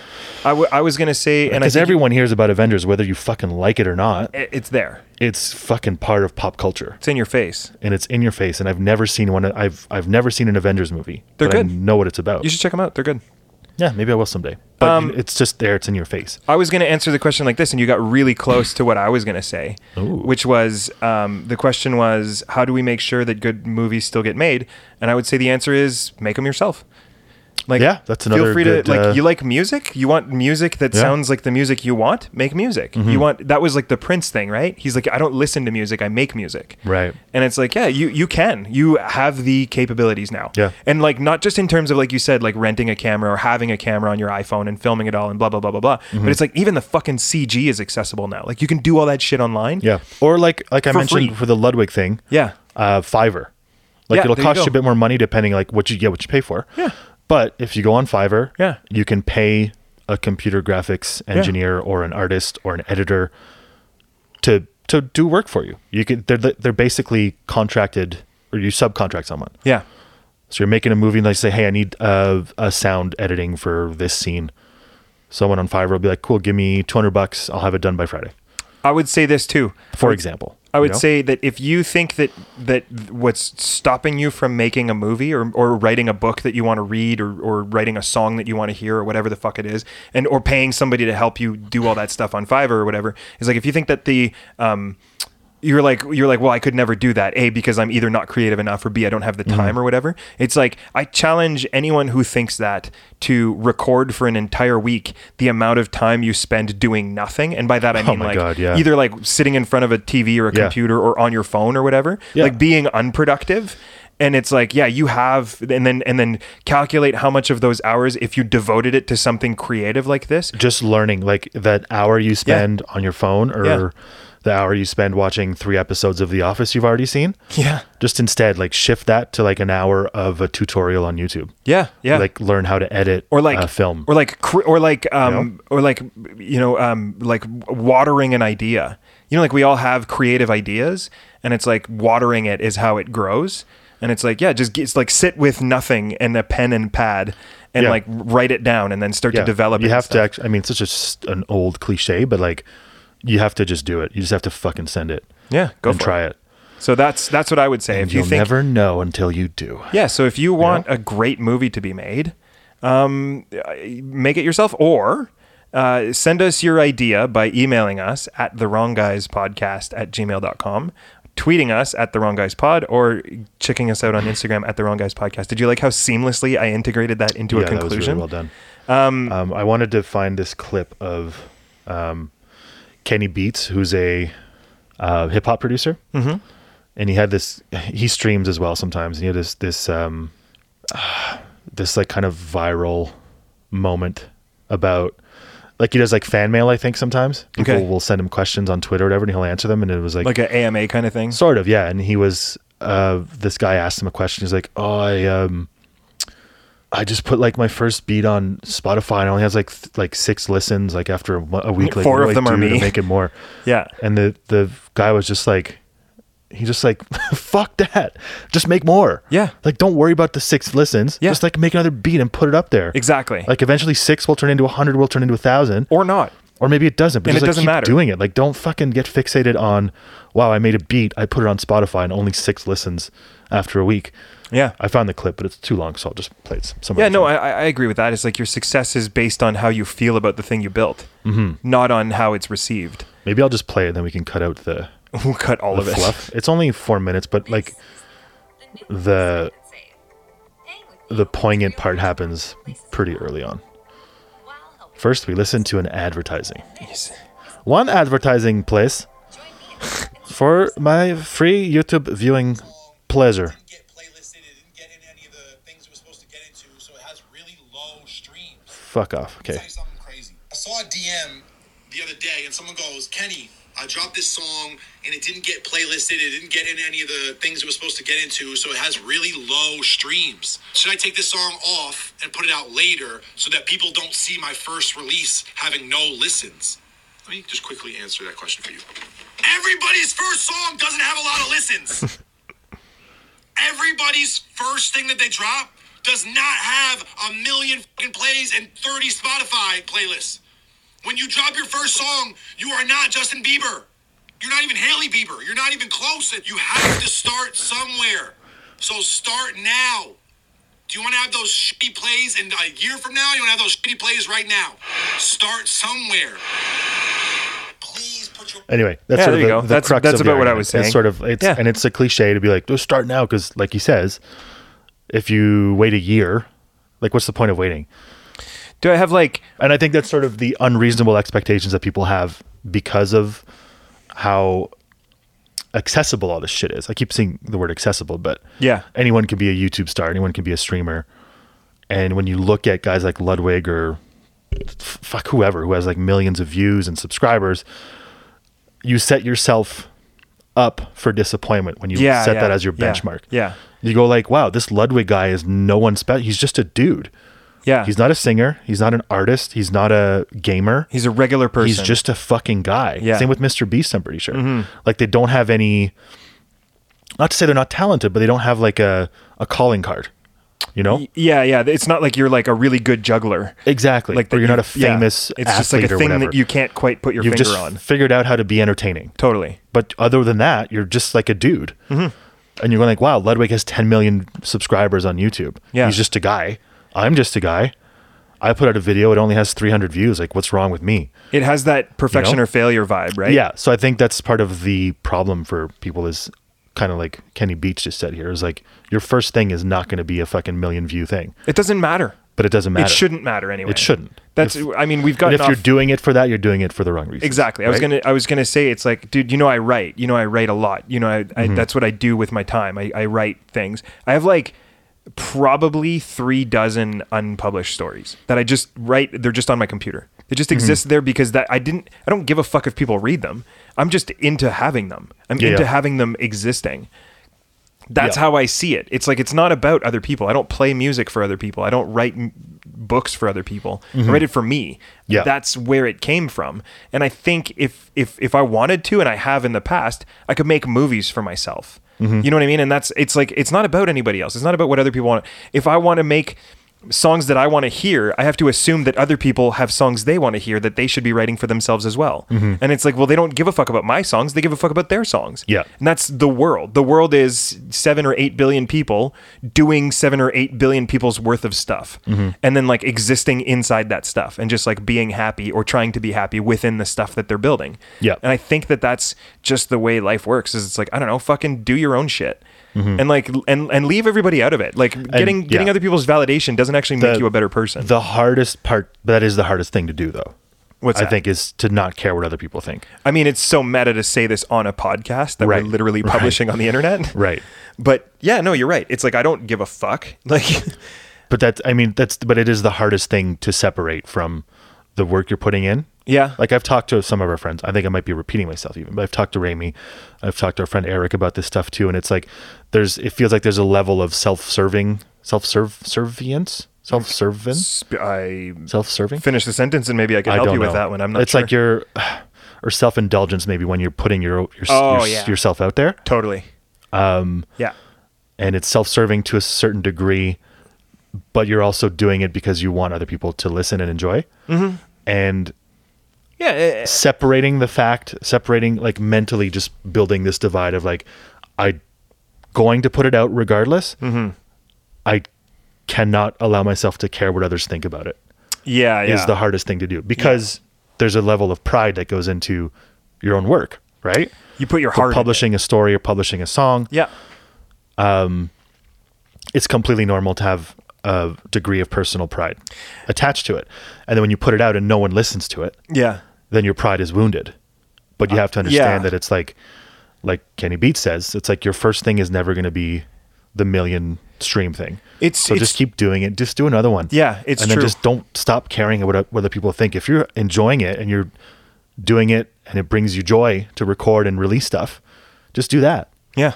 [SPEAKER 4] I, w- I was going to say, and I
[SPEAKER 5] because
[SPEAKER 4] think
[SPEAKER 5] everyone hears about Avengers, whether you fucking like it or not,
[SPEAKER 4] it- it's there.
[SPEAKER 5] it's fucking part of pop culture.
[SPEAKER 4] It's in your face.
[SPEAKER 5] and it's in your face. And I've never seen one. I've I've never seen an Avengers movie.
[SPEAKER 4] They're
[SPEAKER 5] but I
[SPEAKER 4] good.
[SPEAKER 5] know what it's about.
[SPEAKER 4] You should check them out. They're good.
[SPEAKER 5] yeah, maybe I will someday. But
[SPEAKER 4] Um,
[SPEAKER 5] it's just there. It's in your face.
[SPEAKER 4] I was going to answer the question like this, and you got really close to what I was going to say,
[SPEAKER 5] Ooh.
[SPEAKER 4] which was um, the question was, how do we make sure that good movies still get made? And I would say the answer is make them yourself. Like,
[SPEAKER 5] Yeah, that's another
[SPEAKER 4] Feel free
[SPEAKER 5] good,
[SPEAKER 4] to like.
[SPEAKER 5] uh,
[SPEAKER 4] you like music? You want music that
[SPEAKER 5] Yeah. Mm-hmm.
[SPEAKER 4] sounds like the music you want? Make music. You want that was like the Prince thing, right? He's like, I don't listen to music. I make music.
[SPEAKER 5] Right.
[SPEAKER 4] And it's like, yeah, you you can. You have the capabilities now.
[SPEAKER 5] Yeah.
[SPEAKER 4] And like not just in terms of like you said, like renting a camera or having a camera on your iPhone and filming it all and blah blah blah blah blah. But it's like even the fucking CG is accessible now. Like you can do all that shit online.
[SPEAKER 5] Yeah. Or like like I
[SPEAKER 4] For
[SPEAKER 5] mentioned
[SPEAKER 4] free.
[SPEAKER 5] for the Ludwig thing.
[SPEAKER 4] Yeah.
[SPEAKER 5] Uh, Fiverr. Like
[SPEAKER 4] Yeah,
[SPEAKER 5] it'll
[SPEAKER 4] there you
[SPEAKER 5] cost you,
[SPEAKER 4] go.
[SPEAKER 5] a bit more money depending like what you get, what you pay for.
[SPEAKER 4] Yeah.
[SPEAKER 5] But if you go on Fiverr,
[SPEAKER 4] Yeah.
[SPEAKER 5] you can pay a computer graphics engineer or an artist or an editor to to do work for you. You can they're they're basically contracted or you subcontract someone.
[SPEAKER 4] Yeah.
[SPEAKER 5] So you're making a movie and they say, "Hey, I need uh, a sound editing for this scene." Someone on Fiverr will be like, "Cool, give me 200 bucks. I'll have it done by Friday."
[SPEAKER 4] I would say this too.
[SPEAKER 5] For example,
[SPEAKER 4] I
[SPEAKER 5] you
[SPEAKER 4] would
[SPEAKER 5] know?
[SPEAKER 4] say that if you think that that what's stopping you from making a movie or, or writing a book that you want to read or, or writing a song that you want to hear or whatever the fuck it is and or paying somebody to help you do all that stuff on Fiverr or whatever is like if you think that the um you're like you're like well I could never do that a because I'm either not creative enough or b I don't have the
[SPEAKER 5] Mm-hmm.
[SPEAKER 4] time or whatever it's like I challenge anyone who thinks that to record for an entire week the amount of time you spend doing nothing and by that I mean
[SPEAKER 5] Oh my
[SPEAKER 4] like
[SPEAKER 5] God, yeah.
[SPEAKER 4] either like sitting in front of a TV or a
[SPEAKER 5] Yeah.
[SPEAKER 4] computer or on your phone or whatever,
[SPEAKER 5] Yeah.
[SPEAKER 4] like being unproductive. And it's like, yeah, you have, and then and then calculate how much of those hours, if you devoted it to something creative like this,
[SPEAKER 5] just learning like that hour you spend on your phone or
[SPEAKER 4] Yeah.
[SPEAKER 5] the hour you spend watching three episodes of The Office you've already seen.
[SPEAKER 4] yeah,
[SPEAKER 5] Just instead, like shift that to like an hour of a tutorial on YouTube.
[SPEAKER 4] yeah, yeah,
[SPEAKER 5] Like learn how to edit
[SPEAKER 4] or like
[SPEAKER 5] a film.
[SPEAKER 4] or like cr- or like um or like you know um like watering an idea. You know, like we all have creative ideas, and it's like watering it is how it grows. And it's like, yeah, just get, it's like sit with nothing and a pen and pad, and
[SPEAKER 5] Yeah.
[SPEAKER 4] like write it down, and then start to develop.
[SPEAKER 5] You
[SPEAKER 4] it and
[SPEAKER 5] have
[SPEAKER 4] stuff.
[SPEAKER 5] to actually. I mean, it's such a s an old cliche, but like you have to just do it. You just have to fucking send it.
[SPEAKER 4] Yeah, go
[SPEAKER 5] and
[SPEAKER 4] for
[SPEAKER 5] try
[SPEAKER 4] it.
[SPEAKER 5] it.
[SPEAKER 4] So that's that's what I would say. if you
[SPEAKER 5] You'll
[SPEAKER 4] think,
[SPEAKER 5] never know until you do.
[SPEAKER 4] yeah, so if you want a great movie to be made, um, uh, make it yourself or uh, send us your idea by emailing us at the wrong guys podcast at gmail.com, tweeting us at the wrong guys pod, or checking us out on Instagram at the wrong guys podcast. Did you like how seamlessly I integrated that into a
[SPEAKER 5] yeah, that was really
[SPEAKER 4] conclusion?
[SPEAKER 5] well done. Um, I wanted to find this clip of um, Kenny Beats, who's a uh, hip hop producer, mm-hmm. and he had this. He streams as well sometimes, and he had this this um, this like kind of viral moment about like he does like fan mail. I think sometimes people
[SPEAKER 4] Okay.
[SPEAKER 5] will send him questions on Twitter or whatever, and he'll answer them, and it was like
[SPEAKER 4] Like an AMA kind of thing?
[SPEAKER 5] Sort of, yeah. And he was uh this guy asked him a question. He's like, Oh, I um I just put like my first beat on Spotify and it only has like th- like six listens like after a, mo- a week like
[SPEAKER 4] Four of
[SPEAKER 5] what do I
[SPEAKER 4] them are
[SPEAKER 5] do to
[SPEAKER 4] me."
[SPEAKER 5] make it more.
[SPEAKER 4] yeah.
[SPEAKER 5] And the the guy was just like He just like, fuck that. Just make more.
[SPEAKER 4] Yeah.
[SPEAKER 5] Like, don't worry about the six listens.
[SPEAKER 4] Yeah.
[SPEAKER 5] Just like make another beat and put it up there.
[SPEAKER 4] Exactly.
[SPEAKER 5] Like, eventually six will turn into a hundred, will turn into a thousand,
[SPEAKER 4] or not.
[SPEAKER 5] or maybe it doesn't. But
[SPEAKER 4] And
[SPEAKER 5] just,
[SPEAKER 4] it
[SPEAKER 5] like,
[SPEAKER 4] doesn't
[SPEAKER 5] keep
[SPEAKER 4] matter.
[SPEAKER 5] Doing it. Like, don't fucking get fixated on, wow, I made a beat. I put it on Spotify and only six listens after a week.
[SPEAKER 4] Yeah.
[SPEAKER 5] I found the clip, but it's too long, so I'll just play it some.
[SPEAKER 4] Yeah, no, I, I I agree with that. It's like your success is based on how you feel about the thing you built, mm-hmm. not on how it's received.
[SPEAKER 5] Maybe I'll just play it, and then we can cut out the,
[SPEAKER 4] We'll cut all
[SPEAKER 5] the
[SPEAKER 4] of it.
[SPEAKER 5] fluff. It's only four minutes, but like the the poignant part happens pretty early on. First, we listen to an advertising. One advertising place for my free YouTube viewing pleasure.
[SPEAKER 6] get playlisted. It didn't get in any of the things it was supposed to get into, so it has really low streams.
[SPEAKER 5] Fuck off. Okay.
[SPEAKER 6] Tell you something crazy. I saw a DM the other day, and someone goes, "Kenny, I dropped this song, and it didn't get playlisted. It didn't get in any of the things it was supposed to get into, so it has really low streams. Should I take this song off and put it out later so that people don't see my first release having no listens?" Let me just quickly answer that question for you. Everybody's first song doesn't have a lot of listens. everybody's first thing that they drop does not have a million fucking plays and 30 Spotify playlists. When you drop your first song, you are not Justin Bieber. You're not even Haley Bieber. You're not even close. You have to start somewhere. So start now. Do you want to have those shitty plays in a year from now? You want to have those shitty plays right now? Start somewhere. Please put your
[SPEAKER 5] Anyway, that's
[SPEAKER 4] Yeah,
[SPEAKER 5] sort
[SPEAKER 4] there
[SPEAKER 5] of
[SPEAKER 4] you
[SPEAKER 5] the,
[SPEAKER 4] go.
[SPEAKER 5] the
[SPEAKER 4] That's-
[SPEAKER 5] crux
[SPEAKER 4] that's
[SPEAKER 5] of the
[SPEAKER 4] about what I
[SPEAKER 5] argument.
[SPEAKER 4] was
[SPEAKER 5] It's
[SPEAKER 4] saying.
[SPEAKER 5] sort of it's
[SPEAKER 4] Yeah.
[SPEAKER 5] and it's a cliche to be like, just start now because, like he says, if you wait a year, like what's the point of waiting?
[SPEAKER 4] Do I have like
[SPEAKER 5] And I think that's sort of the unreasonable expectations that people have because of how accessible all this shit is. I keep seeing the word accessible, but
[SPEAKER 4] Yeah.
[SPEAKER 5] anyone can be a YouTube star, anyone can be a streamer. And when you look at guys like Ludwig or f- fuck whoever who has like millions of views and subscribers, you set yourself up for disappointment when you
[SPEAKER 4] Yeah,
[SPEAKER 5] set
[SPEAKER 4] yeah,
[SPEAKER 5] that as your
[SPEAKER 4] yeah,
[SPEAKER 5] benchmark.
[SPEAKER 4] yeah.
[SPEAKER 5] You go like, wow, this Ludwig guy is no one special. He's just a dude.
[SPEAKER 4] yeah?
[SPEAKER 5] He's not a singer. He's not an artist. He's not a gamer.
[SPEAKER 4] He's a regular person.
[SPEAKER 5] He's just a fucking guy.
[SPEAKER 4] Yeah. Mm-hmm.
[SPEAKER 5] Same with Mr. Beast, I'm pretty sure. Like they don't have any not to say they're not talented, but they don't have like a, a calling card. You know?
[SPEAKER 4] yeah, yeah. It's not like you're like a really good juggler.
[SPEAKER 5] exactly. Like
[SPEAKER 4] that
[SPEAKER 5] or you're not
[SPEAKER 4] you-
[SPEAKER 5] a
[SPEAKER 4] yeah.
[SPEAKER 5] famous
[SPEAKER 4] It's just like a
[SPEAKER 5] athlete or
[SPEAKER 4] thing
[SPEAKER 5] whatever.
[SPEAKER 4] that you can't quite put your
[SPEAKER 5] You've
[SPEAKER 4] finger
[SPEAKER 5] just
[SPEAKER 4] on.
[SPEAKER 5] figured out how to be entertaining.
[SPEAKER 4] Totally.
[SPEAKER 5] But other than that, you're just like a dude.
[SPEAKER 4] Mm-hmm.
[SPEAKER 5] And you're going like, wow, Ludwig has 10 million subscribers on YouTube.
[SPEAKER 4] Yeah.
[SPEAKER 5] He's just a guy. I'm just a guy. I put out a video. It only has 300 views. Like, what's wrong with me?
[SPEAKER 4] It has that perfection
[SPEAKER 5] You know?
[SPEAKER 4] or failure vibe, right?
[SPEAKER 5] Yeah. So I think that's part of the problem for people is kind of like Kenny Beach just said here is like, your first thing is not going to be a fucking million view thing,
[SPEAKER 4] It doesn't matter.
[SPEAKER 5] but it doesn't matter.
[SPEAKER 4] It shouldn't matter anyway.
[SPEAKER 5] It shouldn't.
[SPEAKER 4] That's.
[SPEAKER 5] If-
[SPEAKER 4] I mean, we've got.
[SPEAKER 5] And if you're doing it for that, you're doing it for the wrong reason.
[SPEAKER 4] Exactly. I was gonna. I was gonna say it's like, dude. You know, I write. You know, I write a lot. You know, I, I,
[SPEAKER 5] Mm-hmm.
[SPEAKER 4] that's what I do with my time. I, I write things. I have like probably three dozen unpublished stories that I just write. They're just on my computer. They
[SPEAKER 5] Mm-hmm.
[SPEAKER 4] just exist there because that I didn't. I don't give a fuck if people read them. I'm just into having them. I'm
[SPEAKER 5] Yeah,
[SPEAKER 4] into
[SPEAKER 5] yeah.
[SPEAKER 4] having them existing. That's
[SPEAKER 5] Yeah.
[SPEAKER 4] how I see it. It's like it's not about other people. I don't play music for other people. I don't write m- books for other people.
[SPEAKER 5] Mm-hmm.
[SPEAKER 4] I write it for me.
[SPEAKER 5] Yeah.
[SPEAKER 4] That's where it came from. And I think if if if I wanted to and I have in the past, I could make movies for myself.
[SPEAKER 5] Mm-hmm.
[SPEAKER 4] You know what I mean? And that's it's like it's not about anybody else. It's not about what other people want. If I want to make songs that I want to hear, I have to assume that other people have songs they want to hear that they should be writing for themselves as well.
[SPEAKER 5] Mm-hmm.
[SPEAKER 4] And it's like, well, they don't give a fuck about my songs. They give a fuck about their songs.
[SPEAKER 5] Yeah.
[SPEAKER 4] And that's the world. The world is seven or eight billion people doing seven or eight billion people's worth of stuff.
[SPEAKER 5] Mm-hmm.
[SPEAKER 4] And then like existing inside that stuff and just like being happy or trying to be happy within the stuff that they're building.
[SPEAKER 5] Yeah.
[SPEAKER 4] And I think that that's just the way life works is it's like, I don't know, fucking do your own shit. And like and and leave everybody out of it. Like getting getting
[SPEAKER 5] Mm-hmm. yeah.
[SPEAKER 4] other people's validation doesn't actually
[SPEAKER 5] The-
[SPEAKER 4] make you a better person.
[SPEAKER 5] The hardest part, that is the hardest thing to do though.
[SPEAKER 4] What's
[SPEAKER 5] I
[SPEAKER 4] that?
[SPEAKER 5] think is to not care what other people think.
[SPEAKER 4] I mean, it's so meta to say this on a podcast that
[SPEAKER 5] Right.
[SPEAKER 4] we're literally publishing on the internet.
[SPEAKER 5] Right.
[SPEAKER 4] But yeah, no, you're right. It's like I don't give a fuck. Like
[SPEAKER 5] But that's, I mean, that's, but it is the hardest thing to separate from the work you're putting in.
[SPEAKER 4] Yeah.
[SPEAKER 5] Like I've talked to some of our friends. I think I might be repeating myself even, but I've talked to Rami. I've talked to our friend Eric about this stuff too. And it's like, there's, it feels like there's a level of self-serving, self-serve, servience, self-serving,
[SPEAKER 4] I
[SPEAKER 5] self-serving.
[SPEAKER 4] finish the sentence and maybe I can help you with that one. I'm not
[SPEAKER 5] It's
[SPEAKER 4] sure.
[SPEAKER 5] like you're, or self indulgence maybe when you're putting your, your,
[SPEAKER 4] Oh,
[SPEAKER 5] your
[SPEAKER 4] yeah.
[SPEAKER 5] yourself out there,
[SPEAKER 4] Totally. Um, yeah.
[SPEAKER 5] and it's self serving to a certain degree, but you're also doing it because you want other people to listen and enjoy, mm-hmm. and
[SPEAKER 4] Yeah. eh, eh,
[SPEAKER 5] separating the fact, separating like mentally, just building this divide of like, I going to put it out regardless.
[SPEAKER 4] Mm-hmm.
[SPEAKER 5] I cannot allow myself to care what others think about it.
[SPEAKER 4] yeah. Yeah.
[SPEAKER 5] Is the hardest thing to do because there's a level of pride that goes into your own work, right?
[SPEAKER 4] you put your
[SPEAKER 5] For
[SPEAKER 4] heart in it.
[SPEAKER 5] publishing a story or publishing a song,
[SPEAKER 4] Yeah.
[SPEAKER 5] it's completely normal to have a degree of personal pride attached to it. And then when you put it out and no one listens to it,
[SPEAKER 4] Yeah.
[SPEAKER 5] then your pride is wounded. But you have to understand
[SPEAKER 4] Uh, yeah.
[SPEAKER 5] that it's like, like Kenny Beats says, it's like your first thing is never going to be the million stream thing.
[SPEAKER 4] It's-
[SPEAKER 5] so
[SPEAKER 4] it's-
[SPEAKER 5] just keep doing it. Just do another one.
[SPEAKER 4] Yeah, it's
[SPEAKER 5] and
[SPEAKER 4] true.
[SPEAKER 5] then just don't stop caring what what other people think. If you're enjoying it and you're doing it and it brings you joy to record and release stuff, just do that.
[SPEAKER 4] Yeah.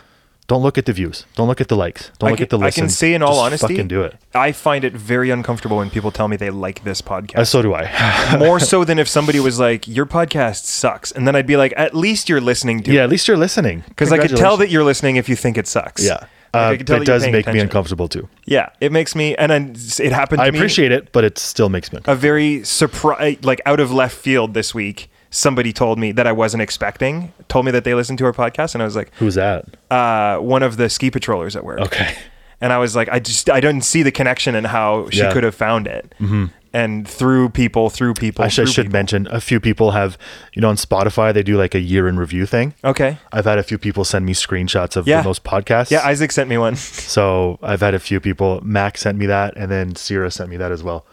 [SPEAKER 5] Don't look at the views. Don't look at the likes. Don't
[SPEAKER 4] I
[SPEAKER 5] look
[SPEAKER 4] can,
[SPEAKER 5] at the
[SPEAKER 4] I
[SPEAKER 5] listens.
[SPEAKER 4] can say in all
[SPEAKER 5] Just
[SPEAKER 4] honesty,
[SPEAKER 5] fucking do it.
[SPEAKER 4] I find it very uncomfortable when people tell me they like this
[SPEAKER 5] Uh,
[SPEAKER 4] podcast.
[SPEAKER 5] so do I.
[SPEAKER 4] More so than if somebody was like, "Your podcast sucks," and then I'd be like, "At least you're listening to
[SPEAKER 5] yeah,
[SPEAKER 4] it,"
[SPEAKER 5] at least you're listening.
[SPEAKER 4] because I could tell
[SPEAKER 5] Congratulations.
[SPEAKER 4] that you're listening if you think it sucks.
[SPEAKER 5] Yeah.
[SPEAKER 4] Like, I
[SPEAKER 5] Uh,
[SPEAKER 4] could tell
[SPEAKER 5] that
[SPEAKER 4] you're
[SPEAKER 5] does
[SPEAKER 4] paying
[SPEAKER 5] make me
[SPEAKER 4] attention.
[SPEAKER 5] uncomfortable too.
[SPEAKER 4] Yeah, it makes me, and I, it happened. To
[SPEAKER 5] I
[SPEAKER 4] me-
[SPEAKER 5] appreciate it, but it still makes me uncomfortable.
[SPEAKER 4] a very surprise, like out of left field this week. Somebody told me that I wasn't expecting, told me that they listened to our podcast, and I was like,
[SPEAKER 5] Who's that?
[SPEAKER 4] uh, one of the ski patrollers at work.
[SPEAKER 5] Okay.
[SPEAKER 4] And I was like, I just, I don't see the connection and how she
[SPEAKER 5] Yeah.
[SPEAKER 4] could have found it. Mm-hmm. And through people, through people.
[SPEAKER 5] I should,
[SPEAKER 4] through
[SPEAKER 5] I should
[SPEAKER 4] people.
[SPEAKER 5] mention a few people have, you know, on Spotify, they do like a year in review thing.
[SPEAKER 4] Okay.
[SPEAKER 5] I've had a few people send me screenshots of
[SPEAKER 4] Yeah.
[SPEAKER 5] the most podcasts.
[SPEAKER 4] Yeah, Isaac sent me one.
[SPEAKER 5] so I've had a few people, Mac sent me that, and then Sierra sent me that as well.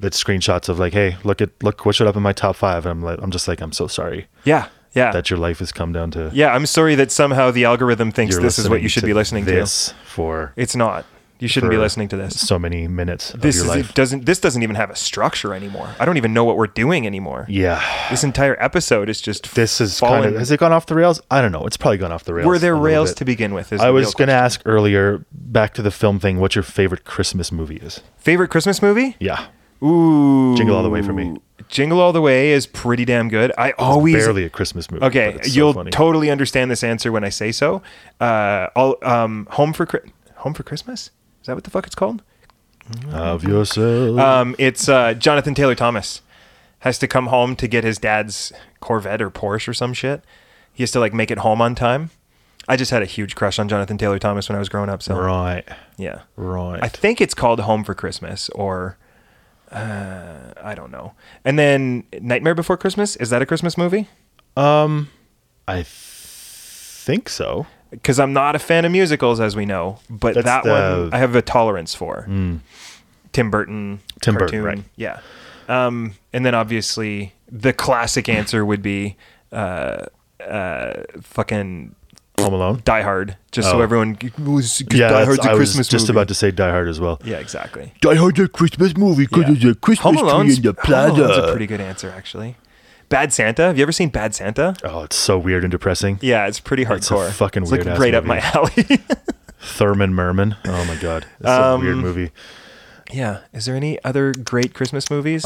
[SPEAKER 5] That screenshots of like, hey, look at, look what showed up in my top five. And I'm like, I'm just like, I'm so sorry
[SPEAKER 4] Yeah. Yeah.
[SPEAKER 5] that your life has come down to.
[SPEAKER 4] yeah. I'm sorry that somehow the algorithm thinks
[SPEAKER 5] you're
[SPEAKER 4] this is what you
[SPEAKER 5] listening
[SPEAKER 4] should
[SPEAKER 5] to
[SPEAKER 4] be listening to.
[SPEAKER 5] this for
[SPEAKER 4] It's not. You shouldn't be
[SPEAKER 5] for
[SPEAKER 4] listening to this.
[SPEAKER 5] so many minutes of
[SPEAKER 4] This
[SPEAKER 5] your
[SPEAKER 4] is,
[SPEAKER 5] life.
[SPEAKER 4] it doesn't. This doesn't even have a structure anymore. I don't even know what we're doing anymore.
[SPEAKER 5] yeah.
[SPEAKER 4] This entire episode is just.
[SPEAKER 5] this is
[SPEAKER 4] fallen.
[SPEAKER 5] kind of has it gone off the rails? I don't know. It's probably gone off the rails.
[SPEAKER 4] Were there
[SPEAKER 5] a little
[SPEAKER 4] rails
[SPEAKER 5] bit.
[SPEAKER 4] to begin with? Is
[SPEAKER 5] I
[SPEAKER 4] the
[SPEAKER 5] was
[SPEAKER 4] real
[SPEAKER 5] going to
[SPEAKER 4] question.
[SPEAKER 5] ask earlier, back to the film thing. What your favorite Christmas movie is?
[SPEAKER 4] favorite Christmas movie.
[SPEAKER 5] Yeah,
[SPEAKER 4] Ooh,
[SPEAKER 5] Jingle All the Way for me.
[SPEAKER 4] Jingle All the Way is pretty damn good. I always
[SPEAKER 5] barely a Christmas movie.
[SPEAKER 4] okay.
[SPEAKER 5] but it's so
[SPEAKER 4] you'll
[SPEAKER 5] funny.
[SPEAKER 4] totally understand this answer when I say so. Uh, all um, home for Chri- home for Christmas. Is that what the fuck it's called?
[SPEAKER 5] of yourself.
[SPEAKER 4] Um, it's uh, Jonathan Taylor Thomas has to come home to get his dad's Corvette or Porsche or some shit. He has to like make it home on time. I just had a huge crush on Jonathan Taylor Thomas when I was growing up. So
[SPEAKER 5] right,
[SPEAKER 4] yeah,
[SPEAKER 5] right.
[SPEAKER 4] I think it's called Home for Christmas or uh, I don't know. And then Nightmare Before Christmas is that a Christmas movie?
[SPEAKER 5] I th- think so.
[SPEAKER 4] Because I'm not a fan of musicals, as we know, but
[SPEAKER 5] That's
[SPEAKER 4] that
[SPEAKER 5] the- Mm.
[SPEAKER 4] one I have a tolerance for. Tim Burton,
[SPEAKER 5] Tim Burton,
[SPEAKER 4] cartoon,
[SPEAKER 5] right.
[SPEAKER 4] Yeah. Um, and then obviously the classic answer would be uh, uh, fucking
[SPEAKER 5] Home Alone.
[SPEAKER 4] Die Hard, just so
[SPEAKER 5] Oh.
[SPEAKER 4] everyone was
[SPEAKER 5] yeah,
[SPEAKER 4] Die
[SPEAKER 5] that's-
[SPEAKER 4] Hard's a
[SPEAKER 5] I was
[SPEAKER 4] Christmas
[SPEAKER 5] just
[SPEAKER 4] movie.
[SPEAKER 5] about to say Die Hard as well.
[SPEAKER 4] yeah, exactly.
[SPEAKER 5] Die Hard a Christmas movie because
[SPEAKER 4] Yeah.
[SPEAKER 5] there's a Christmas
[SPEAKER 4] Home Alone's,
[SPEAKER 5] tree in the
[SPEAKER 4] Home Alone's
[SPEAKER 5] plaza.
[SPEAKER 4] a pretty good answer, actually. Bad Santa. Have you ever seen Bad Santa?
[SPEAKER 5] oh, it's so weird and depressing.
[SPEAKER 4] Yeah, it's pretty hardcore.
[SPEAKER 5] It's a fucking
[SPEAKER 4] It's like
[SPEAKER 5] weird-ass
[SPEAKER 4] right up my
[SPEAKER 5] movie.
[SPEAKER 4] alley.
[SPEAKER 5] Thurman Merman. Oh my god, it's
[SPEAKER 4] Um,
[SPEAKER 5] a weird movie.
[SPEAKER 4] yeah. Is there any other great Christmas movies?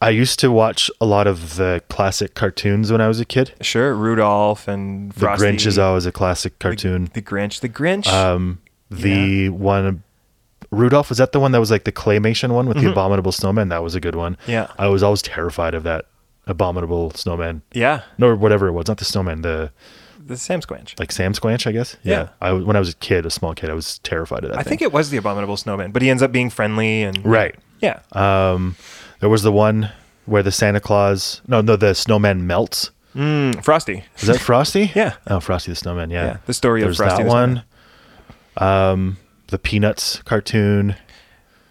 [SPEAKER 5] I used to watch a lot of the classic cartoons when I was a kid.
[SPEAKER 4] sure, Rudolph and
[SPEAKER 5] The
[SPEAKER 4] Frosty.
[SPEAKER 5] Grinch is Uh, always a classic cartoon.
[SPEAKER 4] The Grinch. The Grinch.
[SPEAKER 5] the one Rudolph was that the one that was like the claymation one with the abominable snowman? That was a good one.
[SPEAKER 4] Mm-hmm. Yeah.
[SPEAKER 5] I was always terrified of that abominable snowman.
[SPEAKER 4] yeah,
[SPEAKER 5] No, whatever it was, not the snowman, the
[SPEAKER 4] the Sam Squanch.
[SPEAKER 5] like Sam Squanch, I guess.
[SPEAKER 4] Yeah.
[SPEAKER 5] I w when I was a kid, a small kid, I was terrified of that.
[SPEAKER 4] I
[SPEAKER 5] thing.
[SPEAKER 4] think it was the Abominable Snowman, but he ends up being friendly and
[SPEAKER 5] right.
[SPEAKER 4] yeah.
[SPEAKER 5] Uh, There was the one where the Santa Claus, no, no, the snowman melts.
[SPEAKER 4] Frosty.
[SPEAKER 5] Is that Frosty?
[SPEAKER 4] Yeah.
[SPEAKER 5] Oh, Frosty the Snowman. Yeah.
[SPEAKER 4] Yeah, the story of
[SPEAKER 5] There's
[SPEAKER 4] Frosty the
[SPEAKER 5] that one.
[SPEAKER 4] Snowman.
[SPEAKER 5] Um, the Peanuts cartoon,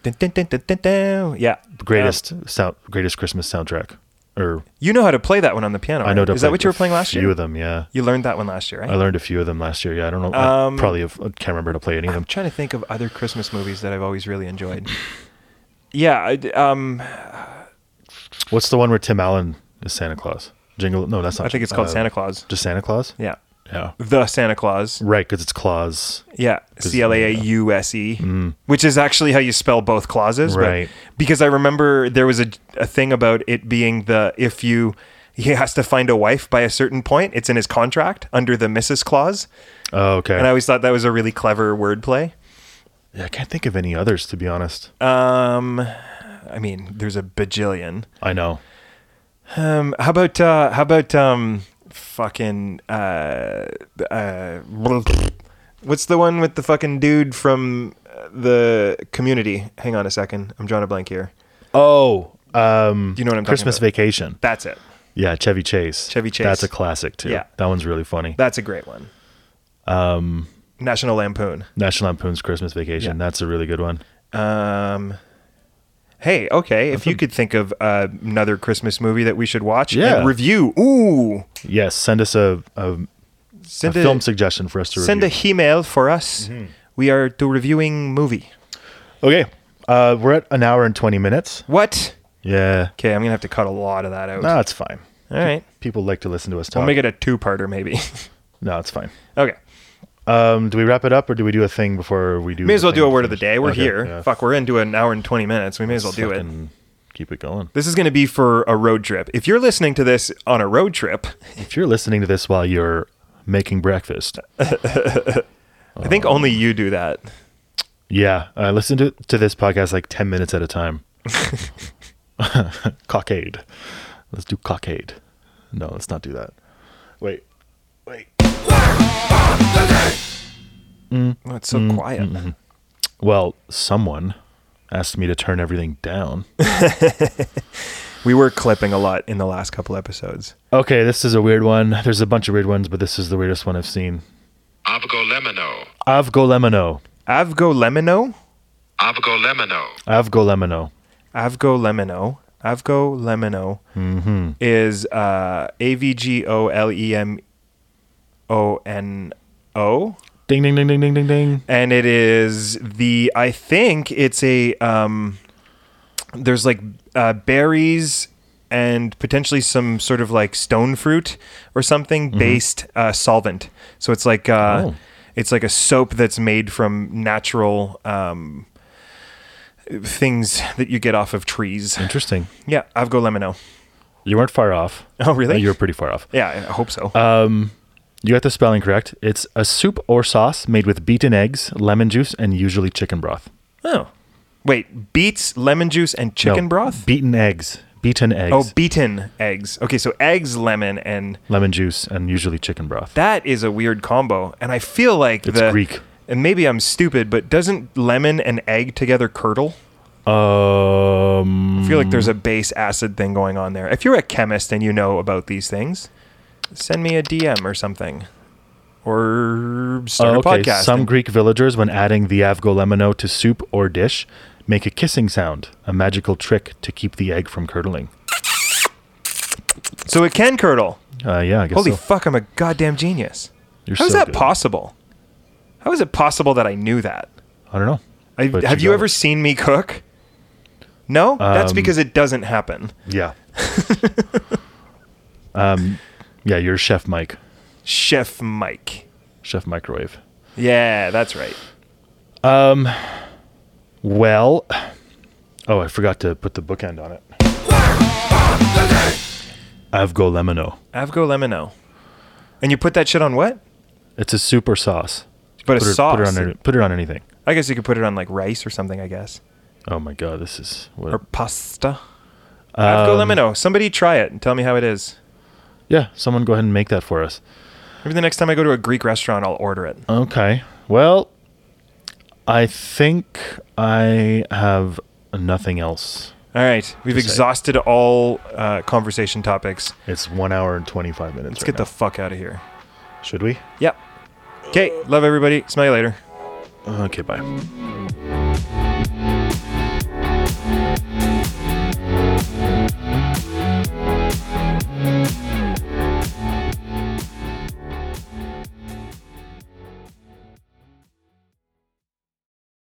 [SPEAKER 4] Dun, dun, dun, dun, dun, dun. Yeah. Uh,
[SPEAKER 5] greatest sound, greatest Christmas soundtrack. Or
[SPEAKER 4] You know how to play that one on the piano.
[SPEAKER 5] I
[SPEAKER 4] right?
[SPEAKER 5] know. to
[SPEAKER 4] Is that
[SPEAKER 5] play
[SPEAKER 4] what you were
[SPEAKER 5] a
[SPEAKER 4] playing last
[SPEAKER 5] few
[SPEAKER 4] year?
[SPEAKER 5] of them. Yeah.
[SPEAKER 4] You learned that one last year, right?
[SPEAKER 5] I learned a few of them last year. Yeah, I don't know. I
[SPEAKER 4] Um, ah.
[SPEAKER 5] probably have, I can't remember to play any of them.
[SPEAKER 4] I'm trying to think of other Christmas movies that I've always really enjoyed. yeah, I d- um,
[SPEAKER 5] What's the one where Tim Allen is Santa Claus? Jingle? No, that's not.
[SPEAKER 4] I think it's called
[SPEAKER 5] uh,
[SPEAKER 4] Santa Claus.
[SPEAKER 5] Just Santa Claus?
[SPEAKER 4] Yeah,
[SPEAKER 5] Yeah.
[SPEAKER 4] the Santa Claus.
[SPEAKER 5] Right, because it's Claus.
[SPEAKER 4] Yeah, C L A A U S E, which is actually how you spell both clauses, but-
[SPEAKER 5] Right.
[SPEAKER 4] because I remember there was a, a thing about it being the if you he has to find a wife by a certain point. It's in his contract under the Mrs. clause.
[SPEAKER 5] Oh, okay.
[SPEAKER 4] And I always thought that was a really clever wordplay.
[SPEAKER 5] Yeah, I can't think of any others to be honest.
[SPEAKER 4] Um, I mean, there's a bajillion.
[SPEAKER 5] I know.
[SPEAKER 4] Um, how about uh, how about um, fucking uh, uh, what's the one with the fucking dude from uh, the community? Hang on a second, I'm drawing a blank here.
[SPEAKER 5] Oh, um,
[SPEAKER 4] Do you know what I'm
[SPEAKER 5] Christmas
[SPEAKER 4] talking about?
[SPEAKER 5] Vacation.
[SPEAKER 4] That's it.
[SPEAKER 5] Yeah, Chevy Chase.
[SPEAKER 4] Chevy Chase.
[SPEAKER 5] That's a classic too.
[SPEAKER 4] Yeah.
[SPEAKER 5] that one's really funny.
[SPEAKER 4] That's a great one. Um,
[SPEAKER 5] um,
[SPEAKER 4] National Lampoon.
[SPEAKER 5] National Lampoon's Christmas Vacation.
[SPEAKER 4] Yeah.
[SPEAKER 5] That's a really good one.
[SPEAKER 4] Um, hey, okay, if you could think of uh, another Christmas movie that we should watch
[SPEAKER 5] Yeah.
[SPEAKER 4] and review, ooh,
[SPEAKER 5] Yes, send us a, a, a
[SPEAKER 4] send a,
[SPEAKER 5] film suggestion for us to
[SPEAKER 4] send
[SPEAKER 5] review. Mm-hmm.
[SPEAKER 4] a email for us. We are to reviewing movie.
[SPEAKER 5] okay, uh, we're at an hour and twenty minutes.
[SPEAKER 4] What?
[SPEAKER 5] Yeah,
[SPEAKER 4] Okay, I'm gonna have to cut a lot of that out.
[SPEAKER 5] no, it's fine.
[SPEAKER 4] All right,
[SPEAKER 5] People like to listen to us talk.
[SPEAKER 4] we'll make it a two-parter maybe.
[SPEAKER 5] no, it's fine.
[SPEAKER 4] okay,
[SPEAKER 5] Um, do we wrap it up or do we do a thing before we do?
[SPEAKER 4] may as
[SPEAKER 5] the
[SPEAKER 4] well
[SPEAKER 5] thing
[SPEAKER 4] do a
[SPEAKER 5] to
[SPEAKER 4] word of the
[SPEAKER 5] finish?
[SPEAKER 4] day. We're
[SPEAKER 5] Okay,
[SPEAKER 4] here.
[SPEAKER 5] yeah.
[SPEAKER 4] Fuck, we're into an hour and twenty minutes. We may as well
[SPEAKER 5] Let's
[SPEAKER 4] do it.
[SPEAKER 5] fucking Keep it going.
[SPEAKER 4] This is going to be for a road trip. If you're listening to this on a road trip,
[SPEAKER 5] If you're listening to this while you're making breakfast,
[SPEAKER 4] I
[SPEAKER 5] Oh.
[SPEAKER 4] think only you do that.
[SPEAKER 5] yeah, I listen to, to this podcast like 10 minutes at a time. cockade. Let's do cockade. No, let's not do that. Wait. Wait.
[SPEAKER 4] Oh, it's so quiet.
[SPEAKER 5] Well, someone asked me to turn everything down.
[SPEAKER 4] We were clipping a lot in the last couple episodes.
[SPEAKER 5] okay, this is a weird one. There's a bunch of weird ones, but this is the weirdest one I've seen.
[SPEAKER 6] Avgolemino.
[SPEAKER 5] Avgolemino.
[SPEAKER 4] Avgo Lemino,
[SPEAKER 6] Avgolemino.
[SPEAKER 5] Avgolemino.
[SPEAKER 4] Avgo Lemino, Avgo Lemino is uh, A V G O L E M O N O,
[SPEAKER 5] Ding, ding, ding, ding, ding, ding, ding.
[SPEAKER 4] and it is the I think it's a um, there's like uh, berries and potentially some sort of like stone fruit or something based uh, solvent. So it's like uh,
[SPEAKER 5] Mm-hmm. Oh.
[SPEAKER 4] it's like a soap that's made from natural um, things that you get off of trees.
[SPEAKER 5] Interesting.
[SPEAKER 4] Yeah, Avgo Lemino.
[SPEAKER 5] You weren't far off.
[SPEAKER 4] Oh, really?
[SPEAKER 5] No, you were pretty far off.
[SPEAKER 4] Yeah, I hope so.
[SPEAKER 5] Uh, You got the spelling correct. It's a soup or sauce made with beaten eggs, lemon juice, and usually chicken broth.
[SPEAKER 4] oh, wait, beets, lemon juice, and chicken
[SPEAKER 5] No,
[SPEAKER 4] broth.
[SPEAKER 5] Beaten eggs. Beaten eggs.
[SPEAKER 4] Oh, beaten eggs. Okay, so eggs, lemon, and
[SPEAKER 5] lemon juice, and usually chicken broth.
[SPEAKER 4] that is a weird combo. And I feel like
[SPEAKER 5] It's
[SPEAKER 4] the
[SPEAKER 5] Greek.
[SPEAKER 4] And maybe I'm stupid, but doesn't lemon and egg together curdle?
[SPEAKER 5] um,
[SPEAKER 4] I feel like there's a
[SPEAKER 5] Mm.
[SPEAKER 4] base acid thing going on there. If you're a chemist and you know about these things, send me a DM or something, or start
[SPEAKER 5] oh, okay.
[SPEAKER 4] a podcast.
[SPEAKER 5] Some
[SPEAKER 4] and-
[SPEAKER 5] Greek villagers, when adding the avgolemino to soup or dish, make a kissing sound, a magical trick to keep the egg from curdling.
[SPEAKER 4] so it can curdle.
[SPEAKER 5] Uh, yeah, I guess
[SPEAKER 4] Holy
[SPEAKER 5] so.
[SPEAKER 4] fuck! I'm a goddamn genius.
[SPEAKER 5] You're
[SPEAKER 4] How is
[SPEAKER 5] so
[SPEAKER 4] that
[SPEAKER 5] good.
[SPEAKER 4] possible? How is it possible that I knew that?
[SPEAKER 5] I don't Um, know.
[SPEAKER 4] I,
[SPEAKER 5] But
[SPEAKER 4] have
[SPEAKER 5] you
[SPEAKER 4] you,
[SPEAKER 5] got
[SPEAKER 4] ever
[SPEAKER 5] it.
[SPEAKER 4] seen me cook? No, that's because it doesn't happen.
[SPEAKER 5] Yeah. um, yeah, you're Chef Mike.
[SPEAKER 4] Chef Mike.
[SPEAKER 5] Chef Microwave.
[SPEAKER 4] Yeah, that's right.
[SPEAKER 5] Well, oh, I forgot to put the bookend on it. Avgolemino.
[SPEAKER 4] Avgo Lemino. And you put that shit on what?
[SPEAKER 5] It's a soup or sauce.
[SPEAKER 4] But
[SPEAKER 5] put
[SPEAKER 4] a
[SPEAKER 5] it,
[SPEAKER 4] sauce.
[SPEAKER 5] Put it, on, any- put it on anything.
[SPEAKER 4] I guess you could put it on like rice or something. I guess
[SPEAKER 5] Oh my god, this is what.
[SPEAKER 4] or pasta.
[SPEAKER 5] Um,
[SPEAKER 4] Avgo Lemino. Somebody try it and tell me how it is.
[SPEAKER 5] yeah, someone go ahead and make that for us.
[SPEAKER 4] Maybe the next time I go to a Greek restaurant, I'll order it.
[SPEAKER 5] Okay. Well, I think I have nothing else.
[SPEAKER 4] All right, we've exhausted all uh, conversation topics.
[SPEAKER 5] It's one hour and twenty-five minutes.
[SPEAKER 4] Let's get the fuck out of here.
[SPEAKER 5] the. Should we?
[SPEAKER 4] Yep. Okay. Love everybody. Smell you later.
[SPEAKER 5] Okay. Bye.